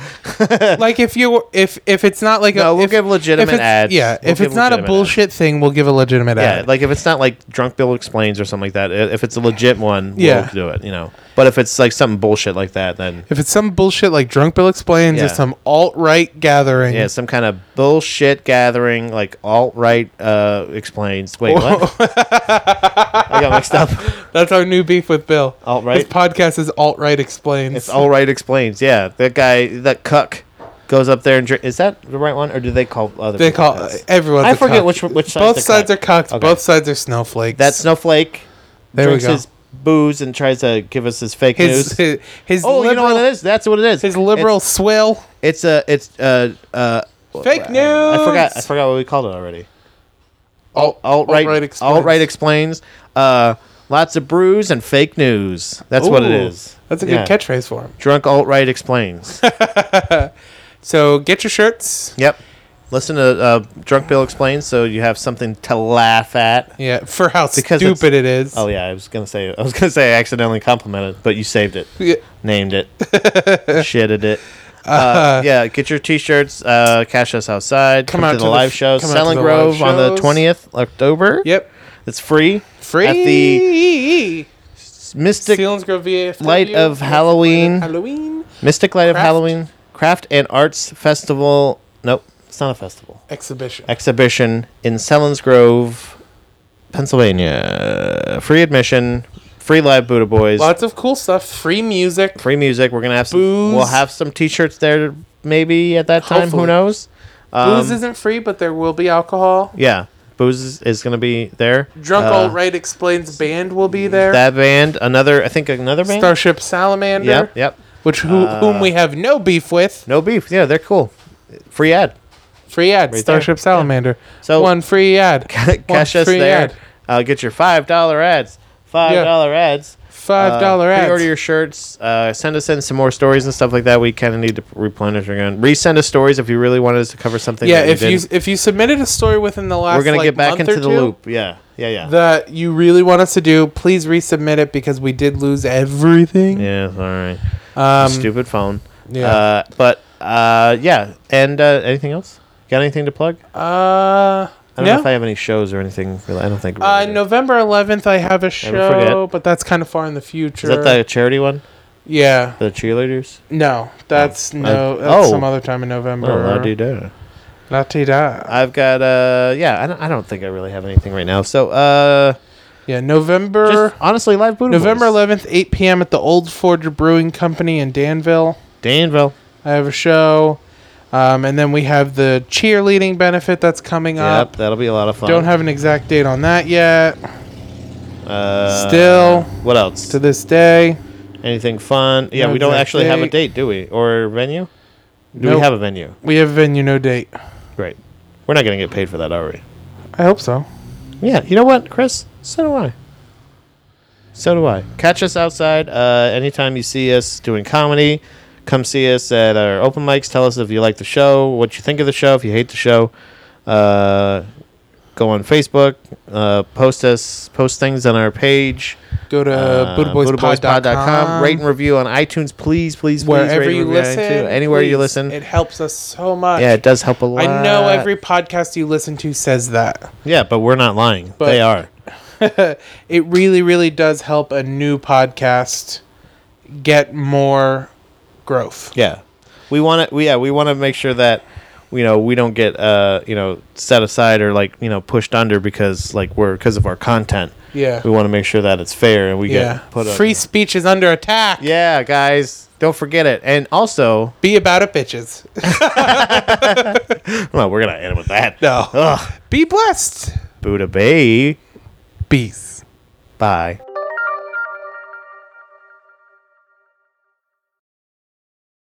[SPEAKER 2] like if you if if it's not like
[SPEAKER 1] No,
[SPEAKER 2] a,
[SPEAKER 1] we'll
[SPEAKER 2] if,
[SPEAKER 1] give legitimate
[SPEAKER 2] if it's-
[SPEAKER 1] ads.
[SPEAKER 2] Yeah,
[SPEAKER 1] We'll
[SPEAKER 2] if
[SPEAKER 1] give
[SPEAKER 2] it's not a
[SPEAKER 1] legitimate
[SPEAKER 2] bullshit thing, we'll give a legitimate
[SPEAKER 1] yeah,
[SPEAKER 2] ad.
[SPEAKER 1] like if it's not like drunk Bill explains or something like that. i- If it's a legit one,
[SPEAKER 2] Yeah.
[SPEAKER 1] we'll do it. You know, but if it's like something bullshit like that, then
[SPEAKER 2] if it's some bullshit like Drunk Bill explains or
[SPEAKER 1] Yeah.
[SPEAKER 2] some alt right gathering,
[SPEAKER 1] Yeah, some kind of bullshit gathering, like alt right uh, explains. Wait, what? I got mixed up.
[SPEAKER 2] that's our new beef with Bill.
[SPEAKER 1] Alt-right?
[SPEAKER 2] His podcast is alt right explains.
[SPEAKER 1] It's alt right explains. Yeah, that guy, that cuck, goes up there and drink. Is that the right one, or do they call other?
[SPEAKER 2] They
[SPEAKER 1] people
[SPEAKER 2] call uh,
[SPEAKER 1] cucks?
[SPEAKER 2] everyone.
[SPEAKER 1] I forget which which side's
[SPEAKER 2] Both
[SPEAKER 1] the
[SPEAKER 2] sides
[SPEAKER 1] cuck.
[SPEAKER 2] are cucked.
[SPEAKER 1] Okay.
[SPEAKER 2] Both sides are snowflakes.
[SPEAKER 1] That snowflake
[SPEAKER 2] There we
[SPEAKER 1] drinks
[SPEAKER 2] go.
[SPEAKER 1] his booze and tries to give us his fake news.
[SPEAKER 2] his his, his
[SPEAKER 1] oh,
[SPEAKER 2] liberal
[SPEAKER 1] you know what it is? That's what it is.
[SPEAKER 2] his liberal swill.
[SPEAKER 1] It's, it's a it's uh uh.
[SPEAKER 2] Fake news.
[SPEAKER 1] I forgot. I forgot what we called it already.
[SPEAKER 2] Alt
[SPEAKER 1] alt
[SPEAKER 2] alt-right
[SPEAKER 1] right
[SPEAKER 2] explains.
[SPEAKER 1] alt right explains uh, lots of brews and fake news. That's what it
[SPEAKER 2] Ooh,
[SPEAKER 1] is.
[SPEAKER 2] That's a good
[SPEAKER 1] Yeah.
[SPEAKER 2] catchphrase for him.
[SPEAKER 1] Drunk alt right explains.
[SPEAKER 2] So get your shirts.
[SPEAKER 1] yep. Listen to uh, Drunk Bill explains, so you have something to laugh at.
[SPEAKER 2] Yeah, for how
[SPEAKER 1] Because it's-
[SPEAKER 2] stupid it is.
[SPEAKER 1] Oh yeah, I was gonna say I was gonna say I accidentally complimented, but you saved it,
[SPEAKER 2] Yeah.
[SPEAKER 1] named it, shitted it. Uh, yeah, get your t-shirts. Uh, cash us outside.
[SPEAKER 2] Uh-huh. Come
[SPEAKER 1] Come,
[SPEAKER 2] out
[SPEAKER 1] to the
[SPEAKER 2] to the-
[SPEAKER 1] live show,
[SPEAKER 2] come out to
[SPEAKER 1] Selling
[SPEAKER 2] the
[SPEAKER 1] Grove
[SPEAKER 2] live
[SPEAKER 1] on the
[SPEAKER 2] shows.
[SPEAKER 1] twentieth October.
[SPEAKER 2] Yep.
[SPEAKER 1] it's free.
[SPEAKER 2] Free.
[SPEAKER 1] at the Mystic
[SPEAKER 2] Sealands Grove VFW.
[SPEAKER 1] Light of Halloween.
[SPEAKER 2] Halloween.
[SPEAKER 1] Mystic Light of
[SPEAKER 2] Craft?
[SPEAKER 1] Halloween Craft and Arts Festival. Nope, it's not a festival.
[SPEAKER 2] Exhibition.
[SPEAKER 1] Exhibition in Selins Grove, Pennsylvania. Free admission, free live Buddha Boys,
[SPEAKER 2] Lots of cool stuff. Free music.
[SPEAKER 1] free music. We're gonna have some.
[SPEAKER 2] Booze.
[SPEAKER 1] We'll have some T-shirts there maybe at that time. Who
[SPEAKER 2] Hopefully.
[SPEAKER 1] knows? Um,
[SPEAKER 2] Booze isn't free, but there will be alcohol.
[SPEAKER 1] Yeah, booze is, is gonna be there.
[SPEAKER 2] Drunk
[SPEAKER 1] Uh,
[SPEAKER 2] All Right explains band will be there.
[SPEAKER 1] That band, another. I think another band.
[SPEAKER 2] Starship Salamander.
[SPEAKER 1] Yep, yep.
[SPEAKER 2] Which who, whom we have no beef with.
[SPEAKER 1] No beef. Yeah, they're cool. Free ad.
[SPEAKER 2] Free ad. Starship Salamander.
[SPEAKER 1] So-
[SPEAKER 2] one free ad. One
[SPEAKER 1] Cash us
[SPEAKER 2] free
[SPEAKER 1] there.
[SPEAKER 2] ad.
[SPEAKER 1] Uh, get your five dollar ads. Five dollar ads.
[SPEAKER 2] Five dollar
[SPEAKER 1] uh,
[SPEAKER 2] ad.
[SPEAKER 1] Pre-order your shirts. Uh, send us in some more stories and stuff like that. We kind of need to replenish again. Resend us stories if you really wanted us to cover something.
[SPEAKER 2] yeah,
[SPEAKER 1] that we
[SPEAKER 2] if you
[SPEAKER 1] didn't.
[SPEAKER 2] if you submitted a story within the last
[SPEAKER 1] we're gonna
[SPEAKER 2] like,
[SPEAKER 1] get back
[SPEAKER 2] month
[SPEAKER 1] into
[SPEAKER 2] or
[SPEAKER 1] the
[SPEAKER 2] two
[SPEAKER 1] loop. Yeah, yeah, yeah.
[SPEAKER 2] that you really want us to do, please resubmit it because we did lose everything.
[SPEAKER 1] yeah, all right.
[SPEAKER 2] Um,
[SPEAKER 1] Stupid phone.
[SPEAKER 2] yeah.
[SPEAKER 1] Uh, but uh, yeah, and uh, anything else? Got anything to plug? I
[SPEAKER 2] Uh,
[SPEAKER 1] don't know
[SPEAKER 2] no.
[SPEAKER 1] if I have any shows or anything. Really, I don't think.
[SPEAKER 2] uh,
[SPEAKER 1] really do.
[SPEAKER 2] November 11th, I have a show,
[SPEAKER 1] forget.
[SPEAKER 2] but that's kind of far in the
[SPEAKER 1] Is
[SPEAKER 2] future.
[SPEAKER 1] that the charity one?
[SPEAKER 2] yeah.
[SPEAKER 1] The cheerleaders?
[SPEAKER 2] No, that's no.
[SPEAKER 1] Uh,
[SPEAKER 2] that's
[SPEAKER 1] oh.
[SPEAKER 2] some other time in November.
[SPEAKER 1] Oh, la di da.
[SPEAKER 2] La di da.
[SPEAKER 1] I've got uh yeah. I don't, I don't think I really have anything right now. So uh,
[SPEAKER 2] Yeah, November
[SPEAKER 1] just honestly, live Buddha.
[SPEAKER 2] November
[SPEAKER 1] Boys.
[SPEAKER 2] 11th, 8 p.m. at the Old Forger Brewing Company in Danville.
[SPEAKER 1] Danville.
[SPEAKER 2] I have a show, um, and then we have the cheerleading benefit that's coming
[SPEAKER 1] Yep,
[SPEAKER 2] up.
[SPEAKER 1] that'll be a lot of fun.
[SPEAKER 2] Don't have an exact date on that yet.
[SPEAKER 1] uh,
[SPEAKER 2] Still
[SPEAKER 1] What else?
[SPEAKER 2] to this day.
[SPEAKER 1] Anything fun? Yeah,
[SPEAKER 2] No
[SPEAKER 1] we don't
[SPEAKER 2] exact
[SPEAKER 1] actually have a
[SPEAKER 2] date.
[SPEAKER 1] date, do we? Or venue? Do
[SPEAKER 2] Nope.
[SPEAKER 1] we have a venue?
[SPEAKER 2] We have venue, no date.
[SPEAKER 1] Great. We're not gonna get paid for that, are we?
[SPEAKER 2] I hope so.
[SPEAKER 1] Yeah, you know what, Chris? So do I. So do I. Catch us outside. Uh, anytime you see us doing comedy, come see us at our open mics. Tell us if you like the show, what you think of the show, if you hate the show. Uh, go on Facebook, uh, post us, post things on our page.
[SPEAKER 2] Go to
[SPEAKER 1] uh,
[SPEAKER 2] uh, BuddhaBoysPod.com.
[SPEAKER 1] Rate and review on iTunes, please, please, please.
[SPEAKER 2] wherever
[SPEAKER 1] rate and
[SPEAKER 2] you
[SPEAKER 1] review on iTunes.
[SPEAKER 2] listen.
[SPEAKER 1] anywhere you
[SPEAKER 2] please.
[SPEAKER 1] listen.
[SPEAKER 2] It helps us so much.
[SPEAKER 1] yeah, it does help a lot.
[SPEAKER 2] I know every podcast you listen to says that.
[SPEAKER 1] Yeah, but we're not lying.
[SPEAKER 2] But-
[SPEAKER 1] they are.
[SPEAKER 2] It really, really does help a new podcast get more growth.
[SPEAKER 1] Yeah, we want to. We, yeah, we want to make sure that you know we don't get uh you know set aside or like you know pushed under because like we're because of our content.
[SPEAKER 2] Yeah.
[SPEAKER 1] We want to make sure that it's fair and we
[SPEAKER 2] Yeah.
[SPEAKER 1] get put up-
[SPEAKER 2] Free speech is under attack.
[SPEAKER 1] Yeah, guys, don't forget it. And also,
[SPEAKER 2] Be about it, bitches.
[SPEAKER 1] well, we're gonna end with that.
[SPEAKER 2] No.
[SPEAKER 1] Ugh,
[SPEAKER 2] Be blessed.
[SPEAKER 1] Buddha Bay.
[SPEAKER 2] Peace.
[SPEAKER 1] Bye.